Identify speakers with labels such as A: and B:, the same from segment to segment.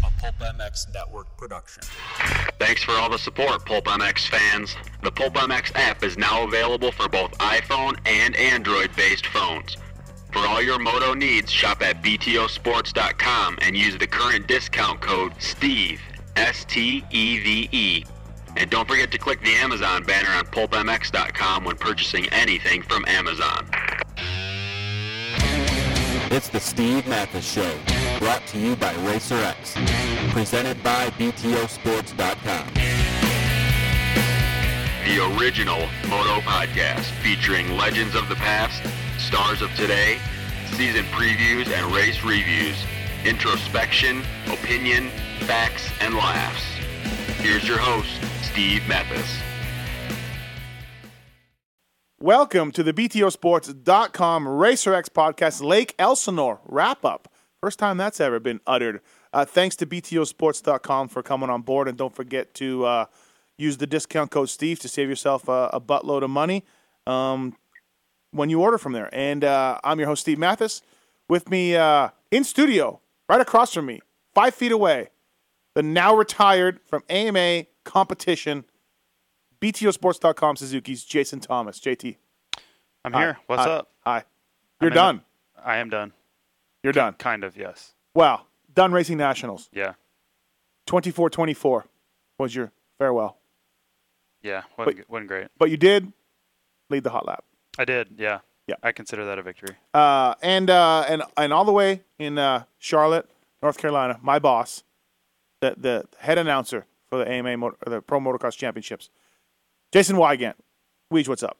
A: Pulp MX Network production.
B: Thanks for all the support, Pulp MX fans. The Pulp MX app is now available for both iPhone and Android based phones. For all your moto needs, shop at BTOsports.com and use the current discount code STEVE, S T E V E. And don't forget to click the Amazon banner on PulpMX.com when purchasing anything from Amazon.
C: It's the Steve Mathis Show, brought to you by Racer X, presented by BTOsports.com.
B: The original Moto Podcast featuring legends of the past, stars of today, season previews and race reviews, introspection, opinion, facts, and laughs. Here's your host, Steve Mathis.
D: Welcome to the BTOsports.com RacerX podcast, Lake Elsinore wrap up. First time that's ever been uttered. Uh, thanks to BTOsports.com for coming on board. And don't forget to uh, use the discount code Steve to save yourself a, a buttload of money um, when you order from there. And uh, I'm your host, Steve Mathis. With me uh, in studio, right across from me, five feet away, the now retired from AMA competition, BTOsports.com Suzuki's Jason Thomas. JT.
E: I'm here. What's
D: Hi.
E: up?
D: Hi. You're
E: in
D: done.
E: I am done.
D: You're done.
E: Kind of, yes.
D: Wow. Done Racing Nationals.
E: Yeah.
D: 24 24 was your farewell.
E: Yeah.
D: But-
E: Wasn't, g- wasn't great.
D: But you did lead the hot lap.
E: I did. Yeah.
D: Yeah.
E: I consider that a victory.
D: Uh, and, uh, and, and all the way in uh, Charlotte, North Carolina, my boss, the, the head announcer for the AMA, Mot- or the Pro Motocross Championships, Jason Wygant. Weege, what's up?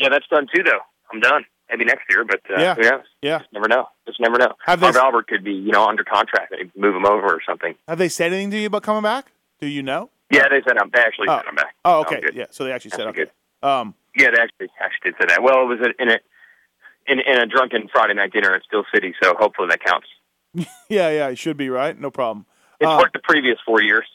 F: Yeah, that's done too, though. I'm done. Maybe next year, but uh,
D: Yeah.
F: yeah, who knows?
D: Yeah.
F: Just never know. Just never know.
D: Have they-
F: Marv Albert could be, you know, under contract. They move him over or something.
D: Have they said anything to you about coming back? Do you know?
F: Yeah, they said I'm. They actually
D: Oh.
F: said I'm back.
D: Oh,
F: I'm
D: okay.
F: good.
D: Yeah. So they actually said,
F: That's
D: okay. Um,
F: Yeah, they actually actually did say that. Well, it was in a in, in a drunken Friday night dinner at Steel City, so hopefully that counts.
D: yeah, yeah, it should be, right? No problem.
F: It's
D: Uh,
F: worked the previous four years.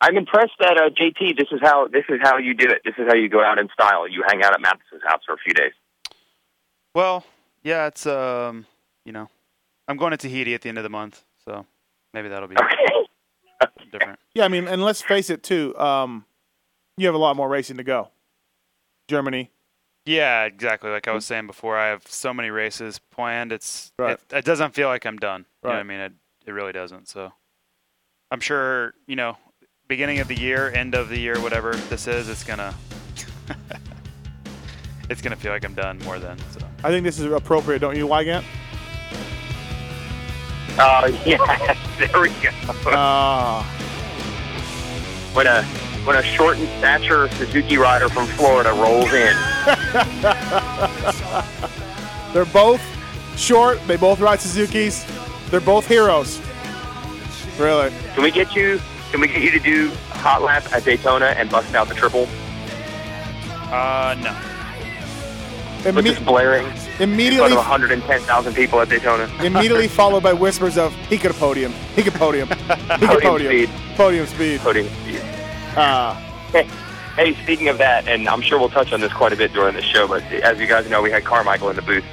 F: I'm impressed that uh, JT. This is how this is how you do it. This is how you go out in style. You hang out at Mathis's house for a few days.
E: Well, yeah, it's, um, you know, I'm going to Tahiti at the end of the month, so maybe that'll be
F: Okay.
E: different.
D: Yeah, I mean, and let's face it too. Um, you have a lot more racing to go. Germany,
E: Yeah, exactly. Like I was saying before, I have so many races planned. It's
D: Right.
E: it, it doesn't feel like I'm done. You know
D: Right.
E: what I mean? It it really doesn't. So I'm sure, you know, beginning of the year, end of the year, whatever this is, it's gonna it's gonna feel like I'm done more than so.
D: I think this is appropriate, don't you, Wygant?
F: Oh yeah, there we go.
D: Ah,
F: when a when a short in stature Suzuki rider from Florida rolls in.
D: they're both short. They both ride Suzuki's. They're both heroes. Really?
F: Can we get you? Can we get you to do a hot lap at Daytona and bust out the triple
E: Uh no.
D: Imme-
F: with this blaring in front
D: immediately,
F: of 110,000 people at Daytona?
D: immediately followed by whispers of "He could podium. He could podium. He could
F: Podium
D: podium.
F: speed.
D: Podium speed."
F: Podium.
D: Ah,
F: Hey, speaking of that, and I'm sure we'll touch on this quite a bit during the show, but as you guys know, we had Carmichael in the booth,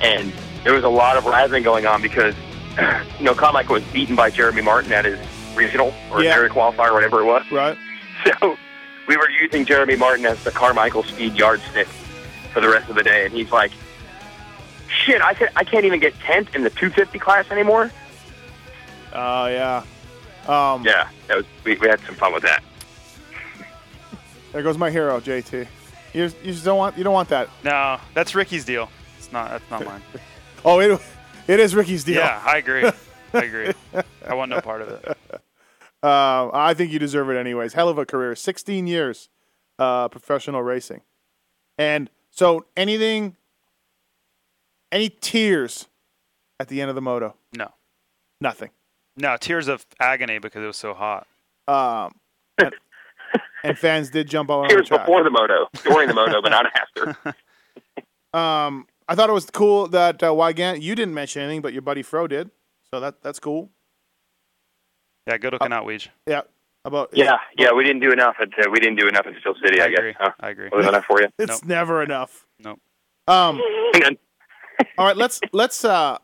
F: and there was a lot of razzing going on because, you know, Carmichael was beaten by Jeremy Martin at his regional or
D: Yeah.
F: area qualifier, whatever it was.
D: right.
F: So we were using Jeremy Martin as the Carmichael speed yardstick for the rest of the day, and he's like, "Shit, I can't, I can't even get tenth in the 250 class anymore."
D: Oh yeah. Um,
F: Yeah, that was we, we had some fun with that.
D: There goes my hero, JT. You, you just don't want you don't want that.
E: No, that's Ricky's deal. It's not that's not mine.
D: Oh, it it is Ricky's deal.
E: Yeah, I agree. I agree. I want no part of it.
D: Uh, I think you deserve it anyways. Hell of a career. 16 years uh, professional racing. And so anything, any tears at the end of the moto?
E: No.
D: Nothing.
E: No, tears of agony because it was so hot.
D: Um, and, and fans did jump all over the
F: Here's
D: track.
F: before the moto, during the moto, but not after.
D: Um, I thought it was cool that uh, Wygant, you didn't mention anything, but your buddy Fro did. So that that's cool.
E: Yeah, good looking out, Weege.
D: Yeah. About
F: Yeah, yeah, we didn't do enough at uh, we didn't do enough at Steel City. I,
E: I
F: guess uh,
E: agree.
F: huh?
E: I agree.
F: wasn't enough for you.
D: It's
E: Nope.
D: never enough.
E: Nope.
D: Um,
F: Hang on.
D: All right, let's let's uh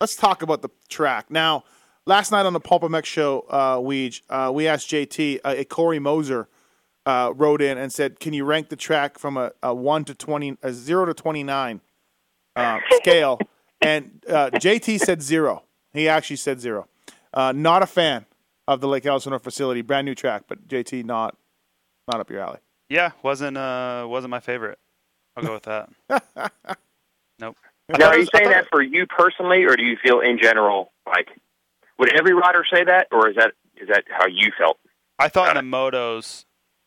D: let's talk about the track now. Last night on the Pulp MX show, uh, we uh, we asked JT. Uh, a Corey Moser uh, wrote in and said, "Can you rank the track from a, a one to twenty, a zero to twenty nine uh, scale?" and uh, JT said zero. He actually said zero. Uh, not a fan of the Lake Elsinore facility. Brand new track, but JT not not up your alley.
E: Yeah, wasn't uh wasn't my favorite. I'll go with that. nope.
F: Now, are you saying that for you personally, or do you feel in general like would every rider say that, or is that is that how you felt?
E: I thought in the motos,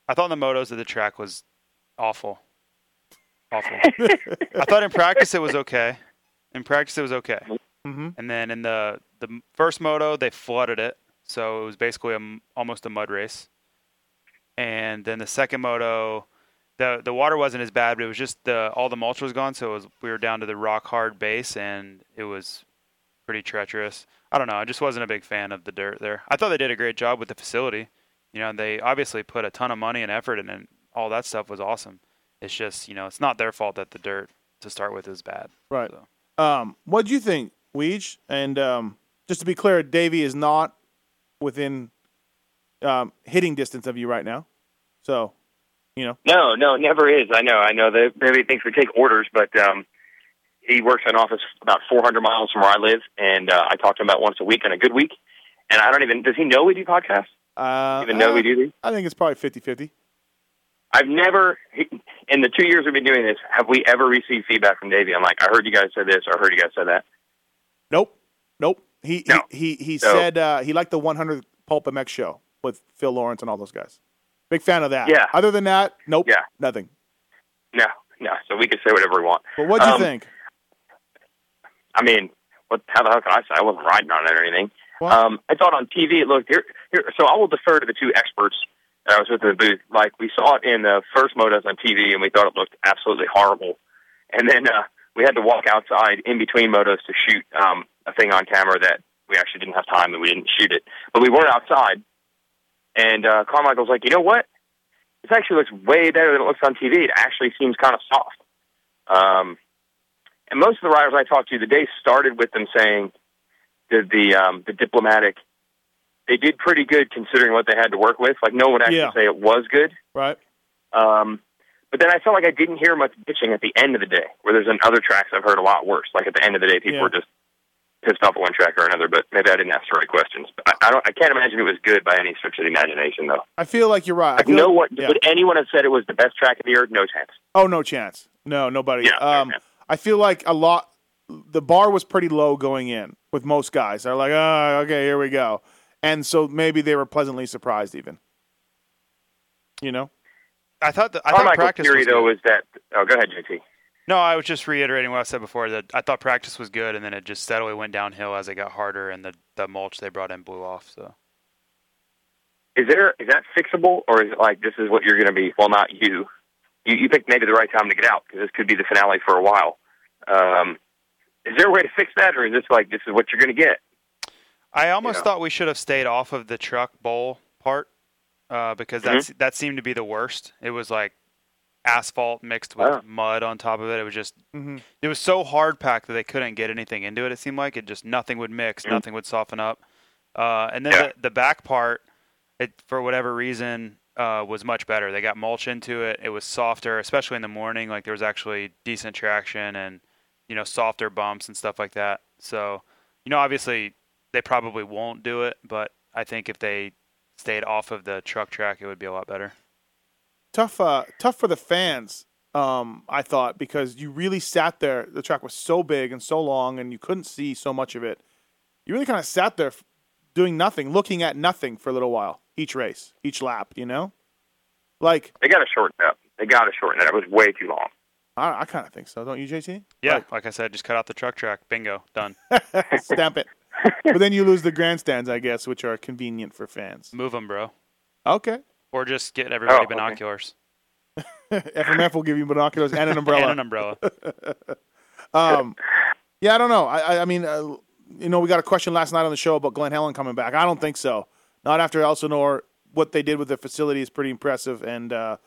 E: I thought in the motos that the track was awful. Awful. I thought in practice it was okay. In practice it was okay.
D: Mhm.
E: And then in the the first moto they flooded it, so it was basically a m almost a mud race. And then the second moto, the the water wasn't as bad, but it was just the all the mulch was gone, so it was we were down to the rock hard base, and it was pretty treacherous. I don't know. I just wasn't a big fan of the dirt there. I thought they did a great job with the facility. You know, they obviously put a ton of money and effort, in, and all that stuff was awesome. It's just, you know, it's not their fault that the dirt to start with is bad.
D: Right.
E: So.
D: Um, what do you think, Weege? And um, just to be clear, Davey is not within um, hitting distance of you right now. So, you know,
F: No, no, it never is. I know, I know. That everybody thinks we take orders, but um, he works in an office about 400 miles from where I live, and uh, I talk to him about once a week on a good week. And I don't even does he know we do podcasts?
D: uh,
F: Even though
D: uh,
F: we do these,
D: I think it's probably 50 50.
F: I've never he, in the two years we've been doing this have we ever received feedback from Davey? I'm like, I heard you guys say this, or I heard you guys say that.
D: Nope. Nope. He,
F: No.
D: he, he, he
F: So-
D: said uh, he liked the 100 Pulp MX show with Phil Lawrence and all those guys. Big fan of that.
F: Yeah.
D: Other than that, nope.
F: Yeah.
D: Nothing.
F: No, no. So we can say whatever we want.
D: But what'd you
F: Um,
D: think?
F: I mean, what? How the hell can I say I wasn't riding on it or anything?
D: Well-
F: um, I thought on TV it looked here, here. So I will defer to the two experts that I was with in the booth. Like we saw it in the first motos on TV, and we thought it looked absolutely horrible. And then uh, we had to walk outside in between motos to shoot um, a thing on camera that we actually didn't have time and we didn't shoot it. But we were outside, and uh, Carmichael's like, you know what? This actually looks way better than it looks on TV. It actually seems kind of soft. Um, and most of the riders I talked to, the day started with them saying that the um, the diplomatic they did pretty good considering what they had to work with. Like no one actually
D: Yeah.
F: say it was good.
D: Right.
F: Um, but then I felt like I didn't hear much bitching at the end of the day, where there's been other tracks I've heard a lot worse. Like at the end of the day, people
D: Yeah.
F: were just pissed off at one track or another. But maybe I didn't ask the right questions. But I, I don't. I can't imagine it was good by any stretch of the imagination, though.
D: I feel like you're right. I
F: Like
D: feel
F: no
D: like-
F: one
D: yeah.
F: would anyone have said it was the best track of the year? No chance.
D: Oh, no chance. No, nobody.
F: Yeah, no
D: um,
F: chance.
D: I feel like a lot. The bar was pretty low going in with most guys. They're like, oh, okay, here we go, and so maybe they were pleasantly surprised, even. You know,
E: I thought the, I thought
F: Carmichael's
E: practice
F: theory
E: was
F: though
E: good.
F: was that. Oh, go ahead, JT.
E: No, I was just reiterating what I said before that I thought practice was good, and then it just steadily went downhill as it got harder, and the, the mulch they brought in blew off. So
F: is there is that fixable or is it like this is what you're going to be well not you you, you picked maybe the right time to get out because this could be the finale for a while um, is there a way to fix that or is this like this is what you're going to get
E: I almost
F: Yeah.
E: thought we should have stayed off of the truck bowl part uh, because
F: Mm-hmm.
E: that's that seemed to be the worst. It was like asphalt mixed with
F: Wow.
E: mud on top of it. It was just
D: Mhm.
E: it was so hard packed that they couldn't get anything into it. It seemed like it just nothing would mix, nothing would soften up. Uh, and then
F: Mm-hmm. Yeah.
E: the, the back part, it for whatever reason uh, was much better. They got mulch into it. It was softer, especially in the morning. Like there was actually decent traction and you know softer bumps and stuff like that. So you know obviously they probably won't do it, but I think if they stayed off of the truck track, it would be a lot better.
D: tough, uh, tough for the fans. Um, I thought because you really sat there. The track was so big and so long, and you couldn't see so much of it. You really kind of sat there f- doing nothing, looking at nothing for a little while each race, each lap. You know, like
F: they got to shorten it up they got to shorten it up it was way too long
D: I, I kind of think so, don't you, JT?
E: Yeah, like I said, just cut out the truck track. Bingo, done.
D: Stamp it. but then you lose the grandstands, I guess, which are convenient for fans.
E: Move them, bro.
D: Okay.
E: Or just get everybody
D: Oh,
F: okay.
E: binoculars
D: FMF will give you binoculars and an umbrella.
E: and an umbrella.
D: um, yeah, I don't know. I, I, I mean, uh, you know, we got a question last night on the show about Glenn Helen coming back. I don't think so. Not after Elsinore. What they did with the facility is pretty impressive, and uh,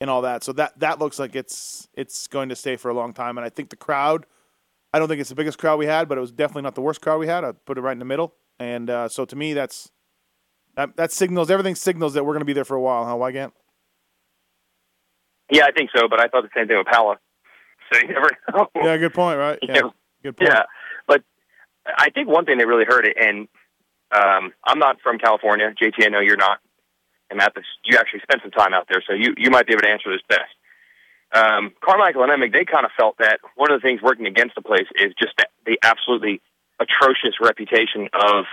D: and all that. So that that looks like it's it's going to stay for a long time. And I think the crowd I don't think it's the biggest crowd we had, but it was definitely not the worst crowd we had. I put it right in the middle, and uh, so to me, that's that, that signals everything signals that we're going to be there for a while. Huh, Wygant?
F: Yeah, I think so. But I thought the same thing with Pala. So you never know.
D: Yeah, good point, right?
F: Yeah.
D: good point.
F: Yeah, but I think one thing that really hurt it, and um, I'm not from California, JT. I know you're not, and Matt, this- you actually spent some time out there, so you you might be able to answer this best. Um, Carmichael and Emick, they kind of felt that one of the things working against the place is just the, the absolutely atrocious reputation of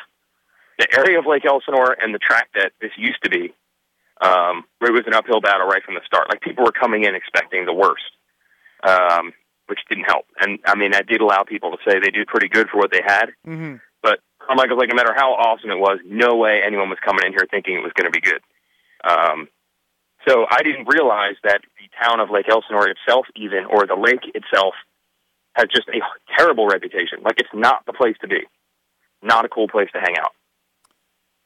F: the area of Lake Elsinore and the track that this used to be. Um, where it was an uphill battle right from the start. Like people were coming in expecting the worst. Um, which didn't help. And I mean, that did allow people to say they did pretty good for what they had.
D: Mm-hmm.
F: But Carmichael's like, no matter how awesome it was, no way anyone was coming in here thinking it was going to be good. Um, so I didn't realize that the town of Lake Elsinore itself, even or the lake itself, has just a terrible reputation. Like it's not the place to be, not a cool place to hang out.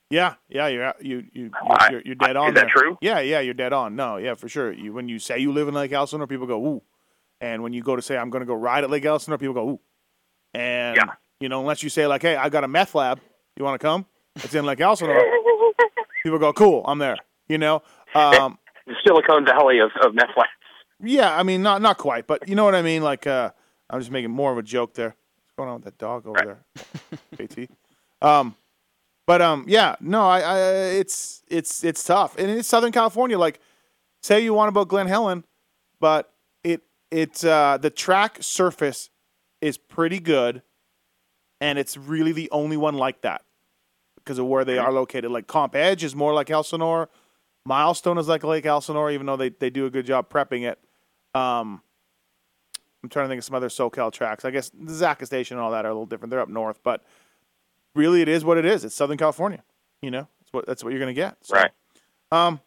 D: Yeah, yeah, you're out- you you
F: I-
D: you're, you're dead
F: I-
D: on.
F: is that
D: there.
F: true?
D: Yeah, yeah, you're dead on. No, yeah, for sure. You, when you say you live in Lake Elsinore, people go ooh, and when you go to say I'm going to go ride at Lake Elsinore, people go ooh, and
F: Yeah.
D: you know unless you say like hey I got a meth lab, you want to come? It's in Lake Elsinore. people go cool, I'm there. You know, um,
F: The Silicon Valley of, of meth labs.
D: yeah, I mean not not quite, but you know what I mean. Like uh, I'm just making more of a joke there. What's going on with that dog over there, KT? Um, but um, yeah, no, I, I, it's it's it's tough, and it's Southern California. Like, say you want about Glen Helen, but it it uh, the track surface is pretty good, and it's really the only one like that because of where they are located. Like Comp Edge is more like Elsinore, Milestone is like Lake Elsinore, even though they they do a good job prepping it. Um, I'm trying to think of some other SoCal tracks. I guess the Zaka Station and all that are a little different. They're up north, but really, it is what it is. It's Southern California. You know, that's what that's what you're gonna get. So,
F: Right.
D: Um.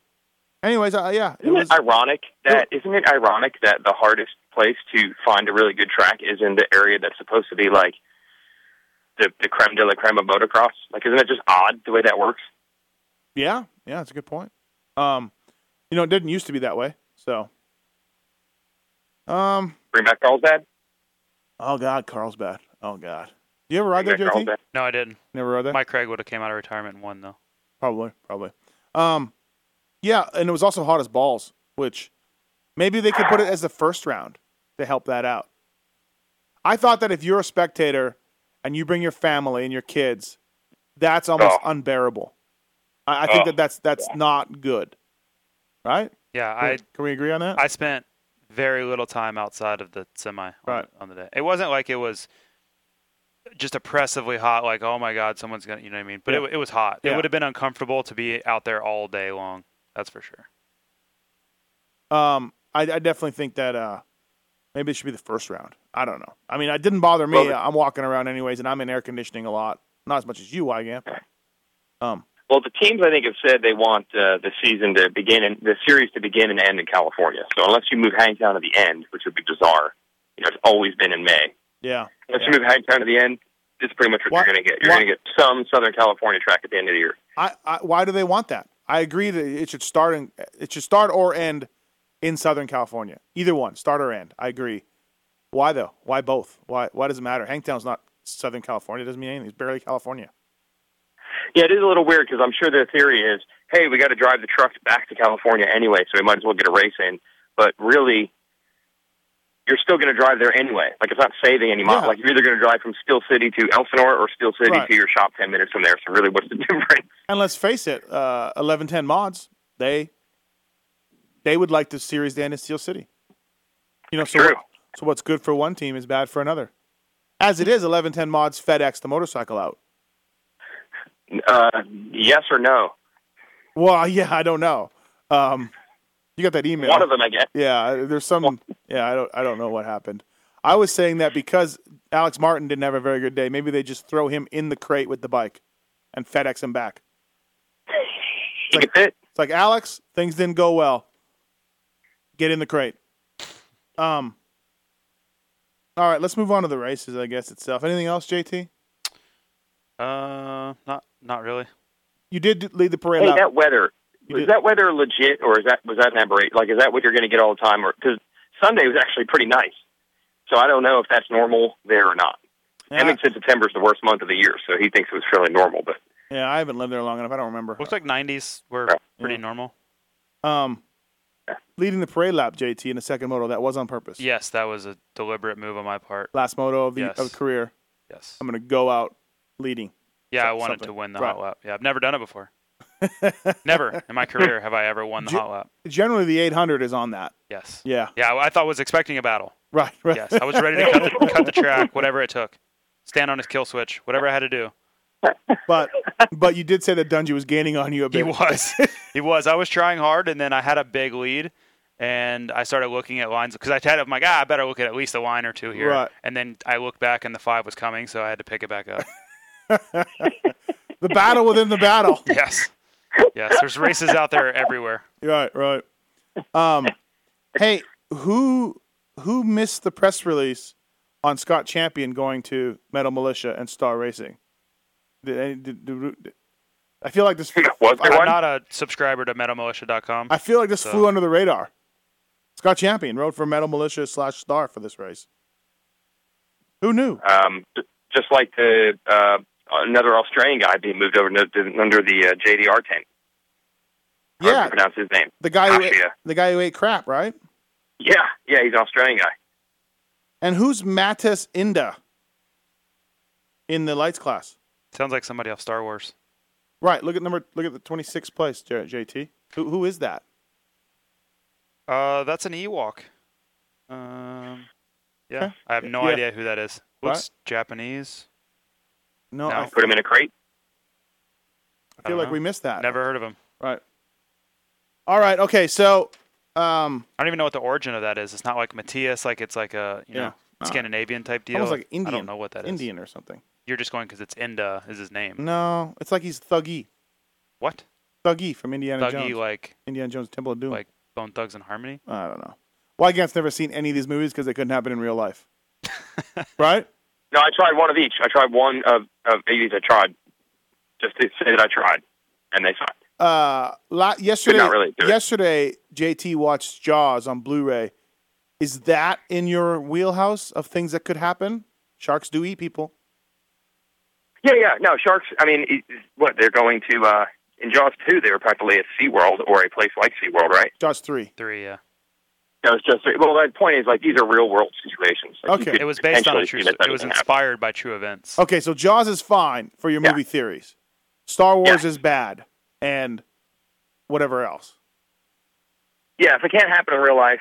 D: Anyways, uh, yeah, it
F: Isn't
D: was.
F: it ironic that isn't it ironic that the hardest place to find a really good track is in the area that's supposed to be like the the creme de la creme of motocross? Like, isn't it just odd the way that works?
D: Yeah, yeah, that's a good point. Um, you know, it didn't used to be that way. So, um,
F: Bring back Carlsbad.
D: oh god, Carlsbad. Oh god, you ever ride there,
F: Bring back
D: JT?
F: Carlsbad.
E: No, I didn't.
D: Never rode there.
E: Mike Craig would have came out of retirement and won though.
D: Probably, probably. Um, yeah, and it was also hot as balls, which maybe they could put it as the first round to help that out. I thought that if you're a spectator and you bring your family and your kids, that's almost
F: Oh.
D: unbearable. I, I think
F: Oh.
D: that that's that's not good, right?
E: Yeah,
D: Can,
E: I
D: can we agree on that?
E: I spent very little time outside of the semi on,
D: Right.
E: on the day. It wasn't like it was just oppressively hot, like oh my god, someone's gonna, you know what I mean? But
D: Yeah.
E: it, it was hot.
D: Yeah.
E: It would have been uncomfortable to be out there all day long. That's for sure.
D: Um, I, I definitely think that uh, maybe it should be the first round. I don't know. I mean, it didn't bother me.
F: Well,
D: I'm walking around anyways, and I'm in air conditioning a lot. Not as much as you, I but Um,
F: Well, the teams I think have said they want uh, the season to begin and the series to begin and end in California. So unless you move Hangtown to the end, which would be bizarre, you know, it's always been in May.
D: yeah.
F: Unless you move Hangtown to the end, it's pretty much what,
D: Why-
F: you're going to get. You're
D: why-
F: going to get some Southern California track at the end of the year.
D: I, I why do they want that? I agree that it should start in it should start or end in Southern California. Either one, start or end. I agree. Why though? Why both? Why why does it matter? Hangtown's not Southern California. It doesn't mean anything. It's barely California.
F: Yeah, it is a little weird because I'm sure their theory is, hey, we got to drive the trucks back to California anyway, so we might as well get a race in. But really, you're still going to drive there anyway. Like it's not saving any miles.
D: Yeah.
F: Like you're either going to drive from Steel City to Elsinore or Steel City
D: Right.
F: to your shop ten minutes from there. So really, what's the difference?
D: And let's face it, uh, eleven ten mods they they would like the series to end in Steel City. You know, so
F: True.
D: what, so what's good for one team is bad for another. As it is, eleven ten mods FedEx the motorcycle out.
F: Uh, yes or no?
D: Well, yeah, I don't know. Um, you got that email?
F: One of them, I guess.
D: Yeah, there's some. Yeah, I don't. I don't know what happened. I was saying that because Alex Martin didn't have a very good day. Maybe they just throw him in the crate with the bike, and FedEx him back.
F: You can fit.
D: It's like Alex, things didn't go well. Get in the crate. Um. All right, let's move on to the races. I guess itself. Anything else, JT?
E: Uh, not not really.
D: You did lead the parade.
F: Hey,
D: lap.
F: that weather
D: You
F: was
D: did-
F: that weather legit, or is that was that an aberration? Like, is that what you're going to get all the time? Or because Sunday was actually pretty nice. So I don't know if that's normal there or not.
D: Yeah.
F: Hemming said September's the worst month of the year, so he thinks it was fairly normal. But
D: Yeah, I haven't lived there long enough. I don't remember.
E: Looks like 90s were
F: Yeah.
E: pretty normal.
D: Um, leading the parade lap, JT, in the second moto. That was on purpose.
E: Yes, that was a deliberate move on my part.
D: Last moto of the
E: Yes.
D: of career.
E: Yes.
D: I'm gonna go out leading.
E: Yeah, I
D: so-
E: wanted to
D: something.
E: win the
D: Right.
E: hot lap. Yeah, I've never done it before. never in my career have I ever won the
D: Ju-
E: hot lap.
D: Generally, the 800 is on that.
E: Yes.
D: Yeah.
E: Yeah, I thought was expecting a battle.
D: Right. Right.
E: Yes, I was ready to cut the, cut the track, whatever it took. Stand on his kill switch, whatever I had to do.
D: but but you did say that Dungy was gaining on you a
E: He
D: bit.
E: was. He was. I was trying hard, and then I had a big lead, and I started looking at lines because I had. I'm like, ah, I better look at at least a line or two here.
D: Right.
E: And then I looked back, and the five was coming, so I had to pick it back up.
D: the battle within the battle.
E: yes. Yes. There's races out there everywhere.
D: Right. Right. Um, hey, who who missed the press release on Scott Champion going to Metal Militia and Star Racing? Did, any- did, did, did- I feel like this.
F: was there
E: I'm
F: one?
E: not a subscriber to metalmilitia.com.
D: I feel like this
E: So-
D: flew under the radar. Scott Champion rode for Metal Militia slash Star for this race. Who knew?
F: um, j- just like the uh, another Australian guy being moved over no- to- under the uh, JDR tent. Hard
D: Yeah,
F: to pronounce his name.
D: the guy who ate,
F: Ashia.
D: the guy who ate crap, right?
F: Yeah, yeah, he's an Australian guy.
D: And who's Mattis Inda in the lights class?
E: Sounds like somebody off Star Wars.
D: Right. Look at number. Look at the twenty sixth place, J- JT. Who who is that?
E: Uh, that's an Ewok. Um, yeah,
D: Okay.
E: I have no
D: Yeah.
E: idea who that is.
D: What?
E: Looks Japanese.
D: No,
E: No.
D: I,
F: Put him in a crate.
D: I feel
E: don't
D: like
E: know.
D: we missed that.
E: Never heard of him.
D: Right. All right. Okay. So, um,
E: I don't even know what the origin of that is. It's not like Matthias, like it's like a you
D: Yeah. Uh,
E: know Scandinavian type deal.
D: almost like Indian.
E: I don't know what that is.
D: Indian Mm-hmm. or something.
E: You're just going because it's Inda is his name.
D: No, it's like he's Thuggy.
E: What?
D: Thuggy from Indiana
E: Thuggy
D: Jones.
E: like
D: Indiana Jones Temple of Doom.
E: like Bone Thugs and Harmony.
D: I don't know. Wygant's never seen any of these movies because they couldn't happen in real life. right?
F: No, I tried one of each. I tried one of of each. I tried just to say that I tried, and they saw it.
D: Uh, la- yesterday,
F: not really do it.
D: yesterday, JT watched Jaws on Blu-ray. Is that in your wheelhouse of things that could happen? Sharks do eat people.
F: Yeah, yeah. No, sharks. I mean, it- what they're going to uh, in Jaws two, they were practically at SeaWorld or a place like SeaWorld, right?
D: Jaws three.
E: Three. Yeah.
F: That was just well. My point is like these are real world situations. Like, you
D: Okay.
F: could
E: It was based on a
F: potentially
E: true.
F: see
E: sto-
F: that
E: It was
F: something happen.
E: inspired by true events.
D: Okay, so Jaws is fine for your
F: Yeah.
D: movie theories. Star Wars
F: Yeah.
D: is bad, and whatever else.
F: Yeah, if it can't happen in real life,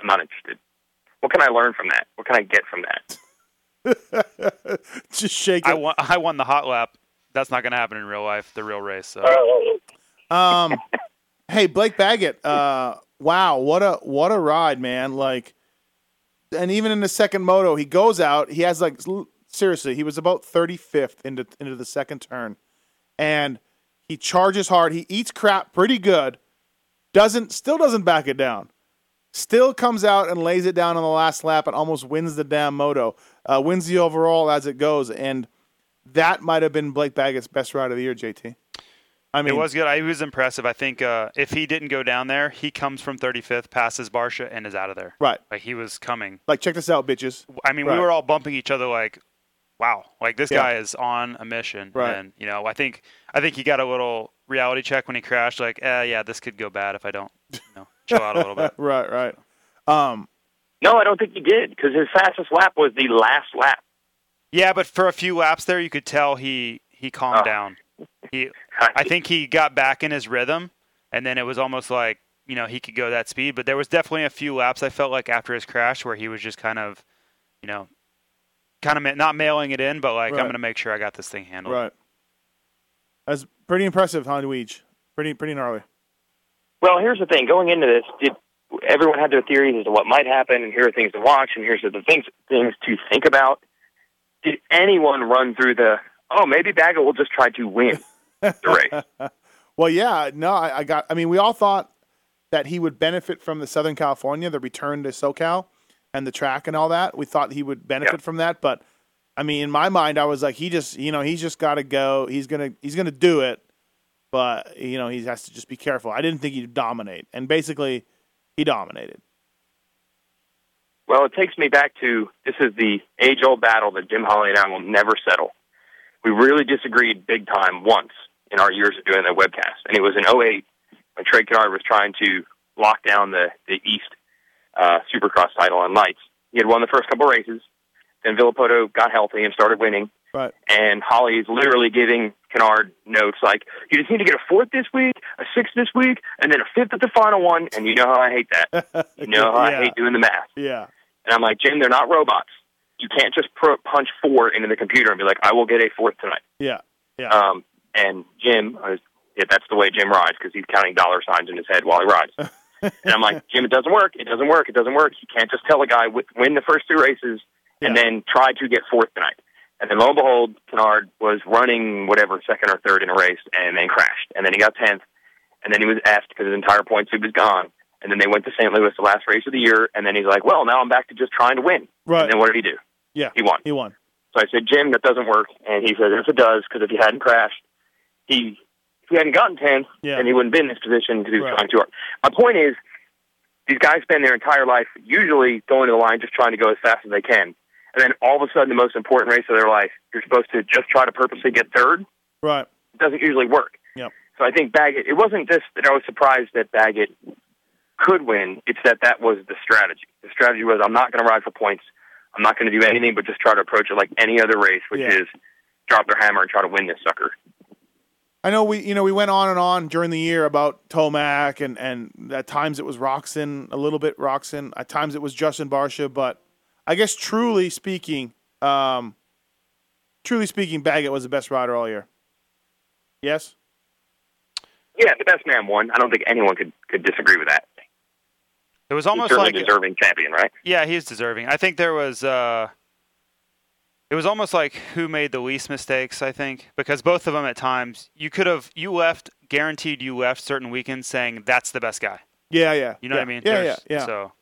F: I'm not interested. What can I learn from that? What can I get from that?
D: Just shake
E: I
D: it.
E: won. I won the hot lap. That's not going to happen in real life. The real race. So
F: Uh,
D: Um, hey, Blake Baggett. Uh, wow, what a what a ride, man! Like, and even in the second moto, he goes out. He has like l- seriously, he was about thirty fifth into into the second turn, and he charges hard. He eats crap pretty good. Doesn't still doesn't back it down. Still comes out and lays it down on the last lap and almost wins the damn moto. Uh, wins the overall as it goes, and that might have been Blake Baggett's best ride of the year. JT. I mean,
E: It was good. I, he was impressive. I think uh, if he didn't go down there, he comes from 35th, passes Barsha, and is out of there.
D: right.
E: Like he was coming.
D: Like, check this out, bitches.
E: I mean,
D: Right.
E: we were all bumping each other like, "Wow, like this
D: Yeah.
E: guy is on a mission."
D: Right.
E: And you know, I think I think he got a little reality check when he crashed. Like, eh, yeah, this could go bad if I don't, you know, chill out a little bit.
D: Right, right. Um,
F: No, I don't think he did because his fastest lap was the last lap.
E: Yeah, but for a few laps there, you could tell he he calmed
F: Oh.
E: down. He, I think he got back in his rhythm, and then it was almost like you know he could go that speed. But there was definitely a few laps I felt like after his crash where he was just kind of, you know, kind of ma- not mailing it in, but like
D: Right.
E: I'm gonna make sure I got this thing handled.
D: right. That's pretty impressive, huh, Luigi? Pretty, pretty gnarly.
F: Well, here's the thing. Going into this, did, everyone had their theories as to what might happen, and here are things to watch, and here's the things things to think about. Did anyone run through the? Oh, maybe Baggett will just try to win the race.
D: Well, yeah, no, I, I got. I mean, we all thought that he would benefit from the Southern California, the return to SoCal, and the track and all that. We thought he would benefit
F: Yeah.
D: from that, but I mean, in my mind, I was like, he just, you know, he's just got to go. He's gonna, he's gonna do it, but you know, he has to just be careful. I didn't think he'd dominate, and basically, he dominated.
F: Well, it takes me back to this is the age old battle that Jim Holly and I will never settle. We really disagreed big time once in our years of doing the webcast, and it was in 08 when Trey Kennard was trying to lock down the, the East uh, Supercross title on lights. He had won the first couple races, then Villapoto got healthy and started winning,
D: Right.
F: and Holly is literally giving Kennard notes like, you just need to get a fourth this week, a sixth this week, and then a fifth at the final one, and you know how I hate that. You know how
D: Yeah.
F: I hate doing the math.
D: Yeah.
F: And I'm like, Jim, they're not robots. You can't just pro- punch four into the computer and be like, I will get a fourth tonight.
D: Yeah. Yeah.
F: Um, and Jim, I was, yeah, that's the way Jim rides because he's counting dollar signs in his head while he rides. and I'm like, Jim, it doesn't work. It doesn't work. It doesn't work. You can't just tell a guy w- win the first two races and
D: Yeah.
F: then try to get fourth tonight. And then lo and behold, Kennard was running whatever second or third in a race and then crashed. And then he got tenth. And then he was asked because his entire point tube is gone. And then they went to St. Louis the last race of the year. And then he's like, well, now I'm back to just trying to win.
D: Right.
F: And then what did he do?
D: yeah.
F: He won.
D: He won.
F: So I said, Jim, that doesn't work. And he said, yes, it does, because if he hadn't crashed, he if he hadn't gotten 10,
D: Yeah.
F: then he wouldn't been in this position because he was
D: Right.
F: trying too hard. My point is, these guys spend their entire life usually going to the line just trying to go as fast as they can. And then all of a sudden, the most important race of their life, you're supposed to just try to purposely get third.
D: Right.
F: It doesn't usually work.
D: Yep.
F: So I think Baggett, it wasn't just that I was surprised that Baggett could win, it's that that was the strategy. The strategy was I'm not going to ride for points. I'm not going to do anything but just try to approach it like any other race, which
D: Yeah.
F: is drop their hammer and try to win this sucker.
D: I know we you know we went on and on during the year about Tomac and and at times it was Roxon a little bit Roxon at times it was Justin Barsha but I guess truly speaking um truly speaking Baggett was the best rider all year. Yes.
F: Yeah, the best man won. I don't think anyone could, could disagree with that.
E: It was
F: He's
E: almost
F: certainly
E: like
F: deserving champion, right?
E: yeah, he is deserving. I think there was uh, it was almost like who made the least mistakes. I think because both of them at times you could have you left guaranteed you left certain weekends saying that's the best guy.
D: Yeah, yeah.
E: You know
D: yeah.
E: what I mean?
D: Yeah, yeah,
E: There's-
D: yeah.
E: So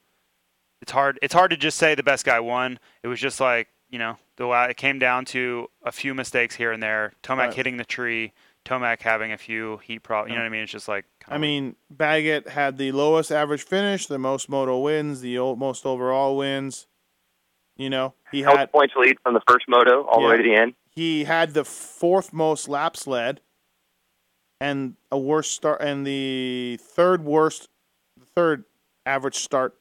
E: it's hard. It's hard to just say the best guy won. It was just like you know the la- it came down to a few mistakes here and there. Tomac
D: Right.
E: hitting the tree. Tomac having a few heat problems. You know what I mean? It's just like
D: I mean, Baggett had the lowest average finish, the most moto wins, the o- most overall wins. You know, he
F: Held
D: had
F: points lead from the first moto all
D: Yeah.
F: the way to the end.
D: he had the fourth most laps led and a worst start and the third worst the third average start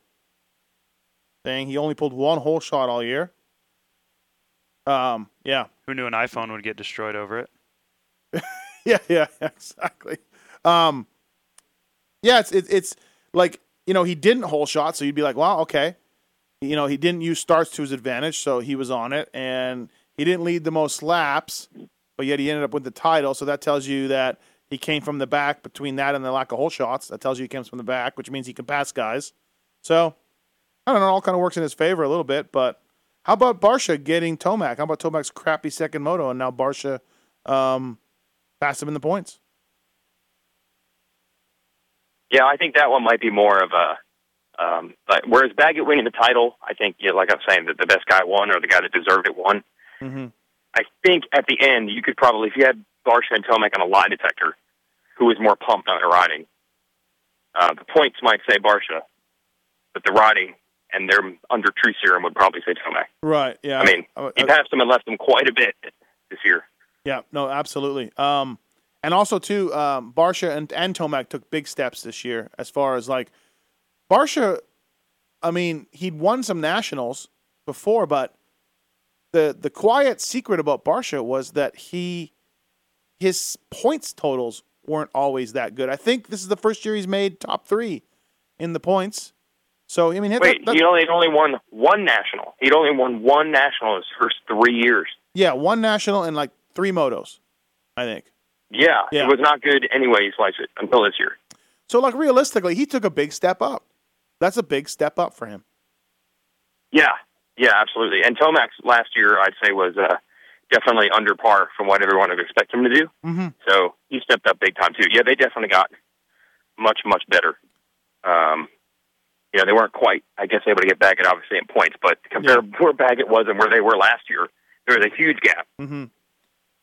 D: thing he only pulled one whole shot all year um yeah
E: who knew an iPhone would get destroyed over it?
D: yeah, yeah, exactly. Um, yeah, it's it, it's like you know he didn't hole shot, so you'd be like, wow, okay. You know he didn't use starts to his advantage, so he was on it, and he didn't lead the most laps, but yet he ended up with the title. So that tells you that he came from the back. Between that and the lack of hole shots, that tells you he comes from the back, which means he can pass guys. So I don't know, it all kind of works in his favor a little bit, but. How about Barsha getting Tomac? How about Tomac's crappy second moto, and now Barsha um, passed him in the points.
F: Yeah, I think that one might be more of a. Um, but whereas Baggett winning the title, I think, yeah, like I was saying, that the best guy won or the guy that deserved it won.
D: Mhm.
F: I think at the end, you could probably, if you had Barsha and Tomac on a lie detector, who was more pumped on the riding? Uh, the points might say Barsha, but the riding and their under true serum would probably say Tomac.
D: Right. Yeah.
F: I mean,
D: Uh,
F: he
D: uh,
F: passed him and left him quite a bit this year.
D: yeah. No, absolutely. Um, and also too, um, Barsha and, and Tomac took big steps this year as far as like Barsha. I mean, he'd won some nationals before, but the the quiet secret about Barsha was that he his points totals weren't always that good. I think this is the first year he's made top three in the points. So I mean, that-
F: Wait,
D: that-
F: he only, he'd only won one national. He'd only won one national in his first three years.
D: yeah, one national and like three motos, I think.
F: Yeah,
D: Yeah.
F: it was not good anyways, like it until this year.
D: So, like realistically, he took a big step up. That's a big step up for him.
F: Yeah, yeah, absolutely. And Tomac's last year, I'd say, was uh, definitely under par from what everyone would expect him to do.
D: Mm-hmm.
F: So he stepped up big time too. Yeah, they definitely got much, much better. Um, you know, they weren't quite, I guess, able to get Baggett obviously in points, but compare where Baggett was and where they were last year, there was a huge gap.
D: Mm-hmm.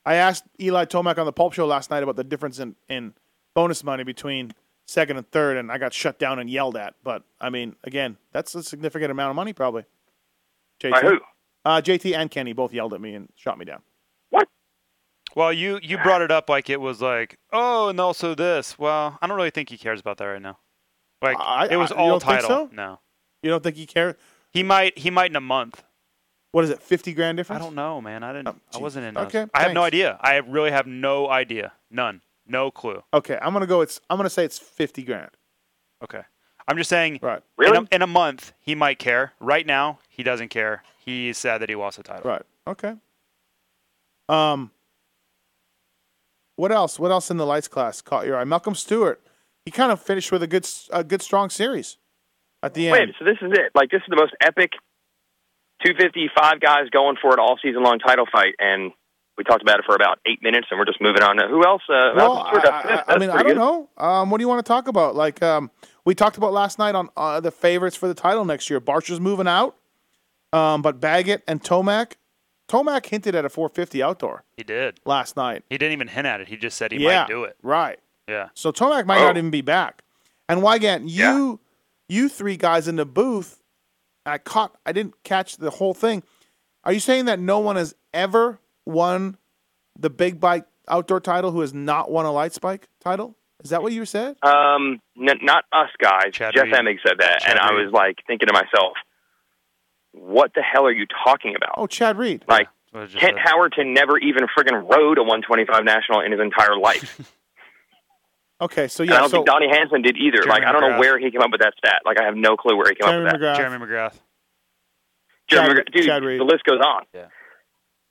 D: I asked Eli Tomac on the Pulp Show last night about the difference in, in bonus money between second and third, and I got shut down and yelled at. But I mean, again, that's a significant amount of money, probably. JT,
F: By who?
D: Uh, JT and Kenny both yelled at me and shot me down.
E: Well, you you brought it up like it was like oh, and also this. Well, I don't really think he cares about that right now. Like
D: I-
E: it was
D: I- you
E: all
D: don't think
E: title.
D: so?
E: No,
D: You don't think he cared?
E: he might he might in a month.
D: What is it? Fifty grand
E: I
D: difference?
E: don't know, man. I didn't.
D: Oh,
E: I
D: Jesus.
E: wasn't in.
D: Okay,
E: those. I have no
D: thanks.
E: idea. I really have no idea. None. No clue.
D: Okay, I'm gonna go. It's I'm gonna say it's fifty grand.
E: Okay. I'm just saying.
D: Right.
E: In
F: Really?
E: a, in a month, he might care. Right now, he doesn't care. He's sad that he lost the title.
D: Right. Okay. Um. What else? What else in the lights class caught your eye? Malcolm Stewart. He kind of finished with a good, s- a good strong series at the
F: Wait,
D: end.
F: so this is it? Like this is the most epic 255 guys going for an all season long title fight, and we talked about it for about eight minutes, and we're just moving on. To, who else? Uh,
D: Well,
F: Malcolm
D: I,
F: Stewart, that's-
D: I,
F: that's
D: I mean, I
F: pretty
D: don't
F: good.
D: know. Um, what do you want to talk about? Like, um, we talked about last night on uh, the favorites for the title next year. Barcher's moving out, um, but Baggett and Tomac. Tomac hinted at a 450 outdoor
E: He did.
D: last night.
E: He didn't even hint at it. He just said he
D: yeah,
E: might do it.
D: right.
E: Yeah.
D: So Tomac might
F: Oh.
D: not even be back. And Wygant, you you three guys in the booth, I caught I didn't catch the whole thing. Are you saying that no one has ever won the big bike outdoor title who has not won a light spike title? Is that what you said?
F: Um, n- not us guys.
E: Chad
F: Jeff
E: Reed.
F: Emig said that,
E: Chad
F: and I
E: Reed.
F: was like thinking to myself, "What the hell are you talking about?"
D: Oh, Chad Reed.
F: like
E: So it's just
F: Kent
E: a-
F: Howerton never even friggin' rode a 125 national in his entire life.
D: Okay, so
F: And I
D: yeah,
F: don't
D: so
F: think Donnie Hansen did either.
E: Jeremy
F: like I don't know
E: McGrath.
F: where he came up with that stat. Like I have no clue where he came
D: Jeremy
F: up with that.
D: McGrath.
E: Jeremy McGrath.
F: Jeremy
D: Chad-
F: McGrath. Dude,
D: Chad Reed.
F: the list goes on.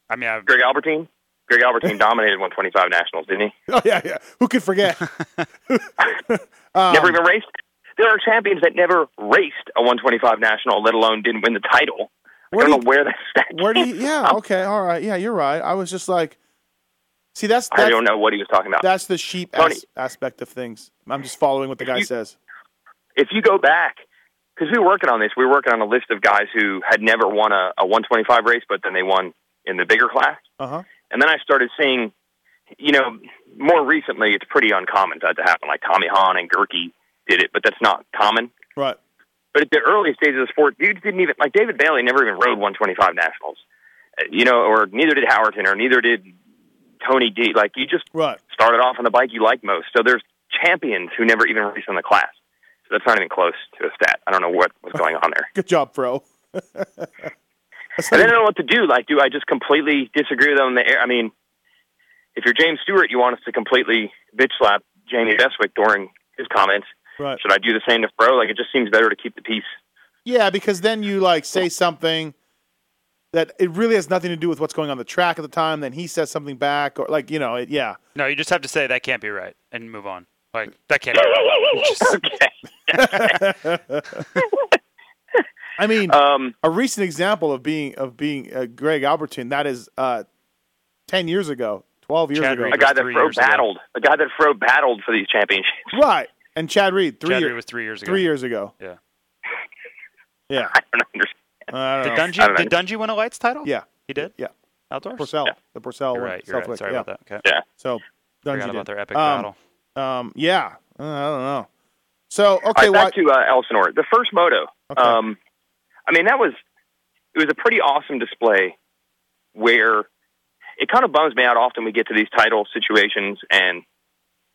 E: I mean, I've,
F: Greg Albertine. Greg Albertine dominated 125 nationals, didn't he?
D: Oh yeah, yeah. Who could forget? um,
F: never even raced. There are champions that never raced a 125 national, let alone didn't win the title.
D: Where
F: I
D: do
F: don't
D: you-
F: know where that stat.
D: Where do you?
F: came
D: Yeah.
F: from.
D: Okay. All right. Yeah, you're right. I was just like, see, that's
F: I
D: that's,
F: don't know what he was talking about.
D: that's the sheep
F: Tony.
D: as- aspect of things. I'm just following what the guy
F: You-
D: says.
F: if you go back, because we were working on this, we were working on a list of guys who had never won a, a 125 race, but then they won in the bigger class.
D: Uh huh.
F: And then I started seeing, you know, more recently, it's pretty uncommon for that to happen. Like Tommy Hahn and Gerke did it, but that's not common.
D: Right.
F: But at the early stages of the sport, dudes didn't even, like David Bailey never even rode 125 nationals, Uh, you know, or neither did Howerton, or neither did Tony D. Like, you just
D: Right.
F: started off on the bike you like most. So there's champions who never even raced in the class. So that's not even close to a stat. I don't know what was going on there.
D: Good job, bro. That's
F: And
D: not even-
F: then I don't know what to do. Like, do I just completely disagree with them in the air? I mean, if you're James Stewart, you want us to completely bitch slap Jamie Bestwick during his comments.
D: right.
F: Should I do the same to Fro? Like, it just seems better to keep the peace.
D: Yeah, because then you like say something that it really has nothing to do with what's going on the track at the time. Then he says something back, or like you know, it, yeah.
E: no, you just have to say that can't be right and move on. Like that can't be right. Just-
F: Okay.
D: I mean,
F: Um,
D: a recent example of being of being uh, Greg Albertine that is uh, ten years ago, twelve years
E: Chad
D: ago,
E: Reed.
F: a guy that
E: Three
F: Fro
E: years ago.
F: battled. A guy that Fro battled for these championships.
D: right? And Chad Reed three
E: Chad Reed
D: year-
E: was three years ago.
D: three years ago.
E: Yeah.
D: Yeah.
F: I don't understand.
D: I
E: Did
D: don't know.
E: Dungy
F: I don't know.
E: did Dungy win a lights title?
D: Oh. Yeah.
E: he did.
D: Yeah.
E: outdoors.
D: Purcell, the Purcell
E: You're
D: one,
E: right. You're right.
D: Southwick,
E: Sorry
D: yeah.
E: about that. Okay.
F: Yeah.
D: So Dungy
E: Forgot about
D: did.
E: their epic
D: Um,
E: battle.
D: Um, yeah, Uh, I don't know. So
F: All
D: okay,
F: right,
D: why,
F: back to uh, Elsinore. The first moto.
D: Okay.
F: Um, I mean, that was it was a pretty awesome display. Where it kind of bums me out. Often we get to these title situations, and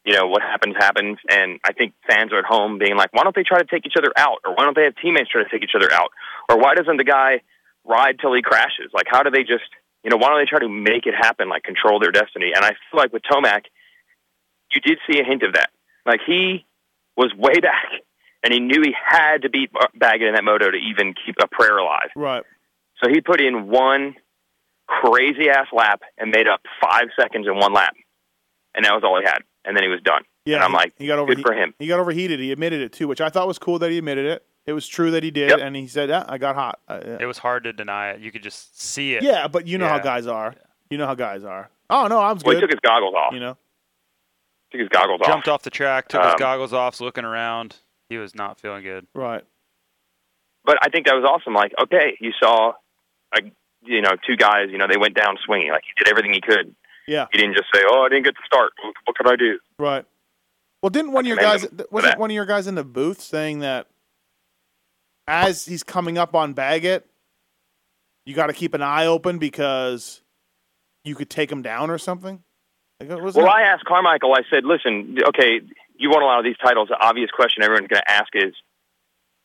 F: you know what happens happens. And I think fans are at home being like, "Why don't they try to take each other out? Or why don't they have teammates try to take each other out? Or why doesn't the guy ride till he crashes? Like, how do they just you know why don't they try to make it happen? Like control their destiny? And I feel like with Tomac, you did see a hint of that. Like he was way back, and he knew he had to beat Bar- Baggett in that moto to even keep a prayer alive.
D: right?
F: So he put in one crazy ass lap and made up five seconds in one lap, and that was all he had. And then he was done.
D: Yeah,
F: and I'm
D: he-
F: like,
D: he got
F: good
D: overheat-
F: for him.
D: He got overheated. He admitted it too, which I thought was cool that he admitted it. It was true that he did,
F: Yep.
D: and he said, yeah, "I got hot." Uh, yeah.
E: It was hard to deny it. You could just see it.
D: yeah, but you know how
E: Yeah.
D: guys are. You know how guys are. Oh no, I was
F: Well,
D: good.
F: he took his goggles off.
D: you know,
F: Took his goggles off.
E: Jumped off the track, took his
F: Um,
E: goggles off, was looking around. He was not feeling good.
D: right?
F: but I think that was awesome. Like, okay, you saw, like, you know, two guys. You know, they went down swinging. Like he did everything he could.
D: Yeah.
F: He didn't just say, "Oh, I didn't get to start. What- What could I do?"
D: Right. Well, didn't one of your
F: commend
D: guys
F: him for
D: wasn't
F: that.
D: one of your guys in the booth saying that as he's coming up on Baggett, you got to keep an eye open because you could take him down or something. Like, wasn't
F: Well,
D: it-
F: I asked Carmichael. I said, "Listen, okay, you won a lot of these titles. The obvious question everyone's going to ask is,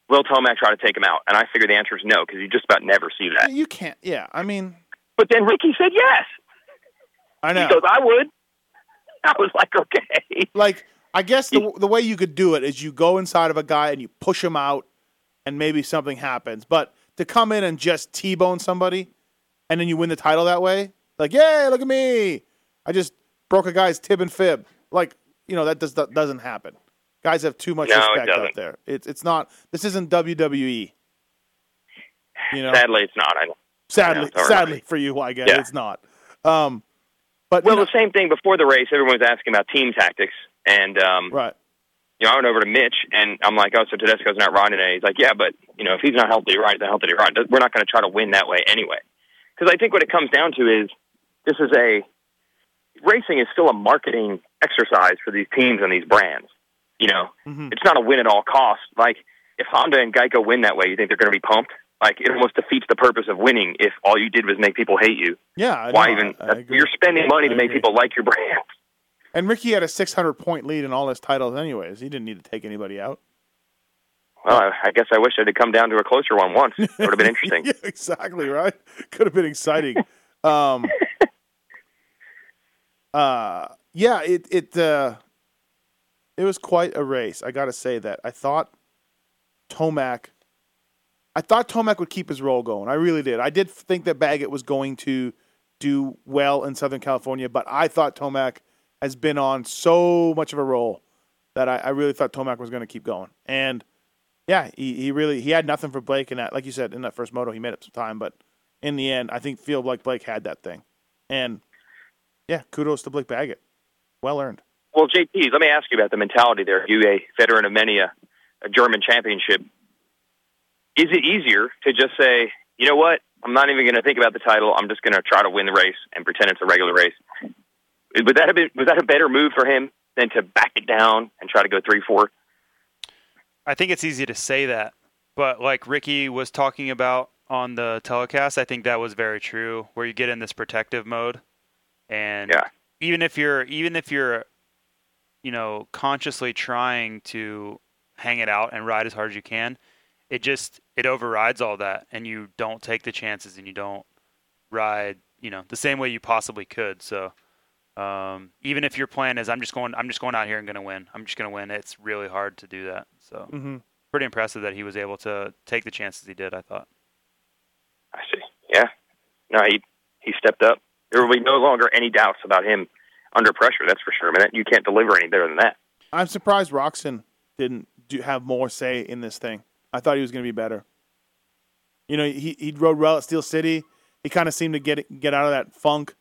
F: will Tomac try to take him out?" And I figured the answer is no, because you just about never see that.
D: you can't. Yeah, I mean,
F: But then Ricky said yes.
D: I
F: He
D: know.
F: goes, "I would." I was like, "Okay."
D: like I guess the the way you could do it is you go inside of a guy and you push him out, and maybe something happens. But to come in and just t-bone somebody, and then you win the title that way, like yay, look at me! I just broke a guy's tib and fib. Like you know that does that doesn't happen. Guys have too much
F: No, it
D: respect out
F: doesn't.
D: there. It's it's not. This isn't WWE. You know,
F: Sadly, it's not. I know.
D: sadly,
F: Yeah, sorry.
D: sadly for you, I guess
F: Yeah.
D: it's not. Um, but you
F: Well,
D: know-
F: the same thing before the race. Everyone was asking about team tactics, and um,
D: right.
F: you know, I went over to Mitch, and I'm like, "Oh, so Tedesco's not riding today?" He's like, "Yeah, but you know, if he's not healthy, right? Then healthy, right? We're not going to try to win that way anyway." Because I think what it comes down to is this is a racing is still a marketing exercise for these teams and these brands. You know,
D: Mhm.
F: it's not a win at all costs. Like if Honda and Geico win that way, you think they're going to be pumped? Like it almost defeats the purpose of winning if all you did was make people hate you.
D: Yeah. I
F: Why
D: know.
F: even?
D: I- I agree.
F: you're spending money to
D: I
F: make
D: agree.
F: people like your brand.
D: And Ricky had a 600 point lead in all his titles, anyways. He didn't need to take anybody out.
F: Well, I, I guess I wish I'd have come down to a closer one once. It would have been interesting.
D: yeah, exactly right. Could have been exciting. um, uh, yeah, it it uh, it was quite a race. I got to say that I thought Tomac, I thought Tomac would keep his role going. I really did. I did think that Baggett was going to do well in Southern California, but I thought Tomac has been on so much of a roll that I, I really thought Tomac was going to keep going. And yeah, he, he really he had nothing for Blake in that. Like you said, in that first moto, he made up some time, but in the end, I think feel like Blake had that thing. And yeah, kudos to Blake Baggett, well earned.
F: Well, JT, let me ask you about the mentality there. You, a veteran of many a, a German championship, is it easier to just say, you know what, I'm not even going to think about the title. I'm just going to try to win the race and pretend it's a regular race. Would that have been was that a better move for him than to back it down and try to go three four?
E: I think it's easy to say that, but like Ricky was talking about on the telecast, I think that was very true. Where you get in this protective mode, and
F: Yeah.
E: even if you're even if you're, you know, consciously trying to hang it out and ride as hard as you can, it just it overrides all that, and you don't take the chances, and you don't ride, you know, the same way you possibly could. So. Um, even if your plan is I'm just going I'm just going out here and gonna win. I'm just gonna win. It's really hard to do that. So
D: Mm-hmm.
E: pretty impressive that he was able to take the chances he did. I thought.
F: I see. Yeah. No, he he stepped up. There will be no longer any doubts about him under pressure. That's for sure. I mean, that- you can't deliver any better than that.
D: I'm surprised Roxon didn't do, have more say in this thing. I thought he was going to be better. You know, he he rode well at Steel City. He kind of seemed to get get out of that funk,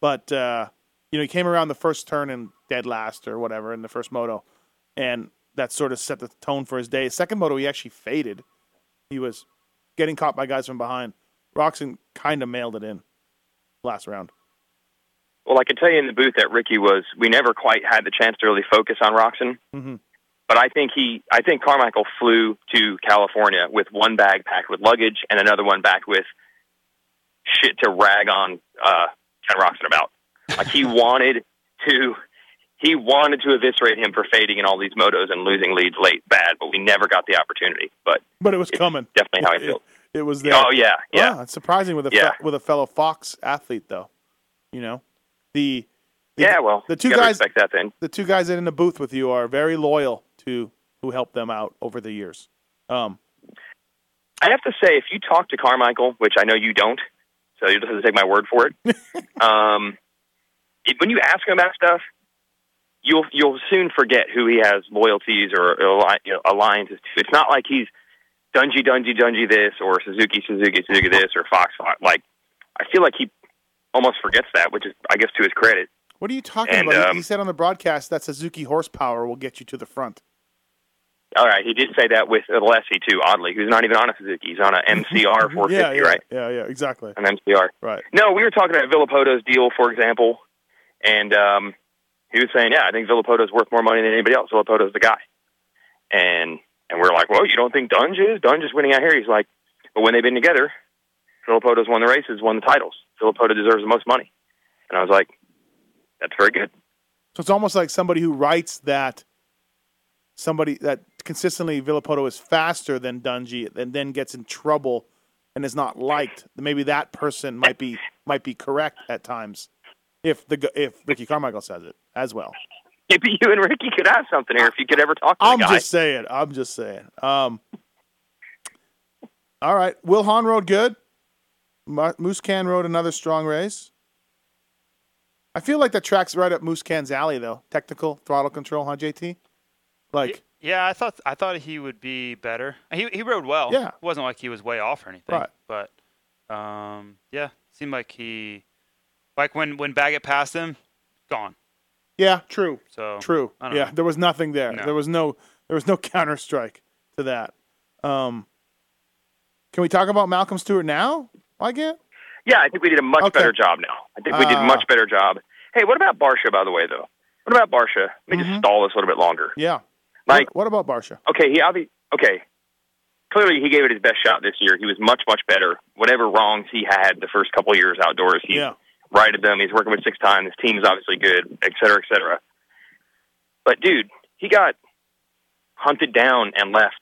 D: but uh, you know, he came around the first turn and dead last or whatever in the first moto, and that sort of set the tone for his day. Second moto, he actually faded. He was getting caught by guys from behind. Roxon kind of mailed it in last round.
F: Well, I can tell you in the booth that Ricky was. We never quite had the chance to really focus on Roxon,
D: Mhm.
F: but I think he, I think Carmichael flew to California with one bag packed with luggage and another one packed with shit to rag on uh, Ken Roxon about. Like he wanted to, he wanted to eviscerate him for fading in all these motos and losing leads late, bad. But we never got the opportunity. But
D: But it was coming.
F: definitely how I feel.
D: It, it was there.
F: Oh yeah, yeah.
D: Wow, it's surprising with a fe-
F: Yeah.
D: with a fellow Fox athlete though. You know, the, the
F: Yeah, well,
D: the two
F: you gotta
D: guys
F: respect that then.
D: the two guys that in the booth with you are very loyal to who helped them out over the years. Um,
F: I have to say, if you talk to Carmichael, which I know you don't, so you just have to take my word for it. um, it- when you ask him about stuff, you'll you'll soon forget who he has loyalties or alli- you know, alliances to. It's not like he's Dungy Dungy Dungy this or Suzuki Suzuki Suzuki this or Fox Fox. Like I feel like he almost forgets that, which is I guess to his credit.
D: what are you talking
F: And,
D: about? He-
F: um,
D: he said on the broadcast that Suzuki horsepower will get you to the front.
F: All right, he did say that with Alessi too. Oddly, who's not even on a Suzuki, he's on a MCR 450,
D: Yeah, yeah,
F: right?
D: yeah, yeah, exactly.
F: An MCR.
D: Right.
F: No, we were talking about Villapoto's deal, for example, and um, he was saying, "Yeah, I think Villapoto's worth more money than anybody else. Villapoto's the guy." And and we're like, "Well, you don't think Dunge is? Dunge is winning out here." He's like, "But when they've been together, Villapoto's won the races, won the titles. Villapoto deserves the most money." And I was like, "That's very good."
D: So it's almost like somebody who writes that somebody that consistently Villapoto is faster than Dungy and then gets in trouble and is not liked. Maybe that person might be might be correct at times. If the if Ricky Carmichael says it as well,
F: Maybe you and Ricky could have something here if you could ever talk to
D: I'm
F: the guy.
D: just saying. I'm just saying. Um, all right, Will Hahn Road good. Mo- Moose Can Road another strong race. I feel like that track's right up Moose Can's alley though. Technical throttle control, huh, JT? Like
E: Yeah, I thought I thought he would be better. He he rode well.
D: Yeah.
E: it wasn't like he was way off or anything.
D: Right.
E: But um, yeah, seemed like he like when when Baggett passed him, gone.
D: Yeah, true.
E: So
D: True.
E: I
D: Yeah,
E: don't know.
D: there was nothing there.
E: No.
D: There was no there was no counter strike to that. Um, can we talk about Malcolm Stewart now? Like it?
F: Yeah, I think we did a much
D: Okay.
F: better job now. I think we did a
D: Ah.
F: much better job. Hey, what about Barsha, by the way, though? What about Barsha? Let me
D: Mm-hmm.
F: just stall this a little bit longer.
D: Yeah.
F: Like,
D: what, what about Barsha?
F: okay, he obvi- okay. Clearly, he gave it his best shot this year. He was much, much better. Whatever wrongs he had the first couple years outdoors, he
D: Yeah.
F: righted them. He's working with six times. His team's obviously good, et cetera, et cetera. But dude, he got hunted down and left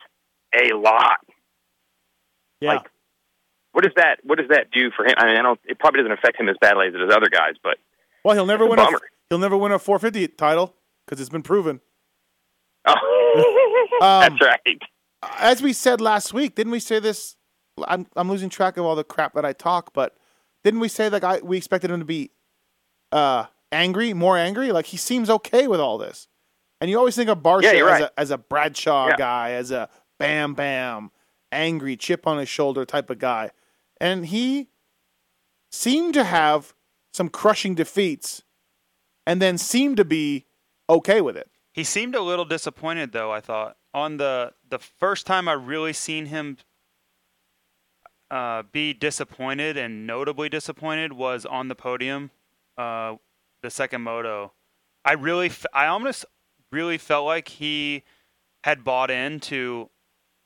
F: a lot.
D: Yeah.
F: like- What does that? What does that do for him? I mean, I don't. It probably doesn't affect him as badly as it does other guys, but
D: well, he'll never
F: it's a
D: win a,
F: bummer.
D: he'll never win a 450 title cuz it's been proven.
F: oh,
D: Um,
F: that's right.
D: as we said last week, didn't we say this? I'm I'm losing track of all the crap that I talk, but didn't we say that I, we expected him to be uh, angry, more angry? Like he seems okay with all this, and you always think of Barsha
F: Yeah,
D: as,
F: you're right.
D: a, as a Bradshaw
F: Yeah.
D: guy, as a Bam Bam, angry, chip on his shoulder type of guy, and he seemed to have some crushing defeats, and then seemed to be okay with it.
E: He seemed a little disappointed though, I thought. On the the first time I really seen him uh, be disappointed and notably disappointed was on the podium, uh, the second moto. I really, f- I almost really felt like he had bought into.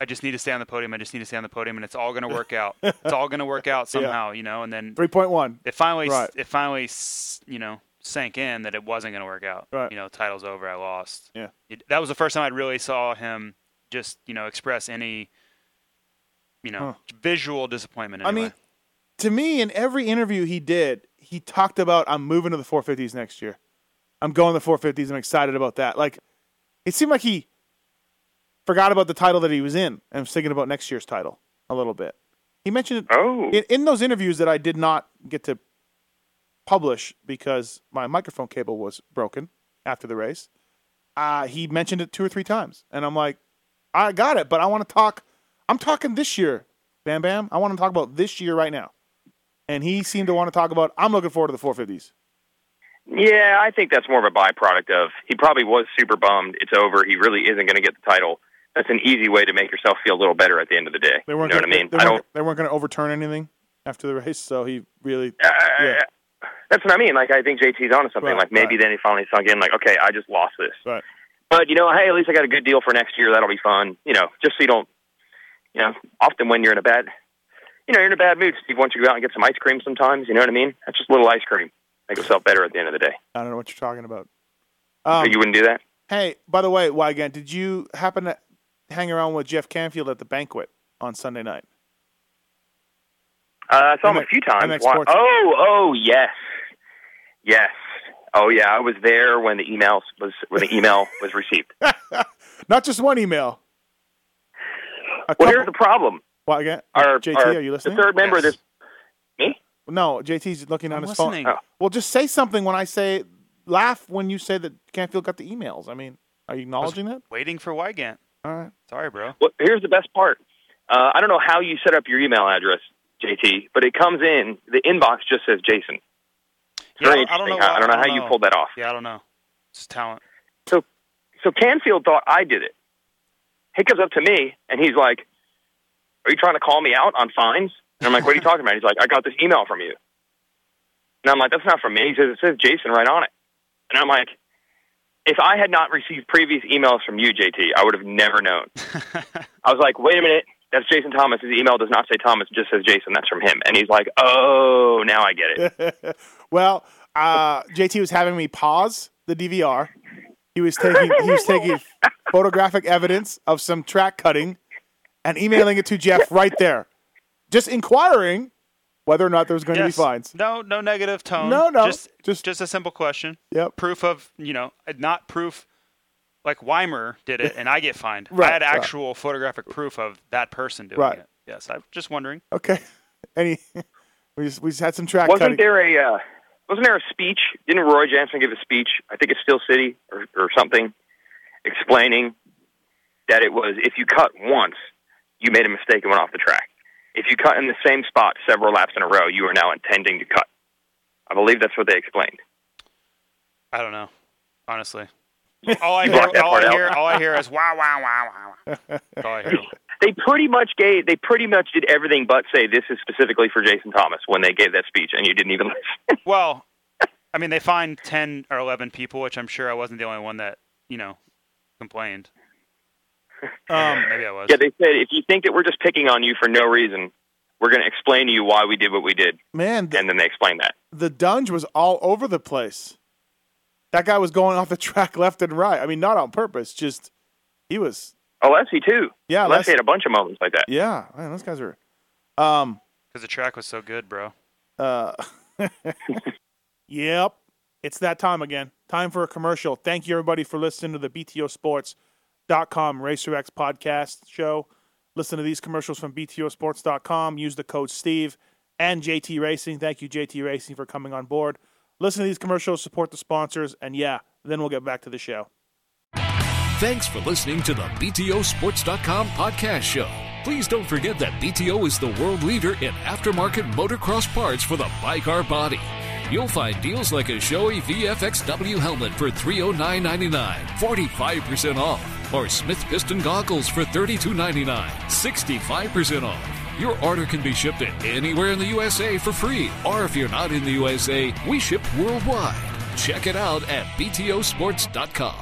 E: I just need to stay on the podium. I just need to stay on the podium, and it's all going to work out. It's all going to work out somehow, you know. And then
D: Three point one.
E: it finally
D: Right.
E: it finally s- you know sank in that it wasn't going to work out
D: Right.
E: you know title's over i lost
D: Yeah.
E: it, that was the first time i really saw him just you know express any you know visual disappointment
D: I
E: anyway.
D: mean, to me, in every interview he did, he talked about I'm moving to the 450s next year. I'm going to the 450s. I'm excited about that. Like, it seemed like he forgot about the title that he was in and was thinking about next year's title a little bit. He mentioned it
F: Oh,
D: in, in those interviews that I did not get to publish because my microphone cable was broken after the race. Uh, he mentioned it two or three times, and I'm like, I got it, but I want to talk. I'm talking this year, Bam Bam. I want to talk about this year right now, and he seemed to want to talk about. I'm looking forward to the 450s.
F: Yeah, I think that's more of a byproduct of he probably was super bummed. It's over. He really isn't going to get the title. That's an easy way to make yourself feel a little better at the end of the day.
D: They weren't.
F: you know
D: gonna,
F: what I mean?
D: They,
F: I
D: weren't,
F: don't.
D: they weren't going to overturn anything after the race, so he really.
F: I-
D: yeah.
F: I- That's what I mean. Like I think JT's onto something.
D: Right,
F: like maybe
D: right.
F: then he finally sunk in. Like okay, I just lost this.
D: Right.
F: But you know, hey, at least I got a good deal for next year. That'll be fun. You know, just so you don't. You know, often when you're in a bad, you know, you're in a bad mood. Steve, why don't you go out and get some ice cream sometimes? You know what I mean? That's just a little ice cream. Make yourself better at the end of the day.
D: I don't know what you're talking about. Um,
F: So you wouldn't do that?
D: Hey, by the way, Wygant, did you happen to hang around with Jeff Canfield at the banquet on Sunday night?
F: Uh, I saw him a
D: MX
F: few times.
D: MX
F: Why-
D: Sports.
F: Oh, oh, yes, yes. Oh, yeah. I was there when the email was when the email was received.
D: Not just one email. A
F: Well,
D: couple-
F: here's the problem.
D: Wygant,
F: Our,
D: JT,
F: our-
D: are you listening?
F: The third member
E: Yes.
F: of this. Me?
D: No, JT's looking on
E: I'm
D: his
E: listening.
D: phone.
E: Oh.
D: Well, just say something when I say, laugh when you say that Canfield got the emails. I mean, are you acknowledging that?
E: waiting for wygant
D: All right.
E: sorry bro
F: Well, here's the best part. Uh, I don't know how you set up your email address, JT, but it comes in. The inbox just says Jason. It's
E: Yeah,
F: very
E: I don't know
F: interesting.
E: why-
F: I don't know how you pulled that off.
E: yeah i don't know it's talent
F: So Canfield thought I did it. He comes up to me and he's like, "Are you trying to call me out on fines?" And I'm like, "What are you talking about?" He's like, "I got this email from you." And I'm like, "That's not from me." He says, "It says Jason right on it." And I'm like, if I had not received previous emails from you, JT, I would have never known. I was like, wait a minute, that's Jason Thomas. His email does not say Thomas, it just says Jason. That's from him. And he's like, oh, now I get it.
D: Well, uh, JT was having me pause the DVR. He was taking he was taking photographic evidence of some track cutting and emailing it to Jeff right there, just inquiring whether or not there was going
E: Yes.
D: to be fines.
E: No, no negative tone.
D: No, no,
E: Just,
D: just-
E: just, just a simple question.
D: Yep.
E: Proof of, you know, not proof. Like Weimer did it, and I get fined.
D: Right,
E: I had
D: right.
E: actual photographic proof of that person doing
D: Right.
E: it. Yes, I'm just wondering.
D: Okay, any we just, we just had some track cutting.
F: Wasn't there a uh, wasn't there a speech? Didn't Roy Jansen give a speech? I think it's Steel City or, or something, explaining that it was if you cut once, you made a mistake and went off the track. If you cut in the same spot several laps in a row, you are now intending to cut. I believe that's what they explained.
E: I don't know, honestly. All I
F: You
E: hear,
F: blocked that
E: all I
F: part
E: hear,
F: out.
E: all I hear is wow, wow, wow, wow. wow. That's all I hear.
F: They pretty much gave. They pretty much did everything but say this is specifically for Jason Thomas when they gave that speech, and you didn't even listen.
E: Well, I mean, they fined ten or eleven people, which I'm sure I wasn't the only one that you know complained. Um, maybe I was.
F: yeah, they said if you think that we're just picking on you for no reason, we're going to explain to you why we did what we did,
D: Man, the,
F: and then they explained that.
D: the dunge was all over the place. That guy was going off the track left and right. I mean, not on purpose. Just he was
F: Oh, Leslie too.
D: Yeah,
F: Leslie
D: Leslie-
F: had a bunch of moments like that.
D: Yeah, man, those guys are. Um.
E: Because the track was so good, bro.
D: Uh. yep, it's that time again. Time for a commercial. Thank you everybody for listening to the BTO BTOsports.com RacerX podcast show. Listen to these commercials from BTOsports.com. Use the code Steve and JT Racing. Thank you JT Racing for coming on board. Listen to these commercials, support the sponsors, and yeah, then we'll get back to the show.
G: Thanks for listening to the BTOsports.com podcast show. Please don't forget that BTO is the world leader in aftermarket motocross parts for the biker body. You'll find deals like a Shoei VFXW helmet for $309.99, 45% off, or Smith Piston goggles for $32.99, 65% off. Your order can be shipped to anywhere in the USA for free, or if you're not in the USA, we ship worldwide. Check it out at BTOsports.com.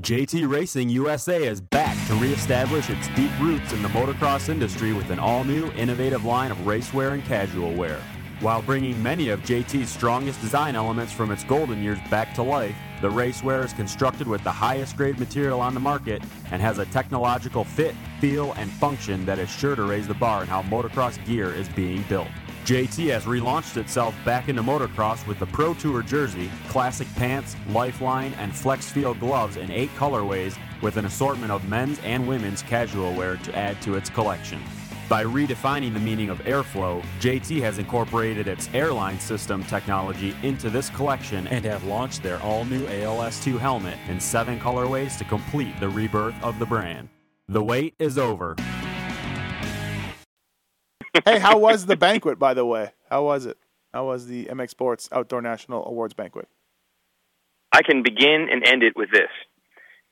H: JT Racing USA is back to reestablish its deep roots in the motocross industry with an all new, innovative line of racewear and casual wear. While bringing many of JT's strongest design elements from its golden years back to life, the racewear is constructed with the highest grade material on the market and has a technological fit, feel, and function that is sure to raise the bar in how motocross gear is being built. JT has relaunched itself back into motocross with the Pro Tour jersey, classic pants, lifeline, and flex field gloves in eight colorways with an assortment of men's and women's casual wear to add to its collection. By redefining the meaning of airflow, JT has incorporated its airline system technology into this collection and have launched their all new ALS2 helmet in seven colorways to complete the rebirth of the brand. The wait is over.
D: hey, how was the banquet, by the way? How was it? How was the MX Sports Outdoor National Awards banquet?
F: I can begin and end it with this.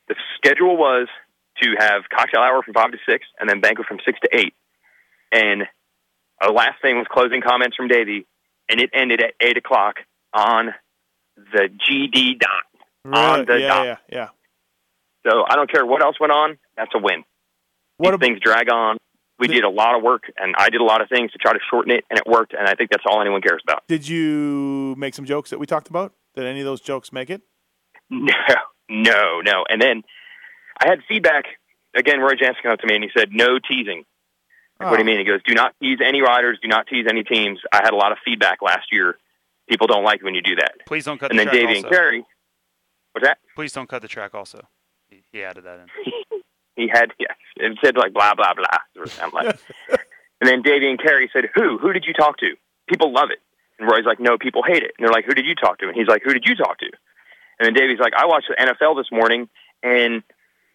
F: The schedule was to have cocktail hour from five to six, and then banquet from six to eight. And our last thing was closing comments from Davey, and it ended at eight o'clock on the GD dot. On the
D: yeah,
F: dot.
D: yeah, yeah.
F: So I don't care what else went on. That's a win.
D: What
F: These
D: ab-
F: things drag on. We
D: Did-
F: did a lot of work, and I did a lot of things to try to shorten it, and it worked. And I think that's all anyone cares about.
D: Did you make some jokes that we talked about? Did any of those jokes make it?
F: No, no, no. And then I had feedback. Again, Roy Jansen came up to me and he said, no teasing. Like, What do you mean? He goes, do not tease any riders. Do not tease any teams. I had a lot of feedback last year. People don't like when you do that.
E: Please don't cut
F: and
E: the
F: then
E: track.
F: Davey
E: Also.
F: and Kerry, what's that?
E: Please don't cut the track. Also, He- he added that in.
F: He had, yeah, it said like blah, blah, blah. I'm like, and then Davey and Kerry said, who? Who did you talk to? People love it. And Roy's like, no, people hate it. And they're like, who did you talk to? And he's like, who did you talk to? And then Davey's like, I watched the NFL this morning, and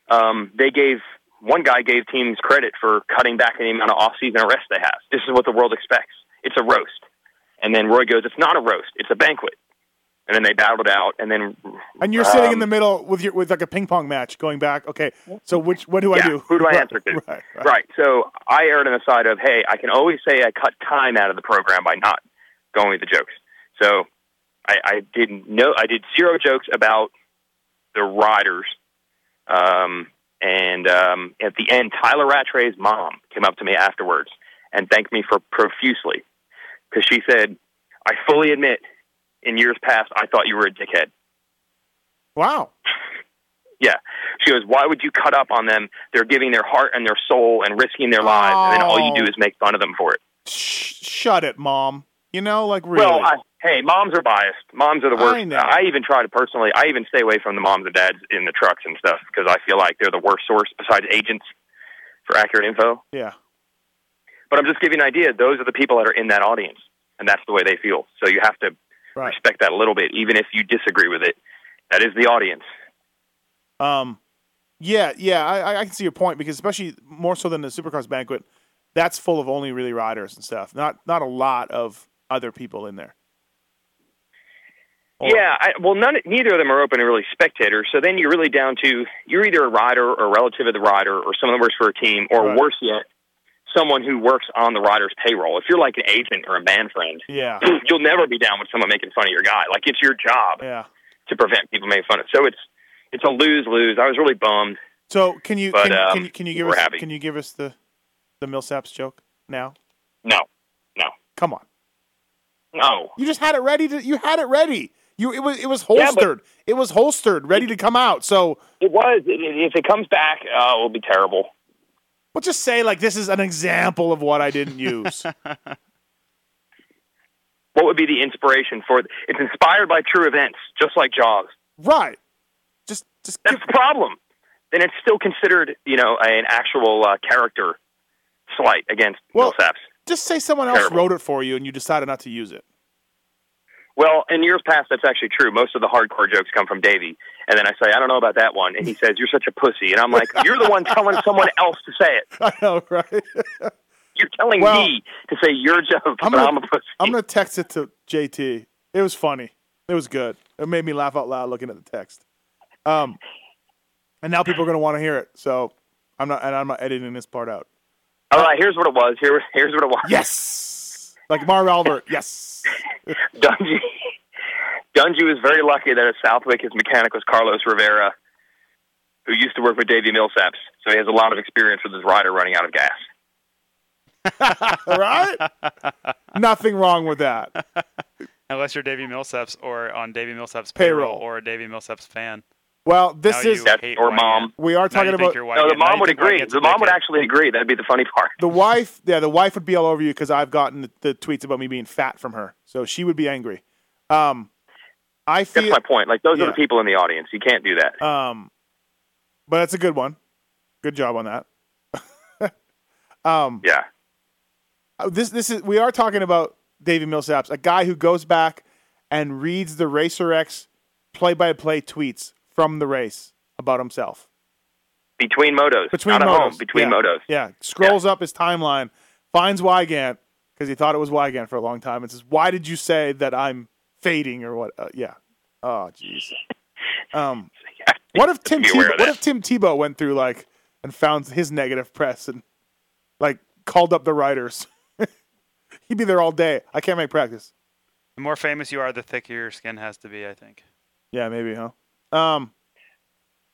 F: um, they gave one guy gave teams credit for cutting back on the amount of off-season arrests they have. This is what the world expects. It's a roast. And then Roy goes, it's not a roast. It's a banquet. And then they battled out, and then
D: And you're sitting in
F: um,
D: the middle with your with like a ping pong match going back. Okay, so which what do I
F: yeah,
D: do?
F: Who do I
D: Right,
F: answer to?
D: Right, right.
F: Right. So I erred on the side of, hey, I can always say I cut time out of the program by not going with the jokes. So I, I didn't know. I did zero jokes about the riders. Um, and um, at the end, Tyler Rattray's mom came up to me afterwards and thanked me for profusely because she said, "I fully admit, in years past, I thought you were a dickhead."
D: Wow.
F: Yeah. She goes, Why would you cut up on them? They're giving their heart and their soul and risking their lives, and then all you
D: Oh.
F: do is make fun of them for it.
D: Sh- shut it, mom. You know, like really.
F: Well, I, hey, moms are biased. Moms are the
D: I
F: worst.
D: know.
F: I, even try to personally, I even stay away from the moms and dads in the trucks and stuff because I feel like they're the worst source besides agents for accurate info.
D: yeah.
F: But I'm just giving you an idea. Those are the people that are in that audience, and that's the way they feel. So you have to
D: Right.
F: respect that a little bit, even if you disagree with it. That is the audience.
D: Um, yeah, yeah, I, I- I can see your point because especially more so than the Supercross banquet, that's full of only really riders and stuff. Not not a lot of other people in there. Or-
F: Yeah, I, well, none, neither of them are open to really spectators. So then you're really down to you're either a rider or a relative of the rider or someone that works for a team, or
D: Right.
F: worse yet, someone who works on the rider's payroll. If you're like an agent or a band friend,
D: Yeah,
F: you'll never be down with someone making fun of your guy. Like it's your job
D: yeah.
F: to prevent people making fun of. So it's it's a lose lose. I was really bummed.
D: So can you
F: But,
D: can, you-
F: um,
D: can you can you give
F: we're
D: us
F: happy.
D: can you give us the the Millsaps joke now?
F: No, no,
D: Come on,
F: no.
D: you just had it ready. To, you had it ready. You it was it was holstered. it was holstered, ready to come out. So
F: It was. It, it, if it comes back, uh, it will be terrible.
D: well, just say like this is an example of what I didn't use.
F: What would be the inspiration for it? It's inspired by true events, just like Jaws.
D: right. Just just give,
F: That's the problem. Then it's still considered, you know, an actual uh, character slight against
D: Well-
F: Millsaps.
D: just say someone else
F: Terrible.
D: wrote it for you and you decided not to use it.
F: Well, in years past, that's actually true. Most of the hardcore jokes come from Davey, and then I say, "I don't know about that one," and he says, "You're such a pussy," and I'm like, "You're the one telling someone else to say it.
D: I know, right?
F: You're telling
D: Well,
F: me to say your joke,
D: I'm
F: but
D: gonna-
F: I'm a pussy."
D: I'm gonna text it to JT. It was funny. It was good. It made me laugh out loud looking at the text. Um, and now people are gonna want to hear it. So I'm not, and I'm not editing this part out.
F: All right, here's what it was. Here, here's what it was.
D: Yes, like Marv Albert. Yes.
F: Dungy. Dungy was very lucky that at Southwick his mechanic was Carlos Rivera, who used to work with Davey Millsaps, so he has a lot of experience with his rider running out of gas.
D: All right. Nothing wrong with that.
E: Unless you're Davy Millsaps or on Davy Millsaps payroll,
D: Payroll.
E: or a Davy Millsaps fan.
D: Well, this
E: Now
D: is
E: you-
F: That's
E: hate
F: or
E: Wygant.
F: mom.
D: we are
E: Now you
D: talking
E: think
D: about
E: you're
F: No,
E: Wygant.
F: the
E: Now
F: mom
E: you
F: would
E: think Wygant's a
F: agree. The mom would
E: dickhead.
F: actually agree. That'd be the funny part.
D: the wife. Yeah, the wife would be all over you because I've gotten the, the tweets about me being fat from her, so she would be angry. Um, I
F: That's
D: feel
F: my point. Like those
D: Yeah.
F: are the people in the audience. You can't do that.
D: Um, but that's a good one. Good job on that. um,
F: yeah.
D: uh, this this is we are talking about Davey Millsaps, a guy who goes back and reads the Racer X play-by-play tweets from the race about himself.
F: Between motos.
D: Between
F: Not
D: motos,
F: at home. Between
D: yeah,
F: motos.
D: yeah. Scrolls up his timeline, finds Wygant because he thought it was Wygant for a long time, and says, "Why did you say that I'm fading or what?" Uh, yeah. Oh, jeez. Um. What if Tim
F: be aware
D: Tebow,
F: of
D: what
F: that.
D: if Tim Tebow went through like and found his negative press and like called up the writers? He'd be there all day. I can't make practice.
E: The more famous you are, the thicker your skin has to be. I think.
D: Yeah, maybe, huh? Um,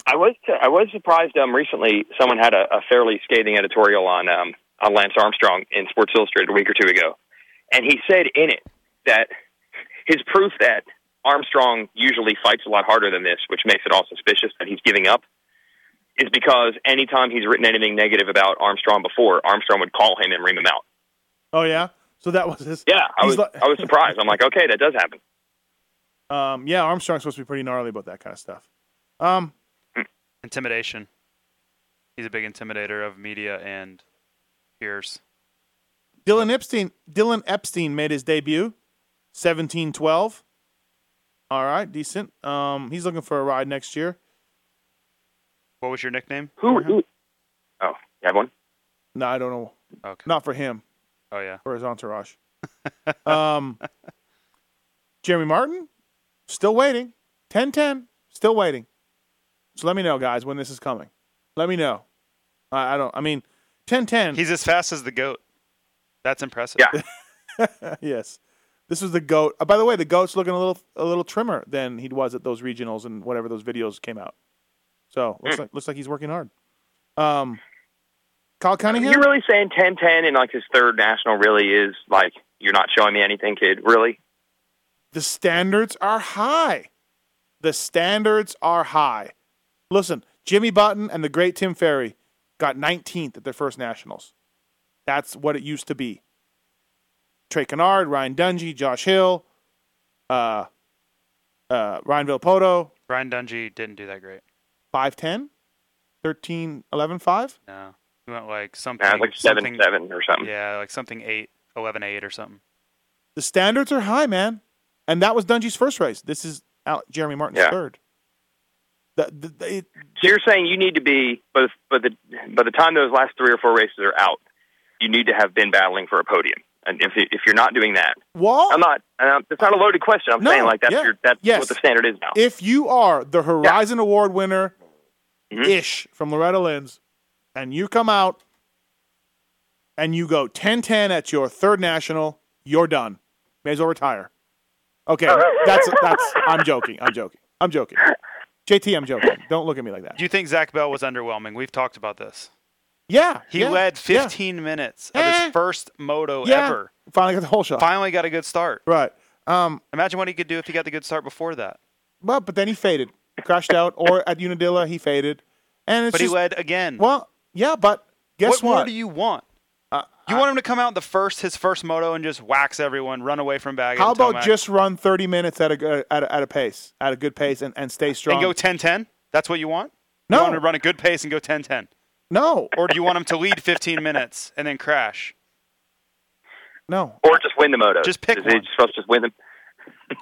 F: I was I was surprised. Um, recently, someone had a, a fairly scathing editorial on um, on Lance Armstrong in Sports Illustrated a week or two ago, and he said in it that his proof that Armstrong usually fights a lot harder than this, which makes it all suspicious that he's giving up, is because anytime he's written anything negative about Armstrong before, Armstrong would call him and ring him out.
D: oh yeah. So that was his.
F: Yeah, I
D: he's
F: was
D: li-
F: I was surprised. I'm like, okay, that does happen.
D: Um, yeah, Armstrong's supposed to be pretty gnarly about that kind of stuff. Um,
E: Intimidation. He's a big intimidator of media and peers.
D: Dylan Epstein. Dylan Epstein made his debut, seventeen twelve. All right, decent. Um, he's looking for a ride next year.
E: What was your nickname?
F: Who? who oh, you have one.
D: No, I don't know.
E: Okay.
D: Not for him.
E: Oh yeah.
D: for his entourage. um, Jeremy Martin, still waiting. 10 10, still waiting. So let me know, guys, when this is coming. Let me know. I, I don't, I mean, 10 10.
E: He's as fast as the goat. That's impressive.
F: Yeah.
D: yes. This was the goat. Uh, by the way, the goat's looking a little a little trimmer than he was at those regionals and whatever those videos came out. So looks like looks like he's working hard. Um, Kyle Cunningham.
F: You're really saying 10 10 and like his third national really is like, you're not showing me anything, kid? Really?
D: The standards are high. The standards are high. Listen, Jimmy Button and the great Tim Ferry got 19th at their first nationals. That's what it used to be. Trey Kennard, Ryan Dungey, Josh Hill, uh, uh, Ryan Villopoto,
E: Brian Dungy didn't do that great.
D: 5'10, 13, 11, 5.
E: No, he went like something
F: Nah, it's like 7
E: something-
F: 7 or something.
E: Yeah, like something eight, 11, eight or something.
D: The standards are high, man. And that was Dungy's first race. This is Al- Jeremy Martin's
F: Yeah.
D: third. The, the, the, it,
F: So you're saying you need to be, by the, by, the, by the time those last three or four races are out, you need to have been battling for a podium. And if, if you're not doing that,
D: Wall,
F: I'm not. And I'm, it's not a loaded question. I'm
D: No,
F: saying like that's
D: yeah,
F: your that's
D: yes.
F: what the standard is now.
D: if you are the Horizon Award winner
F: Mhm.
D: ish from Loretta Lynn's, and you come out and you go 10 10 at your third national, you're done. May as well retire. Okay, that's, that's, I'm joking. I'm joking. I'm joking. JT, I'm joking. Don't look at me like that.
E: Do you think Zach Bell was underwhelming? We've talked about this.
D: Yeah.
E: He
D: yeah,
E: led
D: yeah,
E: 15 minutes of
D: Eh.
E: his first moto
D: yeah.
E: ever.
D: Finally got the whole shot.
E: Finally got a good start.
D: Right. Um,
E: Imagine what he could do if he got the good start before that.
D: but, but then he faded. Crashed out, or at Unadilla, he faded. And it's
E: But
D: just,
E: he led again.
D: Well, yeah, but guess
E: what
D: what? Uh,
E: more do you want? you want him to come out the first, his first moto, and just wax everyone, run away from Baggett.
D: How
E: and Tomac,
D: about just run 30 minutes at a, go- at a at a pace, at a good pace, and, and stay strong?
E: and go 10-10? That's what you want? You want him to
D: no,
E: run a good pace and go 10-10?
D: no,
E: Or do you want him to lead 15 minutes and then crash?
D: no.
F: Or just win the moto.
E: Just pick
F: Is
E: one.
F: it just supposed to just win them?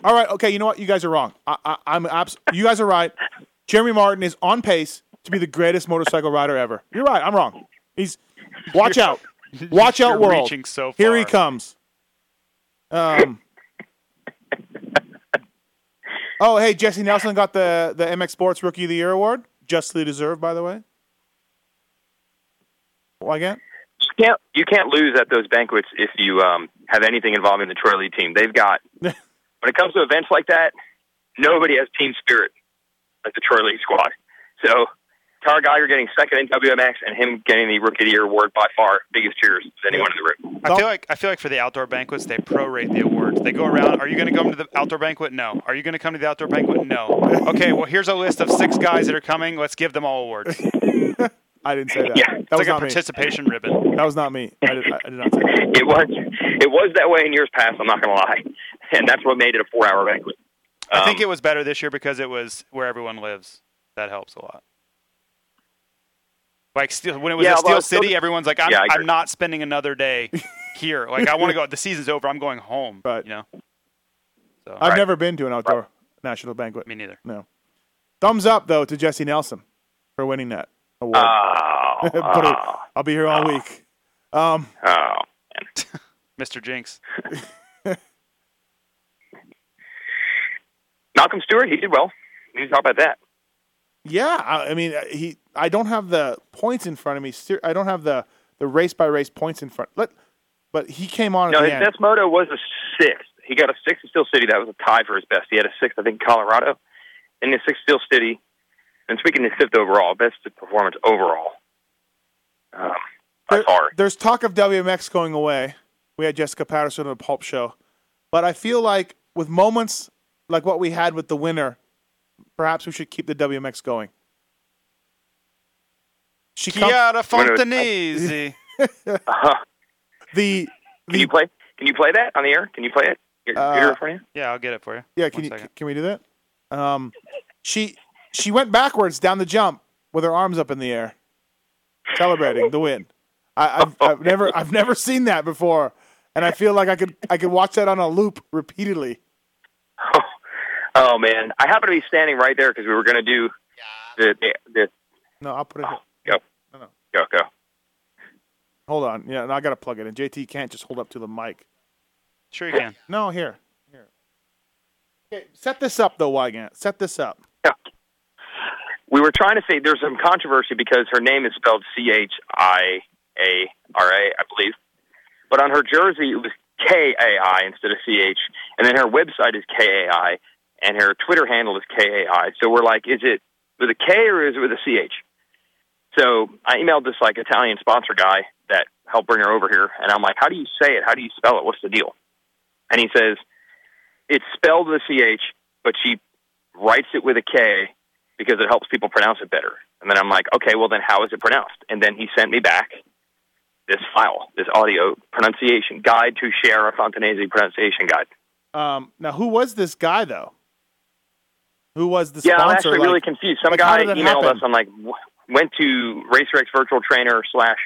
D: All right, okay. You know what? You guys are wrong. I, I, I'm abs- You guys are right. Jeremy Martin is on pace to be the greatest motorcycle rider ever. You're right. I'm wrong. He's watch out, watch out,
E: You're
D: world.
E: reaching so
D: Here he
E: far.
D: comes. Um. Oh, hey, Jesse Nelson got the the MX Sports Rookie of the Year award, justly deserved, by the way. Why can't?
F: You can't you can't lose at those banquets if you um, have anything involving the Troy Lee team. They've got when it comes to events like that, nobody has team spirit like the Troy Lee squad. So Tar Geiger getting second in WMX and him getting the Rookie of the Year award by far biggest cheers of anyone in the room.
E: I feel like I feel like for the outdoor banquets they prorate the awards. They go around. Are you going to come to the outdoor banquet? No. Are you going to come to the outdoor banquet? No. Okay. Well, here's a list of six guys that are coming. Let's give them all awards. It's
D: I didn't say that.
F: Yeah,
D: that was
E: like a
D: not
E: participation ribbon.
D: me. That was not me. I did, I did not say that.
F: It was it was that way in years past. I'm not going to lie, and that's what made it a four hour banquet.
E: I think
F: Um,
E: it was better this year because it was where everyone lives. That helps a lot. Like steel, when it was
F: Yeah,
E: at
F: although
E: Steel
F: it's still-
E: City, everyone's like, "I'm,
F: Yeah, I agree.
E: I'm not spending another day here. Like, I want to go. The season's over. I'm going home.
D: Right.
E: You know. So
D: I've never been to an outdoor national banquet.
E: me neither.
D: No. Thumbs up though to Jesse Nelson for winning that award.
F: Oh,
D: But it- I'll be here all week. Um,
F: oh.
E: Mr. Jinx.
F: Malcolm Stewart, he did well. We need to talk about that.
D: yeah, I, I mean, uh, he. I don't have the points in front of me. Ser- I don't have the the race by race points in front. Let, but he came on.
F: No,
D: at
F: his
D: the end.
F: best moto was a sixth. He got a sixth in Steel City. That was a tie for his best. He had a sixth, I think, in Colorado, and his sixth Steel City. And speaking of fifth overall, best performance overall.
D: There-
F: Um, that's hard.
D: There's talk of WMX going away. We had Jessica Patterson on the Pulp Show, but I feel like with moments like what we had with the winner, perhaps we should keep the WMX going. She com-
E: Chiara Fontanese.
D: the
F: Can you play? Can you play that on the air? Can you play it? Your
D: Uh,
F: computer in front of you?
E: Yeah, I'll get it for you.
D: yeah.
E: One
D: Can you
E: second.
D: can we do that? Um, she she went backwards down the jump with her arms up in the air, celebrating the win. I, I've,
E: Oh.
D: I've never I've never seen that before, and I feel like I could I could watch that on a loop repeatedly.
F: Oh man, I happen to be standing right there because we were going to do the, the the
D: No, I'll put it. Here.
F: go go go.
D: Hold on. Yeah, and I gotta plug it in. JT can't just hold up to the mic.
E: Sure you can.
D: No, here. Here. Okay, set this up though, Wygant. Set this up.
F: we were trying to say there's some controversy because her name is spelled C H I A R A, I believe. But on her jersey, it was K A I instead of C H, and then her website is K A I, and her Twitter handle is K A I. So we're like, is it with a K or is it with a C H? So I emailed this like Italian sponsor guy that helped bring her over here, and I'm like, how do you say it? How do you spell it? What's the deal? And he says it's spelled with a CH, but she writes it with a K because it helps people pronounce it better. And then I'm like, okay, well then how is it pronounced? And then he sent me back this file, this audio pronunciation guide to share a Fontanese pronunciation guide.
D: Um, now, who was this guy though? Who was the
F: Yeah, I'm
D: sponsor?
F: actually
D: like-
F: really confused. Some
D: like, how
F: guy
D: did that
F: emailed
D: happen?
F: us. I'm like, w- went to RacerX virtual trainer slash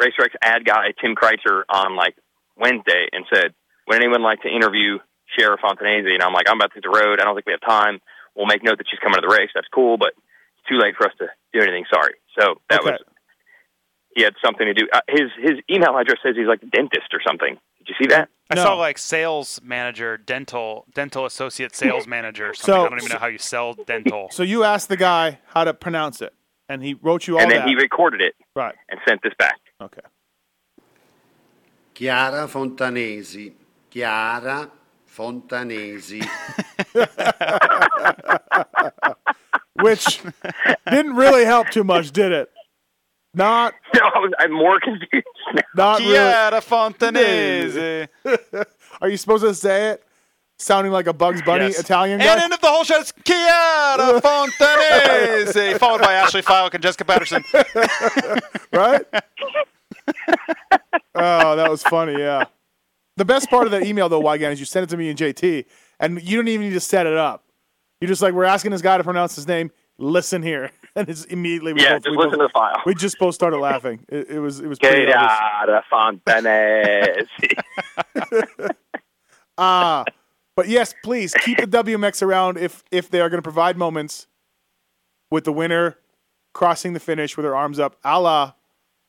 F: RacerX ad guy Tim Kreitzer on like Wednesday and said, would anyone like to interview Sheriff Fontanese? And I'm like, I'm about to hit the road. I don't think we have time. We'll make note that she's coming to the race. That's cool, but it's too late for us to do anything. Sorry. So that
D: Okay.
F: was he had something to do. Uh, his his email address says he's like a dentist or something. Did you see that?
E: I
D: No.
E: saw like sales manager, dental, dental associate sales manager. Or something.
D: So-
E: I don't even know how you sell dental.
D: So you asked the guy how to pronounce it, and he wrote you all
F: and then
D: that.
F: he recorded it
D: right.
F: and sent this back.
D: Okay.
I: Chiara Fontanesi, Chiara Fontanesi.
D: Which didn't really help too much, did it? Not,
F: No, I was, I'm more confused now.
D: not really.
E: Chiara Fontanese.
D: Are you supposed to say it sounding like a Bugs Bunny
E: Yes.
D: Italian
E: And
D: guy?
E: end of the whole show is Chiara Fontanese, followed by Ashley Falk and Jessica Patterson.
D: right? oh, that was funny. Yeah. The best part of that email, though, Wygan, is you sent it to me and JT, and you don't even need to set it up. You're just like, we're asking this guy to pronounce his name. Listen here, and it's immediately we
F: Yeah,
D: both,
F: just
D: we
F: listen
D: both-
F: to the file.
D: We just both started laughing. It, it was it was pretty obvious.
F: Chiara Fontanesi.
D: Ah, but yes, please keep the WMX around if if they are going to provide moments with the winner crossing the finish with her arms up, a la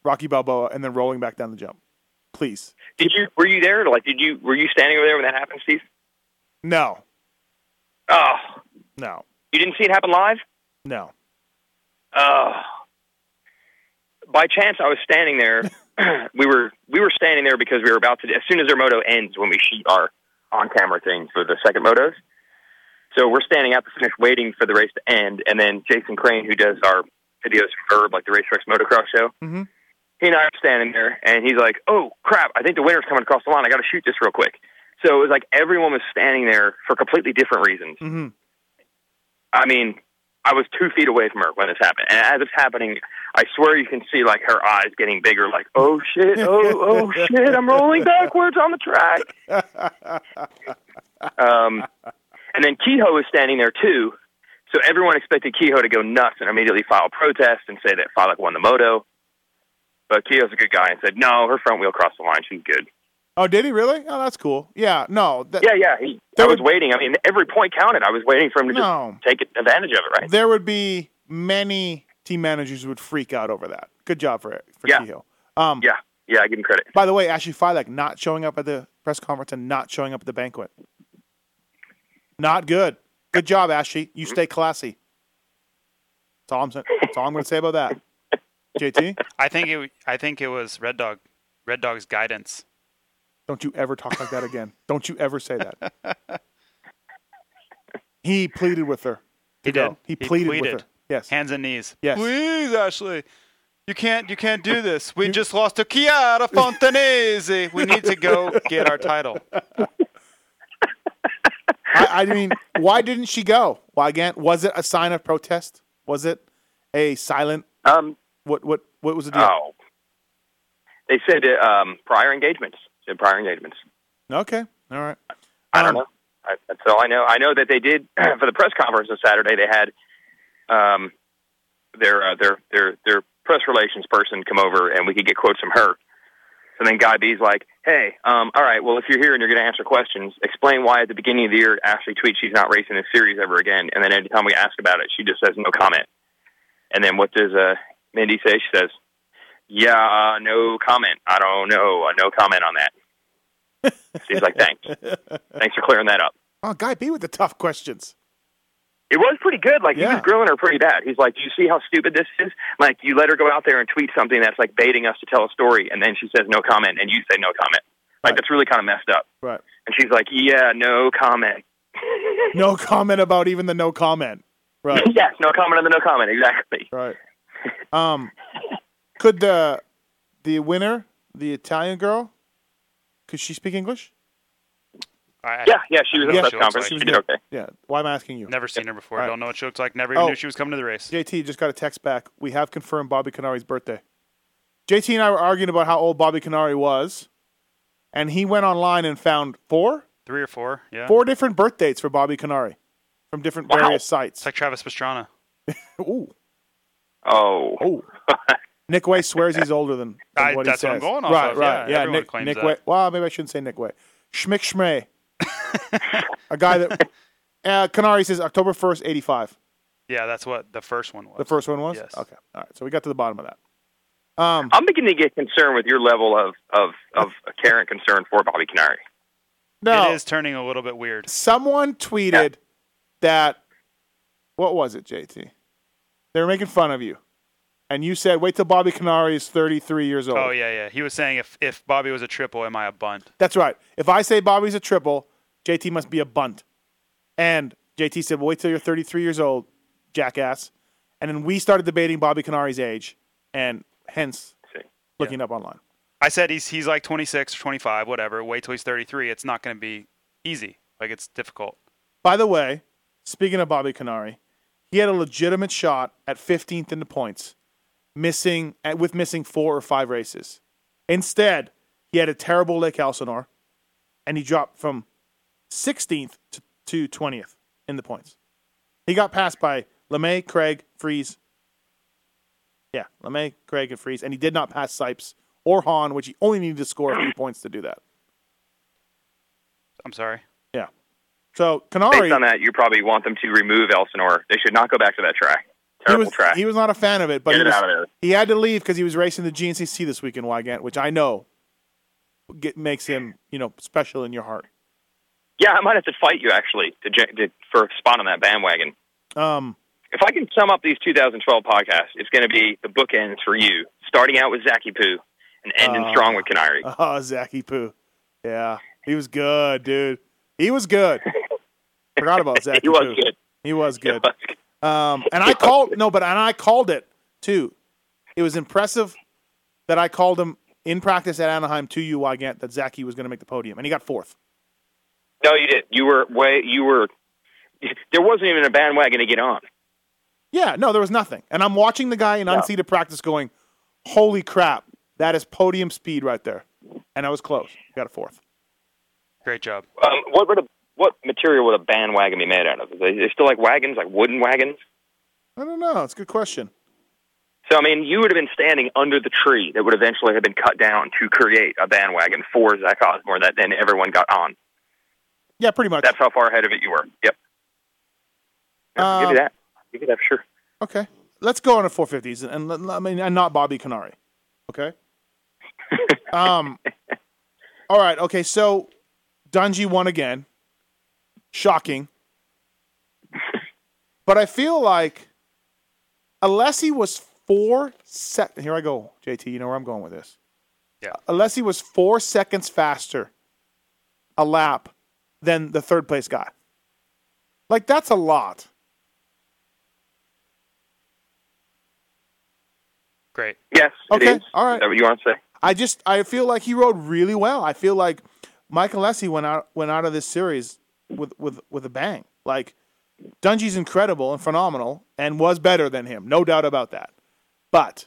D: Rocky Balboa, and then rolling back down the jump. Please,
F: Did you were you there? Like, did you were you standing over there when that happened, Steve?
D: no,
F: Oh,
D: no,
F: you didn't see it happen live.
D: no.
F: Oh, by chance, I was standing there. we were we were standing there because we were about to. As soon as their moto ends, when we shoot our on camera thing for the second motos, so we're standing out the finish, waiting for the race to end. And then Jason Crane, who does our videos for Verb, like the Racetracks Motocross Show,
D: Mhm.
F: he and I are standing there, and he's like, "Oh crap! I think the winner's coming across the line. I got to shoot this real quick." So it was like everyone was standing there for completely different reasons.
D: Mm-hmm.
F: I mean, I was two feet away from her when this happened, and as it's happening, I swear you can see like her eyes getting bigger, like "Oh shit! Oh oh shit! I'm rolling backwards on the track." Um, and then Kehoe was standing there too, so everyone expected Kehoe to go nuts and immediately file a protest and say that Falak won the moto. But Kehoe's a good guy and said, "No, her front wheel crossed the line. She's good."
D: Oh, did he really? Oh, that's cool. Yeah, no, that,
F: Yeah, yeah. He, I was waiting. I mean, every point counted. I was waiting for him to
D: No.
F: just take advantage of it, right?
D: there would be many team managers who would freak out over that. Good job for it for
F: Yeah.
D: Kehoe. Um,
F: Yeah, yeah. I give him credit.
D: By the way, Ashley Filek not showing up at the press conference and not showing up at the banquet. Not good. Good job, Ashley. You stay classy. That's all I'm saying. That's all I'm going to say about that. JT,
E: I think it. I think it was Red Dog. Red Dog's guidance.
D: don't you ever talk like that again. Don't you ever say that. He pleaded with her.
E: He
D: go.
E: did.
D: He pleaded with her. Yes.
E: Hands and knees.
D: Yes.
E: Please, Ashley. You can't. You can't do this. We just lost to Chiara Fontanese. We need to go get our title.
D: I, I mean, why didn't she go? Why again? Was it a sign of protest? Was it a silent?
F: Um,
D: What what what was the deal?
F: Oh. They said uh, um, prior engagements. Said prior engagements.
D: Okay, all right.
F: Oh.
D: Um,
F: I don't know. I, that's all I know. I know that they did for the press conference on Saturday. They had um, their uh, their their their press relations person come over, and we could get quotes from her. So then Guy B's like, "Hey, um, all right. Well, if you're here and you're going to answer questions, explain why at the beginning of the year Ashley tweets she's not racing this series ever again, and then every time we ask about it, she just says no comment. And then what does uh, Mindy say? She says, "Yeah, uh, no comment. I don't know. Uh, no comment on that." She's like, "Thanks, thanks for clearing that up."
D: Oh, Guy B with the tough questions.
F: It was pretty good. Like he
D: Yeah.
F: was grilling her pretty bad. He's like, "Do you see how stupid this is? Like you let her go out there and tweet something that's like baiting us to tell a story, and then she says no comment, and you say no comment." Like that's really kind of messed up.
D: Right.
F: And she's like, yeah, no comment.
D: No comment about even the no comment. Right.
F: yes, no comment on the no comment. Exactly.
D: Right. Um, could the the winner, the Italian girl, could she speak English?
E: I,
F: Yeah, yeah. She was in
E: Yeah,
F: the
E: she
F: press
E: looks
F: conference.
E: like-
F: She
E: She
F: did okay.
D: Yeah. Why I'm asking you?
E: Never seen her before.
D: Right.
E: Don't know what she looks like. Never even
D: Oh.
E: knew she was coming to the race.
D: JT just got a text back. We have confirmed Bobby Cannari's birthday. JT and I were arguing about how old Bobby Cannari was, and he went online and found four
E: Three or four. Yeah.
D: four different birth dates for Bobby Cannari from different
F: Wow.
D: various sites.
E: It's like Travis Pastrana.
D: Ooh,
F: Oh,
D: oh. Nick Way swears he's older than, than
E: I-
D: what
E: that's
D: he
E: what I'm
D: says.
E: going off
D: right,
E: of,
D: right.
E: yeah.
D: Yeah,
E: Everyone
D: Nick,
E: claims
D: Nick
E: that.
D: Way. Well, maybe I shouldn't say Nick Way. Schmick Schmray. a guy that uh, Canari says October 1st, 85.
E: Yeah, that's what the first one was.
D: The first one was?
E: Yes.
D: Okay. All right. So we got to the bottom of that. Um,
F: I'm beginning to get concerned with your level of of of care and concern for Bobby Canary.
D: No.
E: It is turning a little bit weird.
D: someone tweeted that what was it, JT? They were making fun of you. And you said, wait till Bobby Canary is 33 years old.
E: Oh yeah, yeah. He was saying if if Bobby was a triple, am I a bunt?
D: That's right. If I say Bobby's a triple, JT must be a bunt. And JT said, well, wait till you're 33 years old, jackass. And then we started debating Bobby Canary's age and hence
F: See.
D: looking up online.
E: I said he's he's like 26, 25, whatever. Wait till he's 33. It's not going to be easy. Like it's difficult.
D: By the way, speaking of Bobby Canary, he had a legitimate shot at 15th in the points, missing at- with missing four or five races. Instead, he had a terrible Lake Elsinore, and he dropped from 16th to, to 20th in the points. He got passed by LeMay, Craig, Freeze. Yeah, LeMay, Craig, and Freeze, and he did not pass Sipes or Hahn, which he only needed to score a few points to do that.
E: I'm sorry.
D: Yeah. So
F: Based
D: Canary
F: on that, you probably want them to remove Elsinore. They should not go back to that track.
D: he
F: Terrible
D: was,
F: track.
D: He was not a fan of it, but
F: Get
D: he,
F: it
D: was-
F: out of there.
D: he had to leave because he was racing the GNCC this week in Wygant, which I know get, makes him, you know, special in your heart.
F: yeah, I might have to fight you actually to, j- to for a spot on that bandwagon.
D: Um,
F: If I can sum up these 2012 podcasts, it's going to be the bookends for you, starting out with Zaki Poo and ending strong with Canary.
D: oh, Zachy Poo. Yeah, he was good, dude. He was good. Forgot about Zachy
F: he was
D: Poo.
F: good.
D: He was
F: He
D: good.
F: was good.
D: Um, and I called no, but and I called it too. It was impressive that I called him in practice at Anaheim to you, Wygant, that Zachy was going to make the podium, and he got fourth.
F: No, you did. You were way. You were. There wasn't even a bandwagon to get on.
D: Yeah, no, there was nothing. And I'm watching the guy in unseated practice going, holy crap, that is podium speed right there. And I was close. Got a fourth.
E: Great job.
F: Um, what would a what material would a bandwagon be made out of? Is it still like wagons, like wooden wagons?
D: I don't know. It's a good question.
F: So I mean, you would have been standing under the tree that would eventually have been cut down to create a bandwagon for Zach Osborne that then everyone got on.
D: Yeah, pretty much.
F: That's how far ahead of it you were. Yep. I'll give
D: Um,
F: you that. Give you that for sure.
D: Okay. Let's go on to 450s and, and I mean and not Bobby Canary. Okay? um All right. Okay. So Dungy won again. Shocking. But I feel like unless he was four sec here I go, JT, you know where I'm going with this.
E: Yeah.
D: Unless he was four seconds faster a lap than the third place guy. Like that's a lot.
E: Great.
F: Yes.
D: Okay,
F: It is.
D: all right.
F: Is that what you want to say?
D: I just I feel like he rode really well. I feel like Michael Lessie went out went out of this series with with with a bang. Like Dungy's incredible and phenomenal and was better than him, no doubt about that. But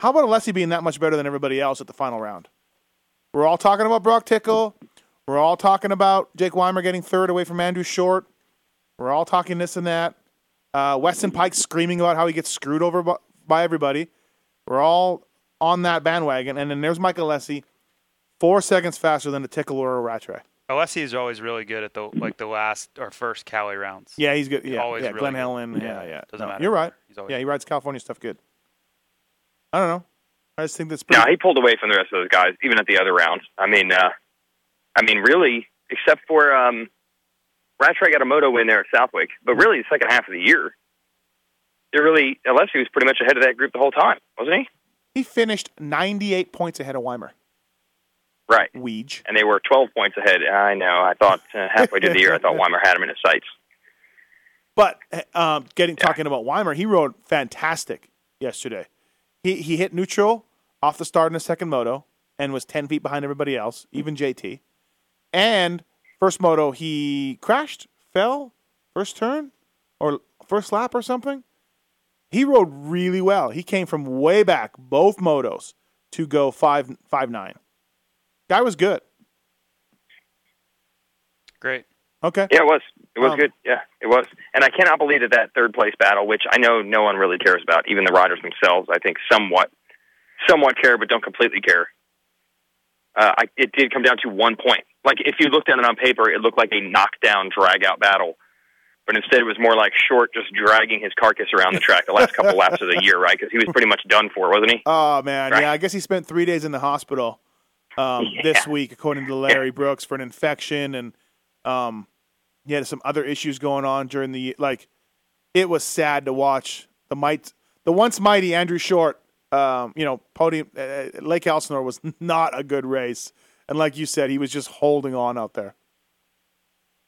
D: how about Alessi being that much better than everybody else at the final round? We're all talking about Brock Tickle. We're all talking about Jake Weimer getting third away from Andrew Short. We're all talking this and that. Uh, Weston Pike screaming about how he gets screwed over by, by everybody. We're all on that bandwagon. And then there's Michael Alessi, four seconds faster than a Tickle or a Rattray.
E: Alessi is always really good at the like the last or first Cali rounds.
D: Yeah, he's good. Yeah,
E: Always
D: yeah.
E: really
D: Glenn
E: good.
D: Helen. Yeah, yeah.
E: doesn't matter.
D: You're right.
E: He's always
D: yeah, he rides California stuff good. I don't know. I just think that's pretty.
F: No, he pulled away from the rest of those guys, even at the other round. I mean, uh, I mean, really, except for um, Rattray got a moto win there at Southwick, but really the second half of the year, they really Alessi was pretty much ahead of that group the whole time, wasn't he?
D: He finished 98 points ahead of Weimer.
F: Right.
D: Weege.
F: And they were 12 points ahead. I know. I thought uh, halfway through the year, I thought Weimer had him in his sights.
D: But um, getting talking about Weimer, he rode fantastic yesterday. He he hit neutral off the start in the second moto and was ten feet behind everybody else, even JT. And first moto, he crashed, fell, first turn or first lap or something. He rode really well. He came from way back, both motos, to go five five nine. Guy was good.
E: Great.
D: Okay.
F: Yeah, it was. It was
D: Um,
F: good. Yeah, it was. And I cannot believe that that third place battle, which I know no one really cares about, even the riders themselves, I think somewhat, somewhat care, but don't completely care. Uh, I, it did come down to one point. Like if you looked at it on paper, it looked like a knockdown, drag-out battle, but instead it was more like short, just dragging his carcass around the track the last couple laps of the year, right? Because he was pretty much done for, wasn't he?
D: Oh man,
F: Right.
D: yeah. I guess he spent three days in the hospital um, this week, according to Larry Brooks, for an infection, and um, he had some other issues going on during the like. It was sad to watch the might, the once mighty Andrew Short. Um, you know, podium uh, Lake Elsinore was not a good race, and like you said, he was just holding on out there.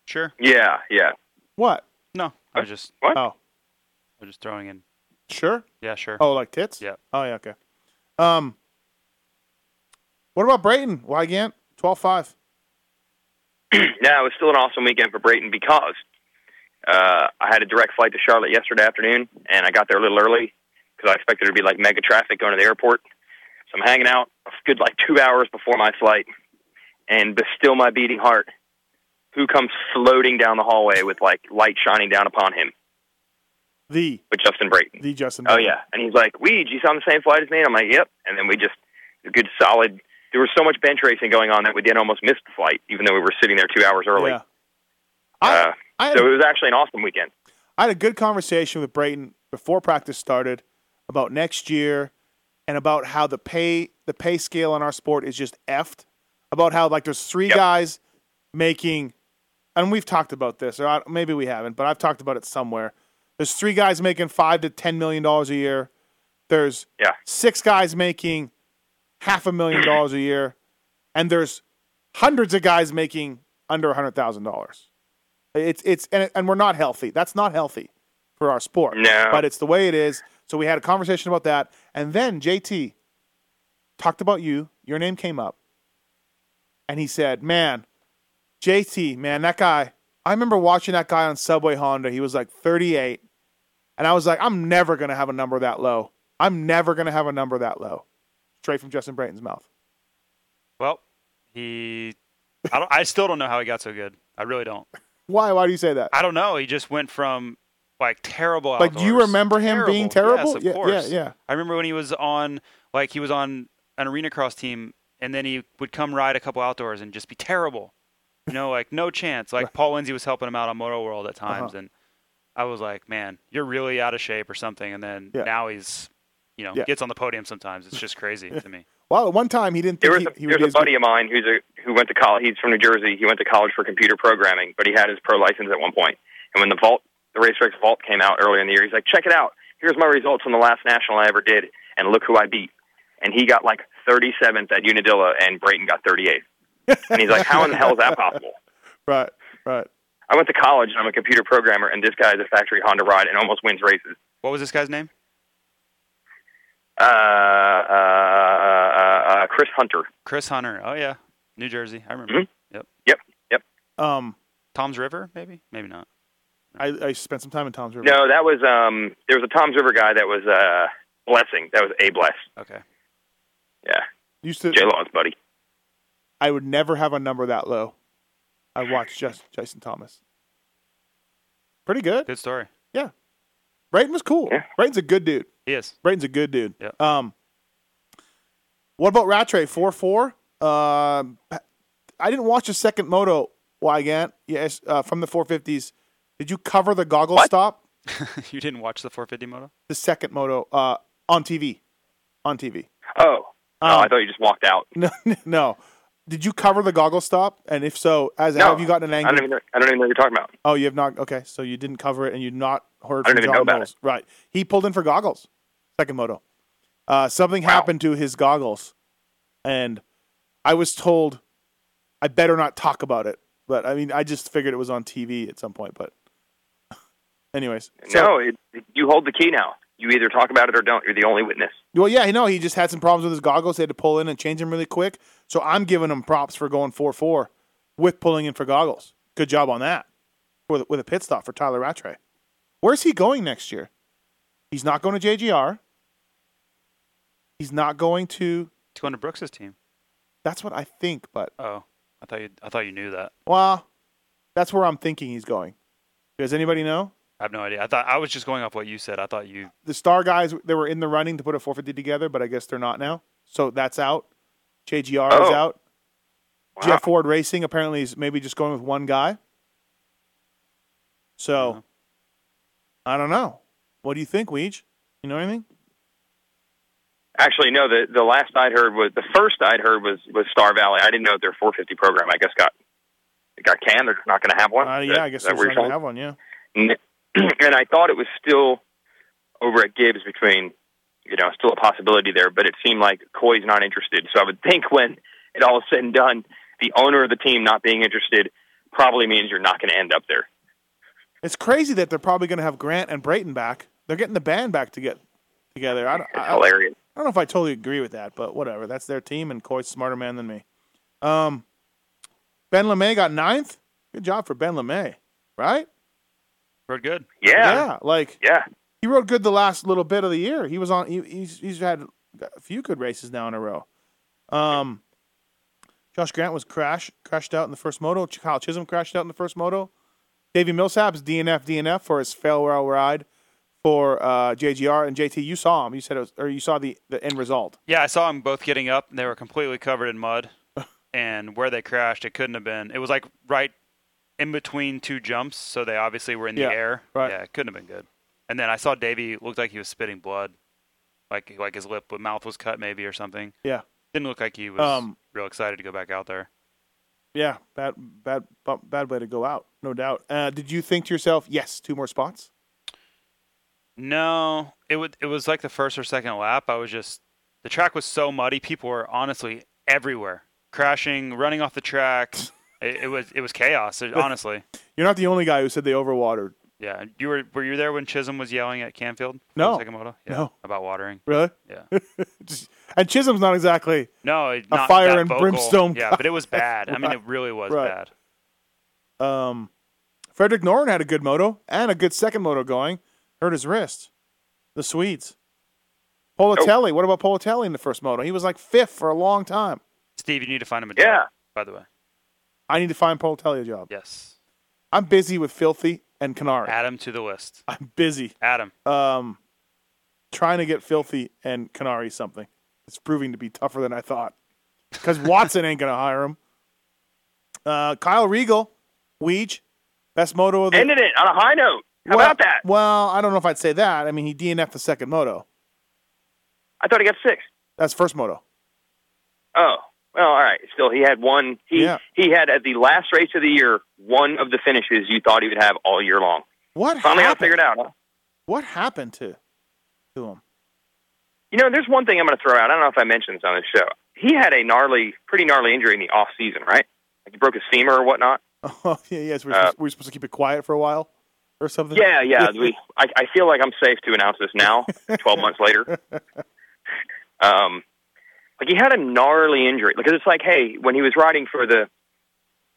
E: Sure.
F: Yeah, yeah.
D: What?
E: No, I was just
F: What?
D: Oh,
E: I was just throwing in.
D: sure.
E: Yeah, sure.
D: Oh, like tits?
E: Yeah.
D: Oh, yeah, okay. Um, what about Brayton? Wygant? 12 5.
F: no, it was still an awesome weekend for Brayton because uh, I had a direct flight to Charlotte yesterday afternoon, and I got there a little early because I expected there to be like mega traffic going to the airport. So I'm hanging out a good like two hours before my flight, and but still my beating heart. Who comes floating down the hallway with like light shining down upon him?
D: The
F: But Justin Brayton.
D: The Justin.
F: Oh
D: Bieber.
F: yeah, and he's like, "Weed, you saw on the same flight as me?" And I'm like, "Yep." And then we just a good solid. There was so much bench racing going on that we did almost miss the flight, even though we were sitting there two hours early.
D: Yeah. I,
F: Uh,
D: I, had,
F: So it was actually an awesome weekend.
D: I had a good conversation with Brayton before practice started about next year and about how the pay the pay scale in our sport is just effed. About how like there's three
F: Yep.
D: guys making, and we've talked about this, or I, maybe we haven't, but I've talked about it somewhere. There's three guys making five to ten million dollars a year. There's
F: Yeah.
D: six guys making half a million dollars a year, and there's hundreds of guys making under a hundred thousand dollars. It's it's and it, and we're not healthy. That's not healthy for our sport.
F: No.
D: but it's the way it is. So we had a conversation about that, and then JT talked about you. Your name came up, and he said, "Man, JT, man, that guy. I remember watching that guy on Subway Honda. He was like 38, and I was like, I'm never gonna have a number that low. I'm never gonna have a number that low." Straight from Justin Brayton's mouth.
E: Well, he. I, don't, I still don't know how he got so good. I really don't.
D: Why? Why do you say that?
E: I don't know. He just went from like terrible.
D: Like, do you
E: outdoors-
D: remember him being terrible?
E: Yes, of
D: Yeah, yeah,
E: course.
D: yeah.
E: I remember when he was on like he was on an arena cross team, and then he would come ride a couple outdoors and just be terrible. You know, like no chance. Like Paul Lindsay was helping him out on Moto World at
D: Uh-huh.
E: times, and I was like, man, you're really out of shape or something. And then
D: Yeah.
E: now he's, you know,
D: Yeah.
E: gets on the podium sometimes. It's just crazy to me.
D: Well, at one time he didn't
F: There
D: think he,
F: was a,
D: he would
F: there's
D: be
F: a
D: as good.
F: buddy of mine who's a who went to college. He's from New Jersey. He went to college for computer programming, but he had his pro license at one point. And when the vault, the racetrack vault came out earlier in the year, he's like, "Check it out. Here's my results from the last national I ever did, and look who I beat." And he got like 37th at Unadilla, and Brayton got 38th. And he's like, "How in the hell is that possible?"
D: Right, right.
F: I went to college and I'm a computer programmer, and this guy is a factory Honda ride and almost wins races.
E: What was this guy's name?
F: Uh, uh, uh, uh, Chris Hunter.
E: Chris Hunter. Oh yeah, New Jersey. I
D: Mm-hmm.
E: remember. Yep.
F: Yep, yep.
D: Um,
E: Tom's River, maybe, maybe not.
D: I, I spent some time in Tom's River.
F: No, that was um. There was a Tom's River guy that was uh blessing. That was a bless.
E: Okay.
F: Yeah,
D: Used to,
F: J Law's buddy.
D: I would never have a number that low. I watched just Jason Thomas. Pretty good.
E: Good story.
D: Yeah. Brayton was cool.
F: Yeah.
D: Brayton's a good dude.
E: He is.
D: Brayton's a good dude.
E: Yeah.
D: Um, what about Rattray? 4 4. Um, I didn't watch the second moto, Wygant, yes, uh, from the 450s. Did you cover the goggle
F: What?
D: stop?
E: you didn't watch the 450 moto?
D: The second moto uh, on TV. On TV.
F: Oh,
D: Oh.
F: oh, I thought you just walked out.
D: No, no. Did you cover the goggle stop? And if so, as
F: No,
D: have you gotten an
F: I don't
D: angry?
F: even. Know, I don't even know what you're talking about.
D: Oh, you have not. Okay, so you didn't cover it, and you've not heard.
F: I
D: from
F: don't even
D: John
F: know about
D: Knowles. Right, he pulled in for goggles. Second moto. Uh, something happened to his goggles, and I was told I better not talk about it. But I mean, I just figured it was on TV at some point. But, anyways, so-
F: no, it, you hold the key now. You either talk about it or don't. You're the only witness.
D: Well, yeah, you know, he just had some problems with his goggles. They had to pull in and change them really quick. So I'm giving him props for going 4 4 with pulling in for goggles. Good job on that with, with a pit stop for Tyler Rattray. Where's he going next year? He's not going to JGR. He's not going to.
E: He's going to Brooks's team.
D: That's what I think, but.
E: Oh, I thought you I thought you knew that.
D: Well, that's where I'm thinking he's going. Does anybody know?
E: I have no idea. I thought I was just going off what you said. I thought you.
D: the star guys they were in the running to put a 450 together, but I guess they're not now. So that's out. JGR is
F: Oh.
D: out. Jeff Ford Racing apparently is maybe just going with one guy. So I don't know. What do you think, Weege? You know anything?
F: Actually, no. The the last I'd heard was the first I'd heard was was Star Valley. I didn't know their 450 program. I guess got it got canned. They're not going to have one.
D: Uh,
F: Is
D: yeah,
F: that-
D: I guess
F: is that
D: they're
F: what
D: going
F: you're
D: to
F: saying?
D: have one. Yeah,
F: N- and I thought it was still over at Gibbs between, you know, still a possibility there, but it seemed like Coy's not interested. So I would think when it all is said and done, the owner of the team not being interested probably means you're not going to end up there.
D: it's crazy that they're probably going to have Grant and Brayton back. They're getting the band back to get together. I don't,
F: It's
D: I,
F: hilarious.
D: I don't know if I totally agree with that, but whatever. That's their team, and Coy's a smarter man than me. Um, ben LeMay got ninth. Good job for Ben LeMay, right?
E: Rode good.
F: Yeah.
D: like
F: Yeah.
D: he rode good the last little bit of the year. He was on. He, he's he's had a few good races now in a row. Um, Josh Grant was crash crashed out in the first moto. Ch- Kyle Chisholm crashed out in the first moto. Davey Millsaps DNF DNF for his farewell ride for uh, JGR and JT. You saw him. You said it was, or you saw the the end result.
E: Yeah, I saw them both getting up. and They were completely covered in mud, and where they crashed, it couldn't have been. It was like right in between two jumps, so they obviously were in
D: Yeah,
E: the air.
D: right.
E: Yeah, it couldn't have been good. And then I saw Davey looked like he was spitting blood, like like his lip, mouth was cut maybe or something.
D: Yeah.
E: Didn't look like he was
D: Um,
E: real excited to go back out there.
D: Yeah, bad, bad, bu- bad way to go out, no doubt. Uh, did you think to yourself, yes, two more spots?
E: No, it would. It was like the first or second lap. I was just the track was so muddy. People were honestly everywhere, crashing, running off the track. it, it was it was chaos. it- honestly,
D: You're not the only guy who said they overwatered.
E: yeah. You were were you there when Chisholm was yelling at Canfield? for
D: No.
E: Sakamoto? Yeah,
D: No.
E: about watering.
D: Really?
E: Yeah,
D: Just- and Chisholm's not exactly.
E: no, it- not
D: fire
E: that
D: and
E: vocal.
D: brimstone
E: Yeah,
D: guy.
E: but it was bad. I mean, it really was
D: Right.
E: bad.
D: Um, Frederick Noren had a good moto and a good second moto going. Hurt his wrist. The Swedes. Politelli. What about Politelli in the first moto? He was like fifth for a long time.
E: Steve, you need to find him a
F: Yeah.
E: job. By the way,
D: I need to find Politelli a job.
E: yes.
D: I'm busy with Filthy and Canari.
F: Ah.
E: Add him to the list.
D: I'm busy
E: Add him.
D: um, trying to get Filthy and Canari something. It's proving to be tougher than I thought because Watson ain't going to hire him. Uh, Kyle Regal, Weege, best moto of the
F: Ended it on a high note. How
D: well,
F: about that?
D: Well, I don't know if I'd say that. I mean, he DNF'd the second moto.
F: I thought he got six.
D: That's first moto.
F: Oh, well, all right. Still, he had one. He
D: Yeah.
F: he had at the last race of the year one of the finishes you thought he would have all year long.
D: What
F: Finally, got
D: happened?
F: figured out. Huh?
D: What happened to to him?
F: You know, there's one thing I'm going to throw out. I don't know if I mentioned this on this show. He had a gnarly, pretty gnarly injury in the off season, right? Like he broke his femur or whatnot.
D: Oh, yeah, yes. We're,
F: Uh,
D: supposed, we're supposed to keep it quiet for a while or something.
F: Yeah, yeah. we, I, I feel like I'm safe to announce this now, 12 months later. Um, like he had a gnarly injury because it's like, hey, when he was riding for the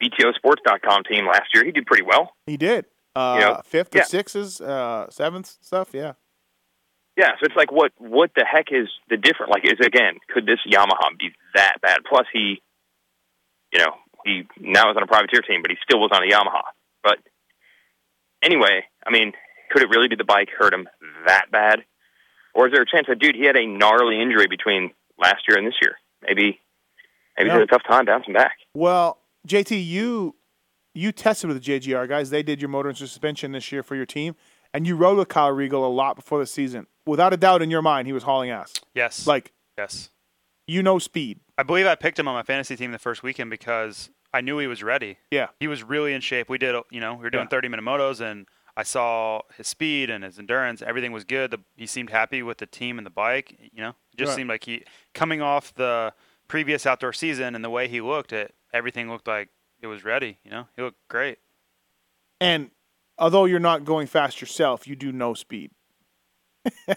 F: BTOsports.com team last year, he did pretty well.
D: he did. Uh,
F: You know,
D: fifth
F: yeah.
D: or sixes, uh, seventh stuff. Yeah,
F: Yeah, so it's like what what the heck is the difference? Like, is again, could this Yamaha be that bad? Plus, he, you know, he now is on a privateer team, but he still was on a Yamaha. But anyway, I mean, could it really be the bike hurt him that bad, or is there a chance that dude he had a gnarly injury between last year and this year? Maybe, maybe
D: No.
F: he had a tough time bouncing back.
D: Well, JT, you you tested with the JGR guys. They did your motor and suspension this year for your team, and you rode with Kyle Regal a lot before the season. Without a doubt, in your mind, he was hauling ass.
E: Yes.
D: Like
E: yes.
D: you know, speed.
E: I believe I picked him on my fantasy team the first weekend because I knew he was ready.
D: Yeah.
E: He was really in shape. We did, you know, we were doing
D: Yeah.
E: 30 minute motos and I saw his speed and his endurance. Everything was good. The, he seemed happy with the team and the bike. You know, it just
D: Right.
E: seemed like he, coming off the previous outdoor season and the way he looked, it everything looked like it was ready. You know, he looked great.
D: And although you're not going fast yourself, you do know speed.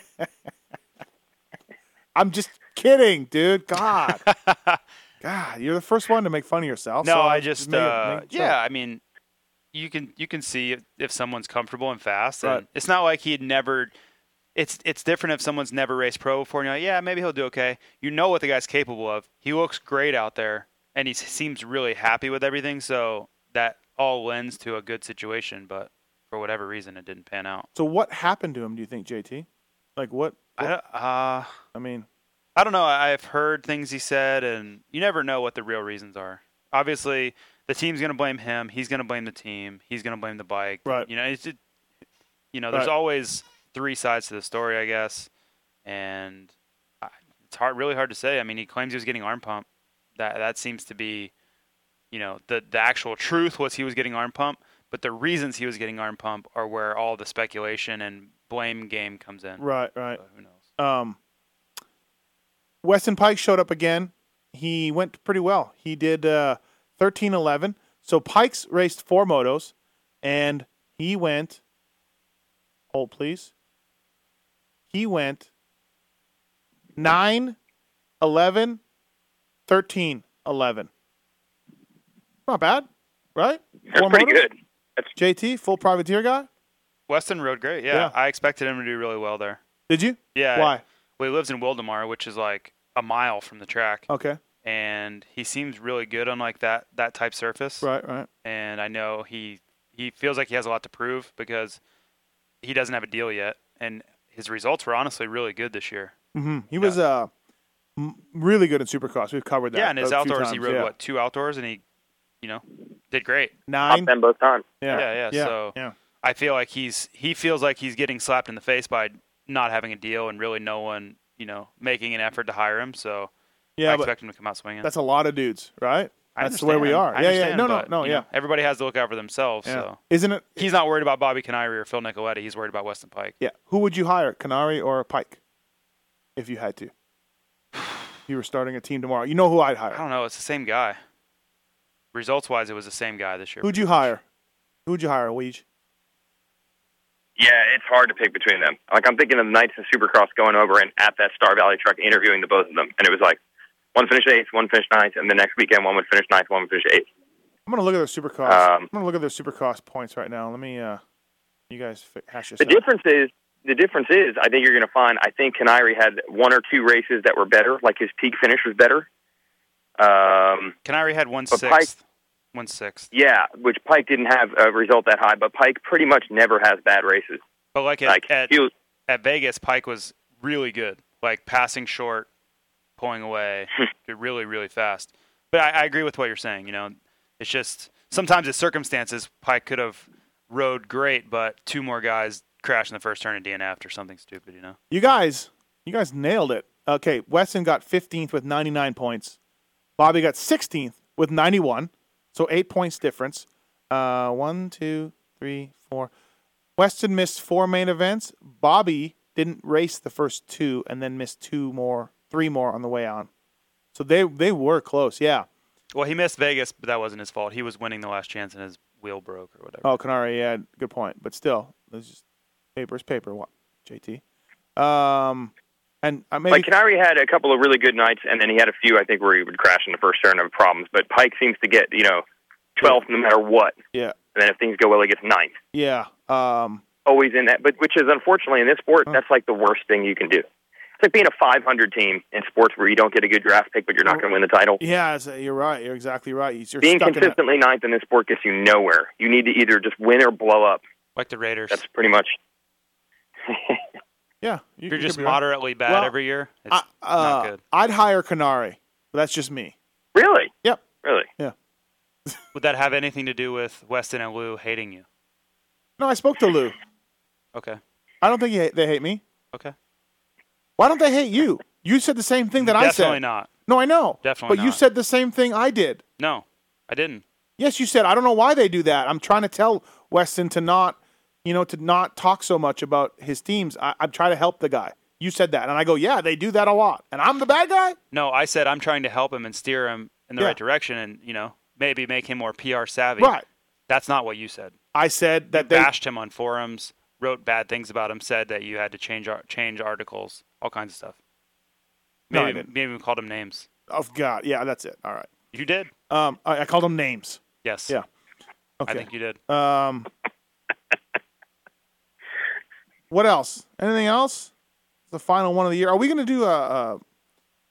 D: I'm just kidding, dude. God. God, you're the first one to make fun of yourself.
E: No,
D: so
E: I just
D: made it-
E: uh,
D: made it
E: yeah. I mean, you can you can see if, if someone's comfortable and fast. And
D: Right.
E: It's not like he'd never. It's it's different if someone's never raced pro before. And you're like, yeah, maybe he'll do okay. You know what the guy's capable of. He looks great out there, and he s- seems really happy with everything. So that all lends to a good situation. But for whatever reason, it didn't pan out.
D: So what happened to him? Do you think, JT? Like what?
E: I don't, uh,
D: I mean,
E: I don't know. I've heard things he said, and you never know what the real reasons are. Obviously, the team's going to blame him. He's going to blame the team. He's going to blame the bike.
D: Right.
E: You know, it's just, you know, there's
D: Right.
E: always three sides to the story, I guess, and I, it's hard, really hard to say. I mean, he claims he was getting arm pump. That that seems to be, you know, the the actual truth was he was getting arm pump, but the reasons he was getting arm pump are where all the speculation and blame game comes in.
D: right, right.
E: So who knows?
D: Um, Weston Pike showed up again. He went pretty well. He did uh, 13 11. So Pike's raced four motos and he went. Hold, please. He went 9 11 13 11. Not bad, right?
F: That's
D: Four
F: pretty
D: motos?
F: good. That's
D: JT, full privateer guy?
E: Weston rode great. Yeah,
D: Yeah.
E: I expected him to do really well there.
D: Did you?
E: Yeah.
D: Why?
E: Well, he lives in Wildemar, which is like a mile from the track,
D: Okay.
E: and he seems really good on like that that type surface.
D: Right, right.
E: And I know he he feels like he has a lot to prove because he doesn't have a deal yet, and his results were honestly really good this year.
D: hmm He was uh, m- really good in Supercross. We've covered that.
E: yeah, and his
D: a few
E: outdoors, he
D: times,
E: rode
D: yeah.
E: what two outdoors, and he, you know, did great.
D: Nine.
F: top ten both times.
D: Yeah.
E: Yeah, yeah,
D: Yeah.
E: so-
D: yeah.
E: I feel like he's he feels like he's getting slapped in the face by not having a deal and really no one you know making an effort to hire him. So
D: Yeah,
E: I
D: but
E: expect him to come out swinging.
D: that's a lot of dudes, right?
E: I
D: that's where we are.
E: understand. I
D: yeah, yeah.
E: understand,
D: No, no,
E: but,
D: no.
E: you
D: Yeah.
E: know, everybody has to look out for themselves.
D: yeah.
E: So
D: Isn't it?
E: he's not worried about Bobby Canary or Phil Nicoletti. He's worried about Weston Pike.
D: Yeah. Who would you hire, Canary or Pike, if you had to? You were starting a team tomorrow. You know who I'd
E: I
D: hire.
E: don't know. It's the same guy. Results wise, it was the same guy this year.
D: Who'd you hire? Who'd you hire, Weege?
F: Yeah, it's hard to pick between them. Like I'm thinking of the Knights and Supercross going over and at that Star Valley truck interviewing the both of them, and it was like one finished eighth, one finished ninth, and the next weekend one would finish ninth, one would finish eighth.
D: I'm gonna look at their Supercross.
F: Um,
D: I'm gonna look at their Supercross points right now. Let me. uh You guys fi- hash this
F: The
D: out.
F: difference is the difference is I think you're going to find I think Canary had one or two races that were better, like his peak finish was better. Um,
E: Canary had one
F: But
E: sixth.
F: Pike-
E: One sixth.
F: yeah, which Pike didn't have a result that high, but Pike pretty much never has bad races.
E: But like at
F: Like
E: at,
F: he was
E: at Vegas, Pike was really good. Like passing short, pulling away, really really fast. But I, I agree with what you're saying. You know, it's just sometimes it's circumstances. Pike could have rode great, but two more guys crashed in the first turn and DNF'd or something stupid. You know.
D: You guys, you guys nailed it. Okay, Weston got 15th with 99 points. Bobby got 16th with 91, so eight points difference. Uh, one, two, three, four. Weston missed four main events. Bobby didn't race the first two, and then missed two more, three more on the way on. So they they were close. Yeah.
E: Well, he missed Vegas, but that wasn't his fault. He was winning the last chance, and his wheel broke or whatever.
D: Oh, Canary, yeah, good point. But still, it's just paper is paper. What, JT? Um, and uh, maybe
F: Like Canary had a couple of really good nights, and then he had a few I think where he would crash in the first turn and have problems. But Pike seems to get you know twelfth no matter what,
D: yeah,
F: and then if things go well, he gets ninth.
D: yeah. Um,
F: Always in that, but which is unfortunately in this sport that's like the worst thing you can do. It's like being a 500 team in sports where you don't get a good draft pick, but you're not going to win the title.
D: Yeah, it's- uh, you're right. You're exactly right. You're
F: Being
D: stuck in that.
F: consistently ninth in this sport gets you nowhere. You need to either just win or blow up.
E: Like the Raiders,
F: That's pretty much.
D: Yeah, you,
E: if
D: you
E: you're just
D: could be right.
E: moderately bad
D: Well,
E: every year. It's
D: I,
E: not
D: uh,
E: good.
D: I'd hire Canary. But that's just me.
F: Really?
D: Yep.
F: Really?
E: Would that have anything to do with Weston and Lou hating you?
D: No, I spoke to Lou.
E: Okay,
D: I don't think he, they hate me.
E: okay,
D: Why don't they hate you? You said the same thing that I said.
E: definitely not.
D: No, I know.
E: Definitely
D: But you
E: not.
D: said the same thing I did.
E: No, I didn't.
D: Yes, you said I don't know why they do that. I'm trying to tell Weston to not, you know, to not talk so much about his teams. I, I'm trying to help the guy. You said that, and I go, yeah, they do that a lot, and I'm the bad guy.
E: No, I said I'm trying to help him and steer him in the
D: Yeah.
E: right direction, and you know maybe make him more PR savvy.
D: Right.
E: That's not what you said.
D: I said that they
E: Bashed him on forums, wrote bad things about him, said that you had to change ar- change articles, all kinds of stuff.
D: No, I
E: Maybe
D: didn't.
E: maybe even called him names.
D: Oh God, yeah, that's it. All right.
E: You did.
D: Um, I, I called them names.
E: Yes.
D: Yeah.
E: I
D: Okay.
E: think you did.
D: Um, what else? Anything else? The final one of the year. Are we going to do a? a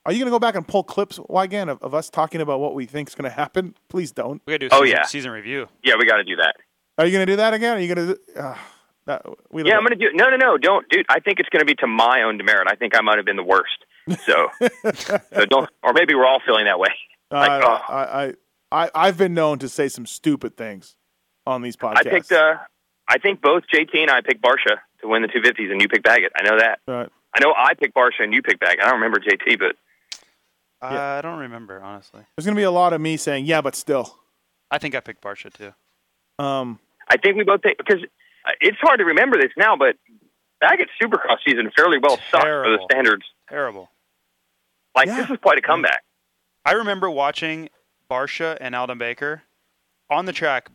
D: are you going to go back and pull clips well, again of, of us talking about what we think is going to happen? Please don't.
E: we gotta do a
F: Oh,
E: season,
F: yeah.
E: season review.
F: Yeah, we got to do that.
D: Are you going to do that again? Are you going to? Uh, that, we
F: Yeah, I'm gonna do. No, no, no, don't, dude. I think it's gonna be to my own demerit. I think I might have been the worst. So, so don't. Or maybe we're all feeling that way. Like,
D: I,
F: oh,
D: Uh, I, I, I, I've been known to say some stupid things on these podcasts.
F: I picked. Uh, I think both JT and I picked Barsha to win the 250s, and you picked Baggett. I know that.
D: Right.
F: I know I picked Barsha and you picked Baggett. I don't remember JT, but
E: I don't remember honestly.
D: There's going to be a lot of me saying, "Yeah, but still."
E: I think I picked Barsha too.
D: Um,
F: I think we both picked because it's hard to remember this now. But Baggett's Supercross season fairly well sucked for the
E: Terrible.
F: standards.
E: Terrible.
F: Like
D: Yeah.
F: this was quite a comeback.
E: I remember watching Barsha and Alden Baker on the track.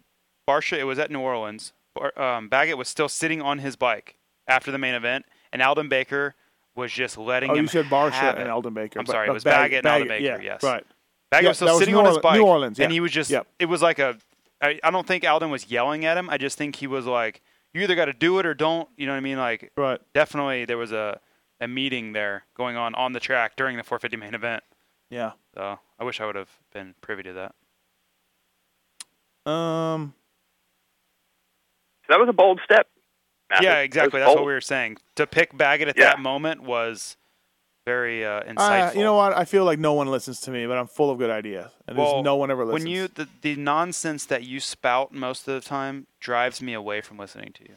E: Barsha, it was at New Orleans. Bar- um, Baggett was still sitting on his bike after the main event, and Alden Baker was just letting
D: oh,
E: him.
D: you said Barsha
E: have it.
D: and Eldon Baker.
E: I'm
D: but-
E: sorry, it
D: but
E: was
D: Bag-
E: Baggett, and Alden Baker.
D: yeah,
E: yes,
D: right.
E: Baggett
D: Yeah,
E: was
D: that
E: still
D: was
E: sitting
D: New
E: on his
D: Orleans-
E: bike,
D: New Orleans,
E: and
D: yeah.
E: he was just.
D: Yep.
E: It was like a. I, I don't think Alden was yelling at him. I just think he was like, "You either got to do it or don't." You know what I mean? Like,
D: Right.
E: definitely there was a a meeting there going on on the track during the 450 main event.
D: Yeah.
E: So I wish I would have been privy to that.
D: Um.
F: So that was a bold step. Matt.
E: yeah,
F: That was
E: exactly. That's what
F: bold.
E: we were saying. To pick Baggett at
F: Yeah.
E: that moment was very uh, insightful.
D: I, you know what? I feel like no one listens to me, but I'm full of good ideas, and
E: Well,
D: there's no one ever listens.
E: When you the, the nonsense that you spout most of the time drives me away from listening to you.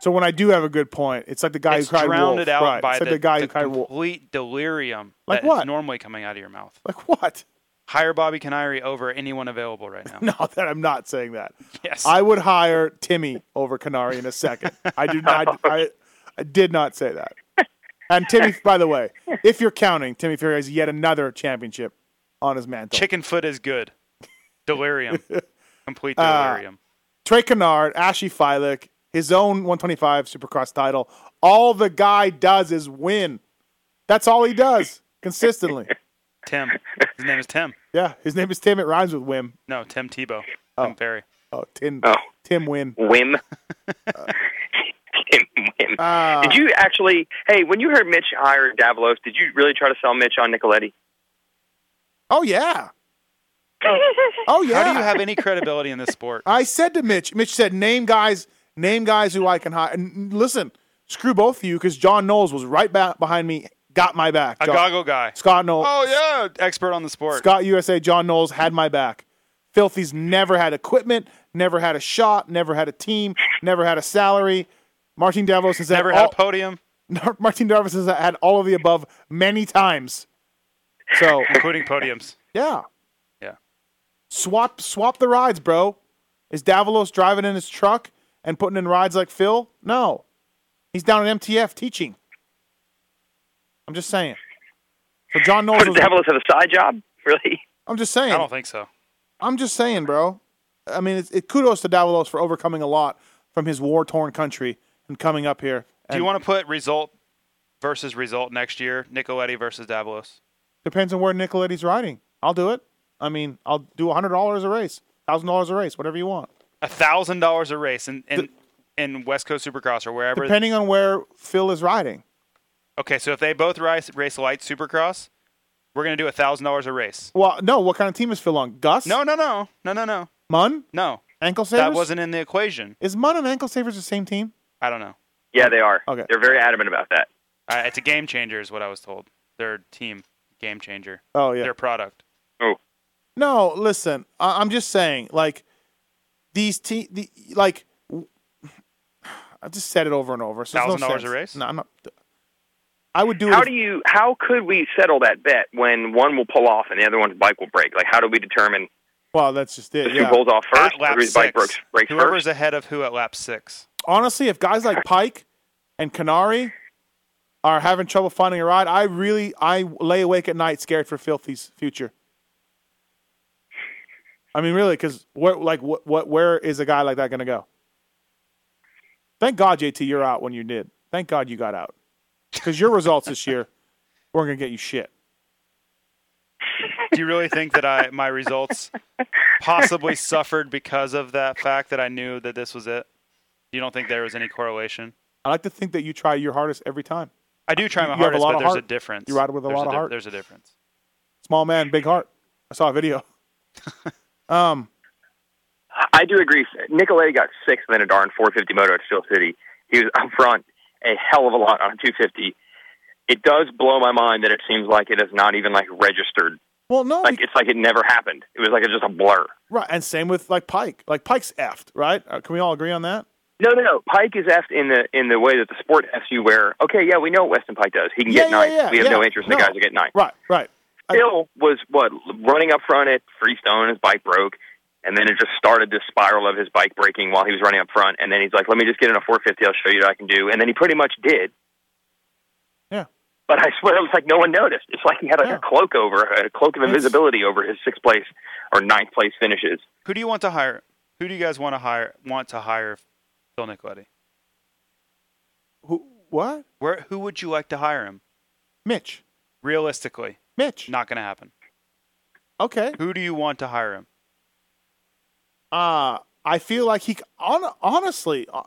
D: so when I do have a good point, it's like the guy
E: it's
D: who cried
E: drowned
D: wolf.
E: out
D: right.
E: by
D: it's like
E: the,
D: the guy
E: the
D: who cried wolf.
E: complete delirium
D: Like
E: that's
D: what?
E: normally coming out of your mouth.
D: Like what?
E: Hire Bobby Canary over anyone available right now.
D: No, that I'm not saying that.
E: Yes.
D: I would hire Timmy over Canary in a second. I do not. I, I did not say that. And Timmy, by the way, if you're counting, Timmy Fury has yet another championship on his mantle.
E: Chicken foot is good. Delirium. Complete
D: Uh,
E: delirium.
D: Trey Kennard, Ashy Filick, his own 125 Supercross title. All the guy does is win. That's all he does consistently.
E: Tim. His name is Tim.
D: yeah, his name is Tim. It rhymes with Wim.
E: No, Tim Tebow.
D: Oh.
E: Tim Perry.
D: Oh, Tim.
F: Oh.
D: Tim Win.
F: Whim. Tim Whim.
D: Ah.
F: did you actually? Hey, when you heard Mitch hire Davalos, did you really try to sell Mitch on Nicoletti?
D: Oh yeah. Oh yeah.
E: How do you have any credibility in this sport?
D: I said to Mitch. Mitch said, "Name guys, name guys who I can hire." And listen, screw both of you because John Knowles was right back behind me, got my back.
E: A
D: John-
E: goggle guy.
D: Scott Knowles.
E: Oh yeah, expert on the sport.
D: Scott USA, John Knowles had my back. Filthy's never had equipment, never had a shot, never had a team, never had a salary. Martin Davos has
E: Never had
D: had
E: a podium,
D: all, Martin Davos has had all of the above many times. So
E: including podiums.
D: yeah,
E: Yeah.
D: swap swap the rides, bro. Is Davalos driving in his truck and putting in rides like Phil? No, he's down at MTF teaching. I'm just saying. So John Knowles.
F: Put
D: Was,
F: Davalos at a side job, really?
D: I'm just saying.
E: I don't think so.
D: I'm just saying, bro. I mean, it's, it kudos to Davalos for overcoming a lot from his war torn country and coming up here.
E: Do you want to put result versus result next year? Nicoletti versus Davalos.
D: Depends on where Nicoletti's riding. I'll do it. I mean, I'll do $100 a race, $1,000 a race, whatever you want.
E: A thousand dollars a race in in, in West Coast Supercross or wherever.
D: Depending on where Phil is riding.
E: okay, so if they both race race light Supercross, we're gonna do a thousand dollars a race.
D: Well, no, what kind of team is Phil on? Gus?
E: No, no, no, no, no, no,
D: Munn?
E: no.
D: Ankle Savers?
E: That wasn't in the equation.
D: Is Munn and Ankle Savers the same team?
E: I don't know.
F: Yeah, they are.
D: Okay.
F: They're very adamant about that.
E: Uh, it's a game changer, is what I was told. Their team game changer.
D: Oh, yeah.
E: Their product.
D: No, listen, I- I'm just saying, like these te- the like w- I've just said it over and over. So there's no
E: $1,000 a
D: sense.
E: race?
D: No, I'm not. I would do it.
F: How
D: if-
F: do you? How could we settle that bet when one will pull off and the other one's bike will break? Like, how do we determine
D: well, that's just it.
F: who
D: Yeah.
F: pulls off first,
E: At lap
F: whose bike breaks,
E: six.
F: breaks
E: Whoever's
F: first?
E: ahead of who at lap six.
D: Honestly, if guys like Pike and Canary are having trouble finding a ride, I really I lay awake at night scared for Filthy's future. I mean, really, because where like what what where is a guy like that going to go? Thank God, JT, you're out when you did. Thank God you got out, because your results this year weren't going to get you shit.
E: Do you really think that I my results possibly suffered because of that fact that I knew that this was it? You don't think there was any correlation?
D: I like to think that you try your hardest every time.
E: I do try
D: You
E: my
D: have a
E: hardest,
D: lot
E: but
D: of
E: there's
D: heart.
E: a difference.
D: You ride with a
E: There's
D: lot of
E: di-
D: heart.
E: There's a difference.
D: Small man, big heart. I saw a video. um,
F: I do agree. Nicoletti got sixth in a darn 450 moto at Steel City. He was up front a hell of a lot on a 250. It does blow my mind that it seems like it is not even like registered.
D: well, no,
F: Like it's like it never happened. It was like it's just a blur.
D: right, and same with like Pike. Like Pike's effed, right? Uh, can we all agree on that?
F: No, no, no. Pike is effed in the in the way that the sport f's you. Where okay, yeah, we know what Weston Pike does. He can
D: Yeah,
F: get
D: yeah,
F: ninth.
D: yeah,
F: we have no
D: yeah.
F: interest in the
D: No.
F: guys that get ninth.
D: Right, right. I-
F: Bill was what running up front at Freestone. His bike broke, and then it just started this spiral of his bike breaking while he was running up front. And then he's like, "Let me just get in a 450. I'll show you what I can do." And then he pretty much did.
D: Yeah.
F: But I swear, it was like no one noticed. It's like he had like
D: Yeah.
F: a cloak over, a cloak of invisibility over his sixth place or ninth place finishes.
E: Who do you want to hire? Who do you guys want to hire? Want to hire Phil Nicoletti?
D: Who, what?
E: Where? Who would you like to hire him?
D: Mitch.
E: Realistically,
D: Mitch.
E: not going to happen.
D: Okay.
E: Who do you want to hire him?
D: Uh, I feel like he on, honestly uh,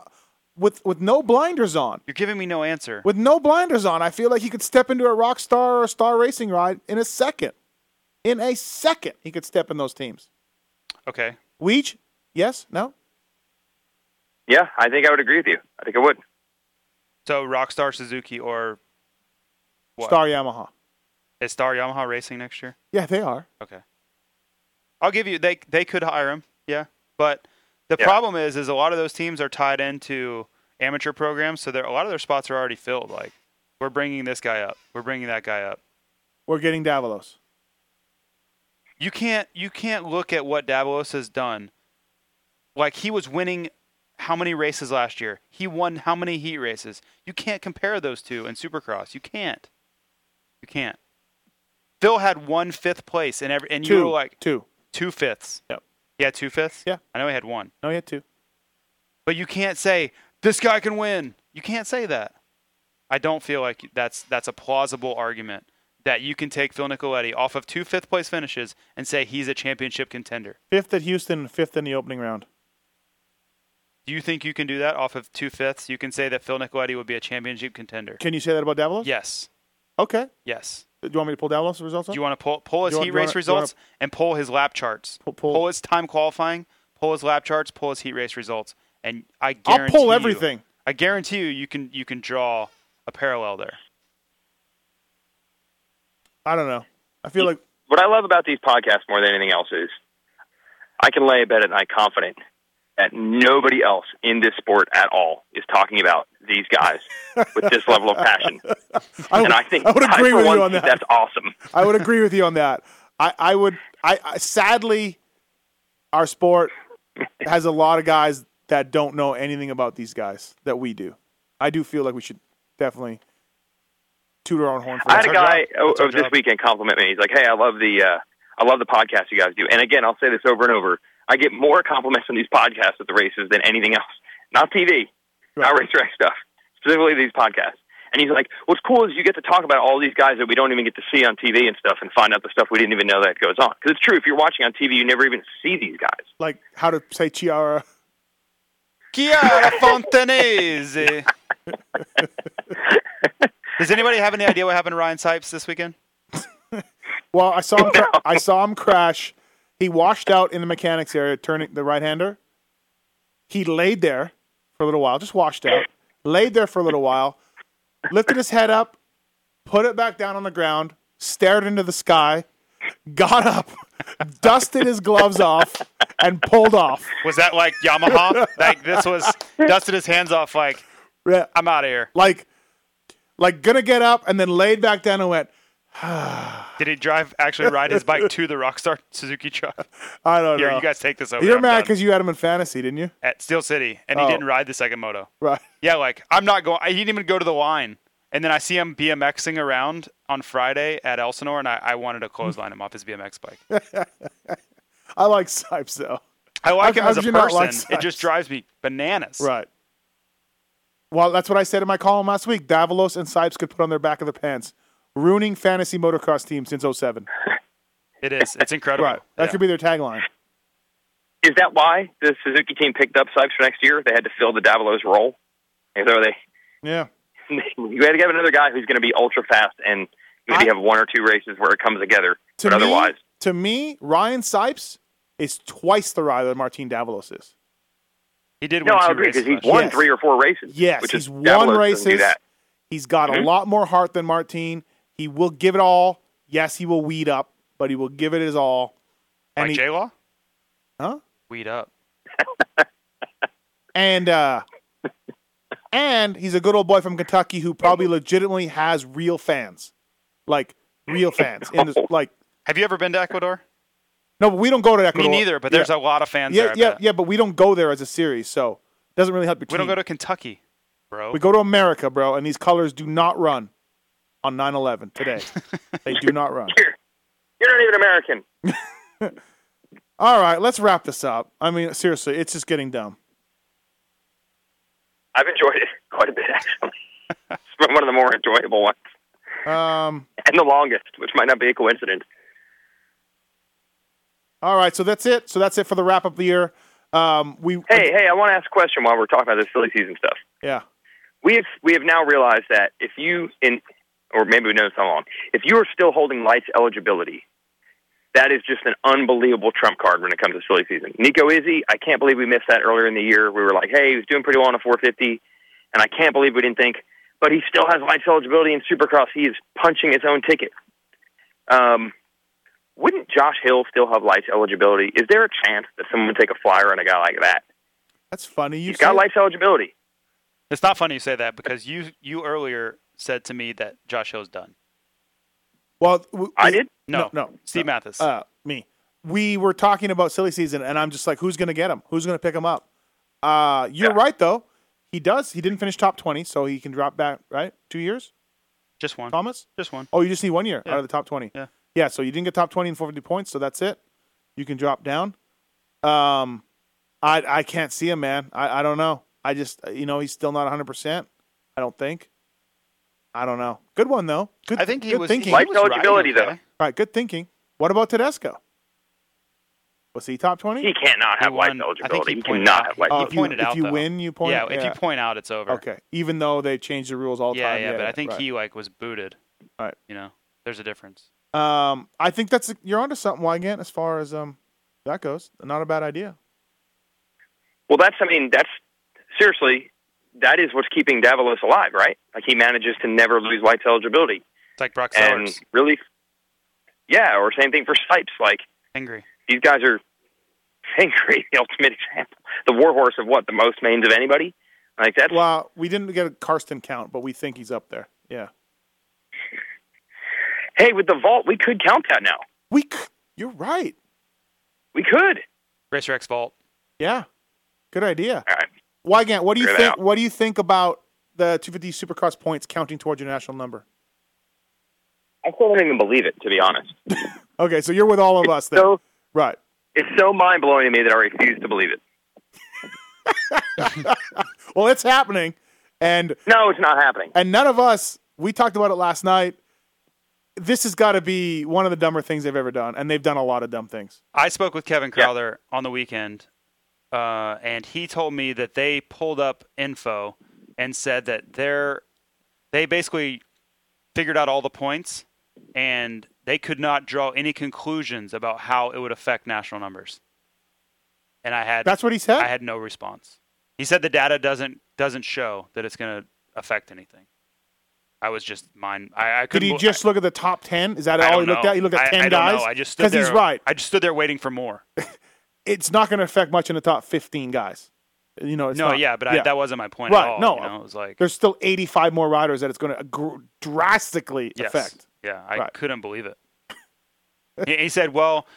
D: with with no blinders on.
E: You're giving me no answer.
D: With no blinders on, I feel like he could step into a rock star or a star racing ride in a second. In a second, he could step in those teams.
E: Okay.
D: Weech? Yes? No?
F: Yeah, I think I would agree with you. I think I would.
E: So Rockstar Suzuki or what?
D: Star Yamaha.
E: Is Star Yamaha Racing next year?
D: Yeah, they are.
E: Okay. I'll give you they they could hire him, yeah. But the
F: Yeah.
E: problem is is a lot of those teams are tied into amateur programs, so there a lot of their spots are already filled. Like we're bringing this guy up, we're bringing that guy up.
D: We're getting Davalos.
E: You can't you can't look at what Davalos has done. Like he was winning how many races last year? He won how many heat races? You can't compare those two in Supercross. You can't. You can't. Phil had one fifth place in every, and
D: Two.
E: you were like
D: two.
E: two fifths.
D: Yep.
E: Yeah, two fifths.
D: Yeah.
E: I know he had one,
D: No, he had two.
E: but you can't say this guy can win. You can't say that. I don't feel like that's that's a plausible argument that you can take Phil Nicoletti off of two fifth place finishes and say he's a championship contender.
D: Fifth at Houston and fifth in the opening round.
E: Do you think you can do that off of two fifths? You can say that Phil Nicoletti would be a championship contender.
D: Can you say that about Davalos?
E: Yes.
D: Okay.
E: Yes.
D: Do you want me to pull Davalos' results up?
E: Do you want to pull pull his
D: You want-
E: heat
D: you
E: race
D: wanna- you
E: results and pull his lap charts?
D: Pull- pull-
E: his time qualifying, pull his lap charts, pull his heat race results, and I
D: I'll
E: guarantee
D: pull
E: you-
D: everything.
E: I guarantee you, you can you can draw a parallel there.
D: I don't know. I feel like
F: what I love about these podcasts more than anything else is I can lay in bed at night confident that nobody else in this sport at all is talking about these guys with this level of passion.
D: I would,
F: and I think
D: I would agree
F: for
D: with
F: one
D: you on
F: think
D: that.
F: That's awesome.
D: I would agree with you on that. I, I would. I, I sadly, our sport has a lot of guys that don't know anything about these guys that we do. I do feel like we should definitely toot our own horn for
F: I
D: that.
F: had a guy
E: job. That's
F: o-
E: our
F: o- this
E: job.
F: weekend compliment me. He's like, "Hey, I love the uh, I love the podcast you guys do." And again, I'll say this over and over: I get more compliments on these podcasts at the races than anything else. Not TV, not race track stuff, specifically these podcasts. And he's like, "What's cool is you get to talk about all these guys that we don't even get to see on TV and stuff, and find out the stuff we didn't even know that goes on." Because it's true. If you're watching on TV, you never even see these guys.
D: Like how to say Chiara.
E: Chiara Fontanese. Does anybody have any idea what happened to Ryan Sipes this weekend?
D: Well, I saw him. Cra- I saw him crash. He washed out in the mechanics area, turning the right hander. He laid there for a little while, just washed out. Laid there for a little while, lifted his head up, put it back down on the ground, stared into the sky, got up, dusted his gloves off, and pulled off.
E: Was that like Yamaha? like this was dusted his hands off. Like
D: Yeah,
E: I'm out of here.
D: Like, like gonna get up and then laid back down and went.
E: Did he drive actually ride his bike to the Rockstar Suzuki truck?
D: I don't
E: Here,
D: know.
E: you guys take this over.
D: You're
E: I'm
D: mad
E: done.
D: because you had him in fantasy, didn't you?
E: at Steel City, and
D: Oh.
E: he didn't ride the second moto.
D: Right.
E: Yeah, like I'm not going. I didn't even go to the line, And then I see him BMXing around on Friday at Elsinore, and I, I wanted to clothesline him off his BMX bike.
D: I like Sipes though.
E: I like him
D: How
E: as a
D: could you not
E: person.
D: like
E: it just
D: Sipes?
E: drives me bananas.
D: Right. Well, that's what I said in my column last week. Davalos and Sipes could put on their back of their pants, ruining fantasy motocross teams since 07.
E: It is. It's incredible.
D: Right. That
E: Yeah.
D: could be their tagline.
F: Is that why the Suzuki team picked up Sipes for next year? They had to fill the Davalos role. And so they
D: Yeah.
F: you had to have another guy who's going to be ultra fast and maybe
D: I-
F: have one or two races where it comes together.
D: To
F: but
D: me,
F: otherwise,
D: to me, Ryan Sipes is twice the rider that Martin Davalos is.
E: He did
F: no,
E: win
F: I
E: two
F: agree
E: races
F: because
E: last
F: he's
E: year.
F: won
D: Yes.
F: three or four races.
D: Yes,
F: which
D: he's
F: is
D: won
F: Davalos doesn't Do
D: races.
F: that. Mm-hmm.
D: He's got a lot more heart than Martin. He will give it all. Yes, he will weed up, but he will give it his all. And
E: Like
D: he-
E: J Law?
D: Huh?
E: Weed up.
D: and uh, and he's a good old boy from Kentucky who probably legitimately has real fans, like real fans. In this, like
E: Have you ever been to Ecuador?
D: no, but we don't go to Ecuador.
E: Me neither, but there's
D: yeah.
E: a lot of fans
D: yeah,
E: there. I
D: yeah,
E: bet.
D: yeah. But we don't go there as a series, so it doesn't really help your
E: We
D: team.
E: don't go to Kentucky, bro.
D: we go to America, bro, and these colors do not run on 9/11 today. they do not run.
F: You're not even American.
D: All right, let's wrap this up. I mean, seriously, it's just getting dumb.
F: I've enjoyed it quite a bit actually. it's been one of the more enjoyable ones
D: Um.
F: and the longest, which might not be a coincidence.
D: All right, so that's it. So that's it for the wrap up of the year. Um. We.
F: Hey, hey, I want to ask a question while we're talking about this silly season stuff.
D: Yeah.
F: we have we have now realized that if you in or maybe we know someone if you are still holding lights eligibility that is just an unbelievable trump card when it comes to silly season nico izzy i can't believe we missed that earlier in the year we were like hey he was doing pretty well on a 450 and i can't believe we didn't think but he still has lights eligibility in supercross he is punching his own ticket um wouldn't Josh Hill still have lights eligibility? Is there a chance that someone would take a flyer on a guy like that?
D: That's funny. You
F: He's got
D: said-
F: lights eligibility.
E: It's not funny you say that because you you earlier said to me that Josh Hill's done.
D: Well, w-
F: I did.
E: No,
D: No, no,
E: Steve Mathis.
D: Uh, me. We were talking about silly season, and I'm just like, who's going to get him? Who's going to pick him up? Uh, you're right though. He does. He didn't finish top twenty, so he can drop back. Right, two years,
E: just one.
D: Thomas.
E: Just one.
D: Oh, you just need one year
E: Yeah.
D: out of the top twenty.
E: Yeah.
D: Yeah. So you didn't get top twenty and 450 points, so that's it. You can drop down. Um, I I can't see him, man. I I don't know. I just uh, you know he's still not 100. percent I don't think. I don't know. Good one though. Good.
E: I think he
D: good
E: was
D: thinking.
E: He
F: Life
E: was riding
F: eligibility, though.
E: okay.
D: All right, good thinking. What about Tedesco? Was he top twenty?
F: He cannot have
E: He
F: life
E: won- I think
F: eligibility.
E: he
F: He
E: pointed
F: cannot
E: out-
F: have life
E: he
D: Oh, if
F: eligibility.
D: you,
E: pointed
D: if
E: out,
D: you
E: though.
D: win, you point.
E: yeah, if you point out, it's over.
D: Okay, even though they changed the rules all the
E: Yeah,
D: time.
E: yeah, but I think
D: right.
E: he like was booted.
D: Right.
E: You know, there's a difference.
D: Um, I think that's you're onto something, Wygant, as far as um that goes. Not a bad idea.
F: Well, that's, I mean, that's seriously, that is what's keeping Davalos alive, right? Like he manages to never lose lights eligibility.
E: It's like Brock
F: And
E: Sellers.
F: really, yeah, or same thing for Sipes. Like
E: Angry.
F: these guys are angry, the ultimate example. The warhorse of what? The most mains of anybody? Like that's,
D: Well, we didn't get a Karsten count, but we think he's up there. Yeah,
F: hey, with the vault, we could count that now.
D: we. c- You're right.
F: We could.
E: Racer X Vault.
D: Yeah, good idea.
F: All right.
D: Wygant, what do you
F: Figure it
D: think?
F: out.
D: What do you think about the 250 Supercross points counting towards your national number?
F: I still don't even believe it, to be honest.
D: Okay, so you're with all of us then,
F: So
D: right?
F: it's so mind blowing to me that I refuse to believe it.
D: Well, it's happening, and
F: No, it's not happening.
D: and none of us. We talked about it last night. This has got to be one of the dumber things they've ever done, and they've done a lot of dumb things.
E: I spoke with Kevin Crowther on the weekend, uh, and he told me that they pulled up info and said that they're they basically figured out all the points and they could not draw any conclusions about how it would affect national numbers. And I had
D: That's what he said.
E: I had no response. He said the data doesn't doesn't show that it's going to affect anything. I was just mind. I, I
D: Did
E: couldn't.
D: he
E: bel-
D: just look at the top ten? Is that
E: I
D: all
E: don't
D: he looked
E: know.
D: at? He looked at
E: I-
D: ten
E: I don't
D: guys.
E: know. I just stood there.
D: he's right.
E: I just stood there waiting for more.
D: It's not going to affect much in the top fifteen guys. You know, it's
E: no,
D: not-
E: yeah, but I, that wasn't my point
D: Right,
E: at
D: no.
E: all. you know, it was like
D: There's still 85 more riders that it's going to gr- drastically
E: yes.
D: affect.
E: Yeah, I
D: Right.
E: couldn't believe it. he, he said, "Well,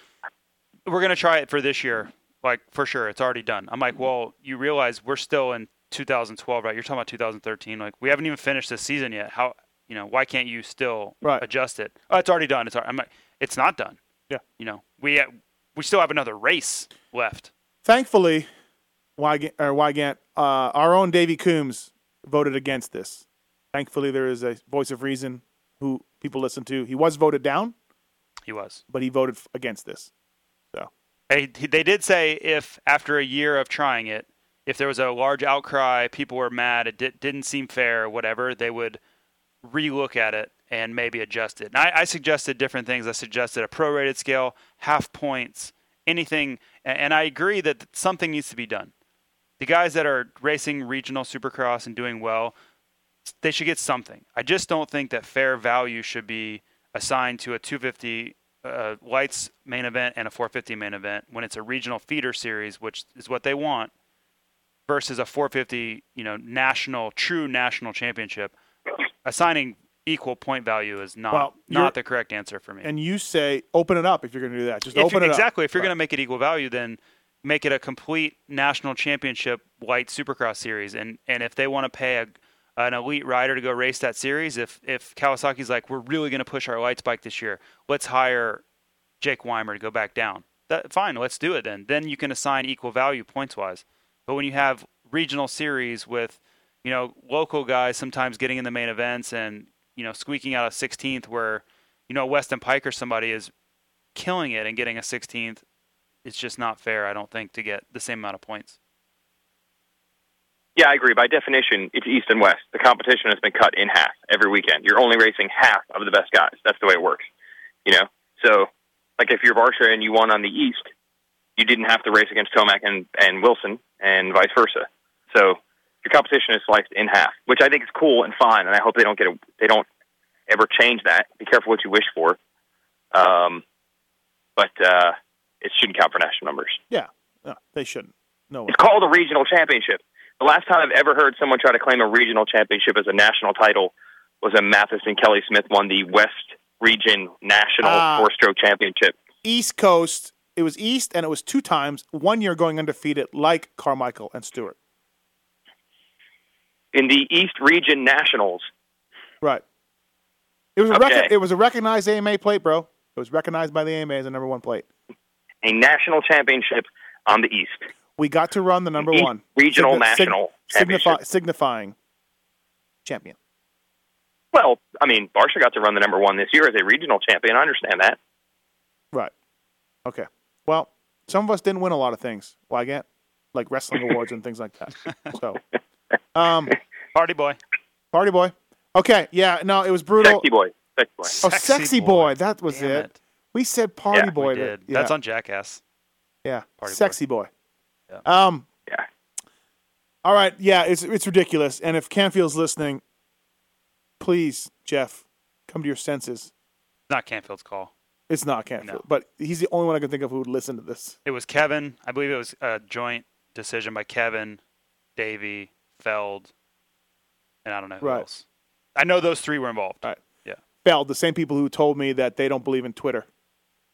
E: we're going to try it for this year, like for sure. It's already done." I'm like, "Well, you realize we're still in 2012, right? You're talking about 2013. Like, we haven't even finished this season yet. How You know, why can't you still
D: Right.
E: adjust it? Oh, it's already done. It's al- I'm like, it's not done.
D: Yeah.
E: You know, we uh, we still have another race left.
D: Thankfully, Wygant, or Wygant uh, our own Davy Coombs voted against this. Thankfully, there is a voice of reason who people listen to. He was voted down,
E: He was.
D: but he voted f- against this. So
E: They they did say if after a year of trying it, if there was a large outcry, people were mad, it di- didn't seem fair, whatever, they would relook at it and maybe adjust it. And I, I suggested different things. I suggested a prorated scale, half points, anything. a- And I agree that something needs to be done. The guys that are racing regional supercross and doing well, they should get something. I just don't think that fair value should be assigned to a 250 uh, lights main event and a 450 main event when it's a regional feeder series, which is what they want, versus a 450, you know, national true national championship. Assigning equal point value is not
D: Well, you're-
E: not the correct answer for me.
D: and you say open it up if you're going to do that. Just
E: If
D: open
E: you-
D: it
E: exactly.
D: up.
E: If you're going to make it equal value, then make it a complete national championship light supercross series. And and if they want to pay a an elite rider to go race that series, if if Kawasaki's like, we're really going to push our lights bike this year, let's hire Jake Weimer to go back down. That fine, let's do it then. Then you can assign equal value points wise. But when you have regional series with you know local guys sometimes getting in the main events and you know squeaking out a 16th where you know Weston Pike or somebody is killing it and getting a 16th, it's just not fair, I don't think, to get the same amount of points.
F: Yeah, I agree. By definition, it's east and west. The competition has been cut in half every weekend. You're only racing half of the best guys. That's the way it works. You know? So like if you're Varsha and you won on the east, you didn't have to race against Tomac and, and Wilson and vice versa. So your competition is sliced in half, which I think is cool and fine and I hope they don't get a, they don't ever change that. Be careful what you wish for. Um, but uh, it shouldn't count for national numbers.
D: Yeah, no, they shouldn't. No way.
F: It's called a regional championship. The last time I've ever heard someone try to claim a regional championship as a national title was when Mathis and Kelly Smith won the West Region National
D: Ah.
F: Four Stroke Championship.
D: East Coast. It was East, and it was two times. One year going undefeated, like Carmichael and Stewart.
F: In the East Region Nationals,
D: Right. It was a
F: Okay.
D: rec- it was a recognized AMA plate, bro. It was recognized by the AMA as a number one plate.
F: a national championship on the East.
D: We got to run the number
F: East
D: one
F: regional national
D: signifi-
F: championship.
D: signifying champion.
F: Well, I mean, Barsha got to run the number one this year as a regional champion. I understand that.
D: Right. Okay. Well, some of us didn't win a lot of things. Wygant, like wrestling awards and things like that. So, um,
E: Party boy.
D: party boy. Okay. Yeah. No, it was brutal.
F: Sexy boy. Sexy boy.
D: Oh, sexy,
E: Sexy
D: boy.
E: boy.
D: That was
E: Damn
D: it.
E: it.
D: We said party
F: Yeah, we
D: boy.
E: We
D: but-
E: did.
D: yeah.
E: That's on Jackass.
D: Yeah,
E: Party
D: sexy boy.
E: Yeah.
D: Um.
F: Yeah.
D: All right. Yeah, it's it's ridiculous. And if Canfield's listening, please, Jeff, come to your senses.
E: Not Canfield's call.
D: It's not Canfield,
E: No.
D: but he's the only one I can think of who would listen to this.
E: It was Kevin. I believe it was a joint decision by Kevin, Davey, Feld, and I don't know who
D: Right. Uh,
E: else. I know those three were involved.
D: Right.
E: Yeah.
D: Feld, the same people who told me that they don't believe in Twitter,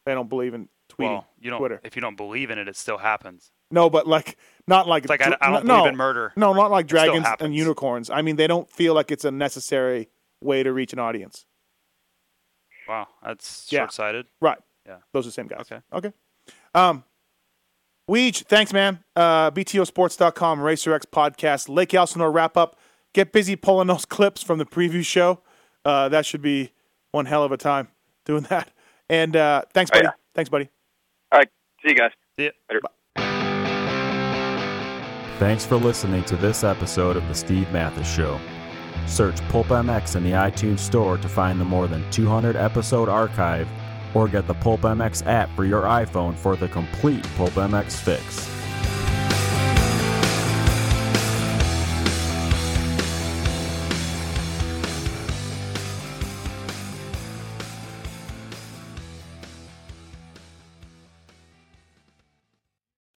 D: they don't believe in tweeting.
E: Well, you don't.
D: Twitter.
E: If you don't believe in it, it still happens.
D: No, but like not like
E: like, I- I don't
D: no,
E: believe in murder.
D: No, not like
E: still
D: dragons and
E: happens.
D: unicorns. I mean, they don't feel like it's a necessary way to reach an audience.
E: Wow, that's
D: Yeah.
E: short-sighted.
D: Right.
E: Yeah.
D: Those are the same guys.
E: Okay.
D: Okay. Um, Weege, thanks, man. Uh, BTOsports.com, RacerX podcast, Lake Elsinore wrap up. Get busy pulling those clips from the preview show. Uh, that should be one hell of a time doing that. And uh, thanks,
F: Oh,
D: buddy.
F: yeah.
D: Thanks, buddy.
F: All right. See you guys.
E: Yeah.
H: Thanks for listening to this episode of The Steve Mathis Show. Search Pulp MX in the iTunes Store to find the more than 200 episode archive, or get the Pulp MX app for your iPhone for the complete Pulp MX fix.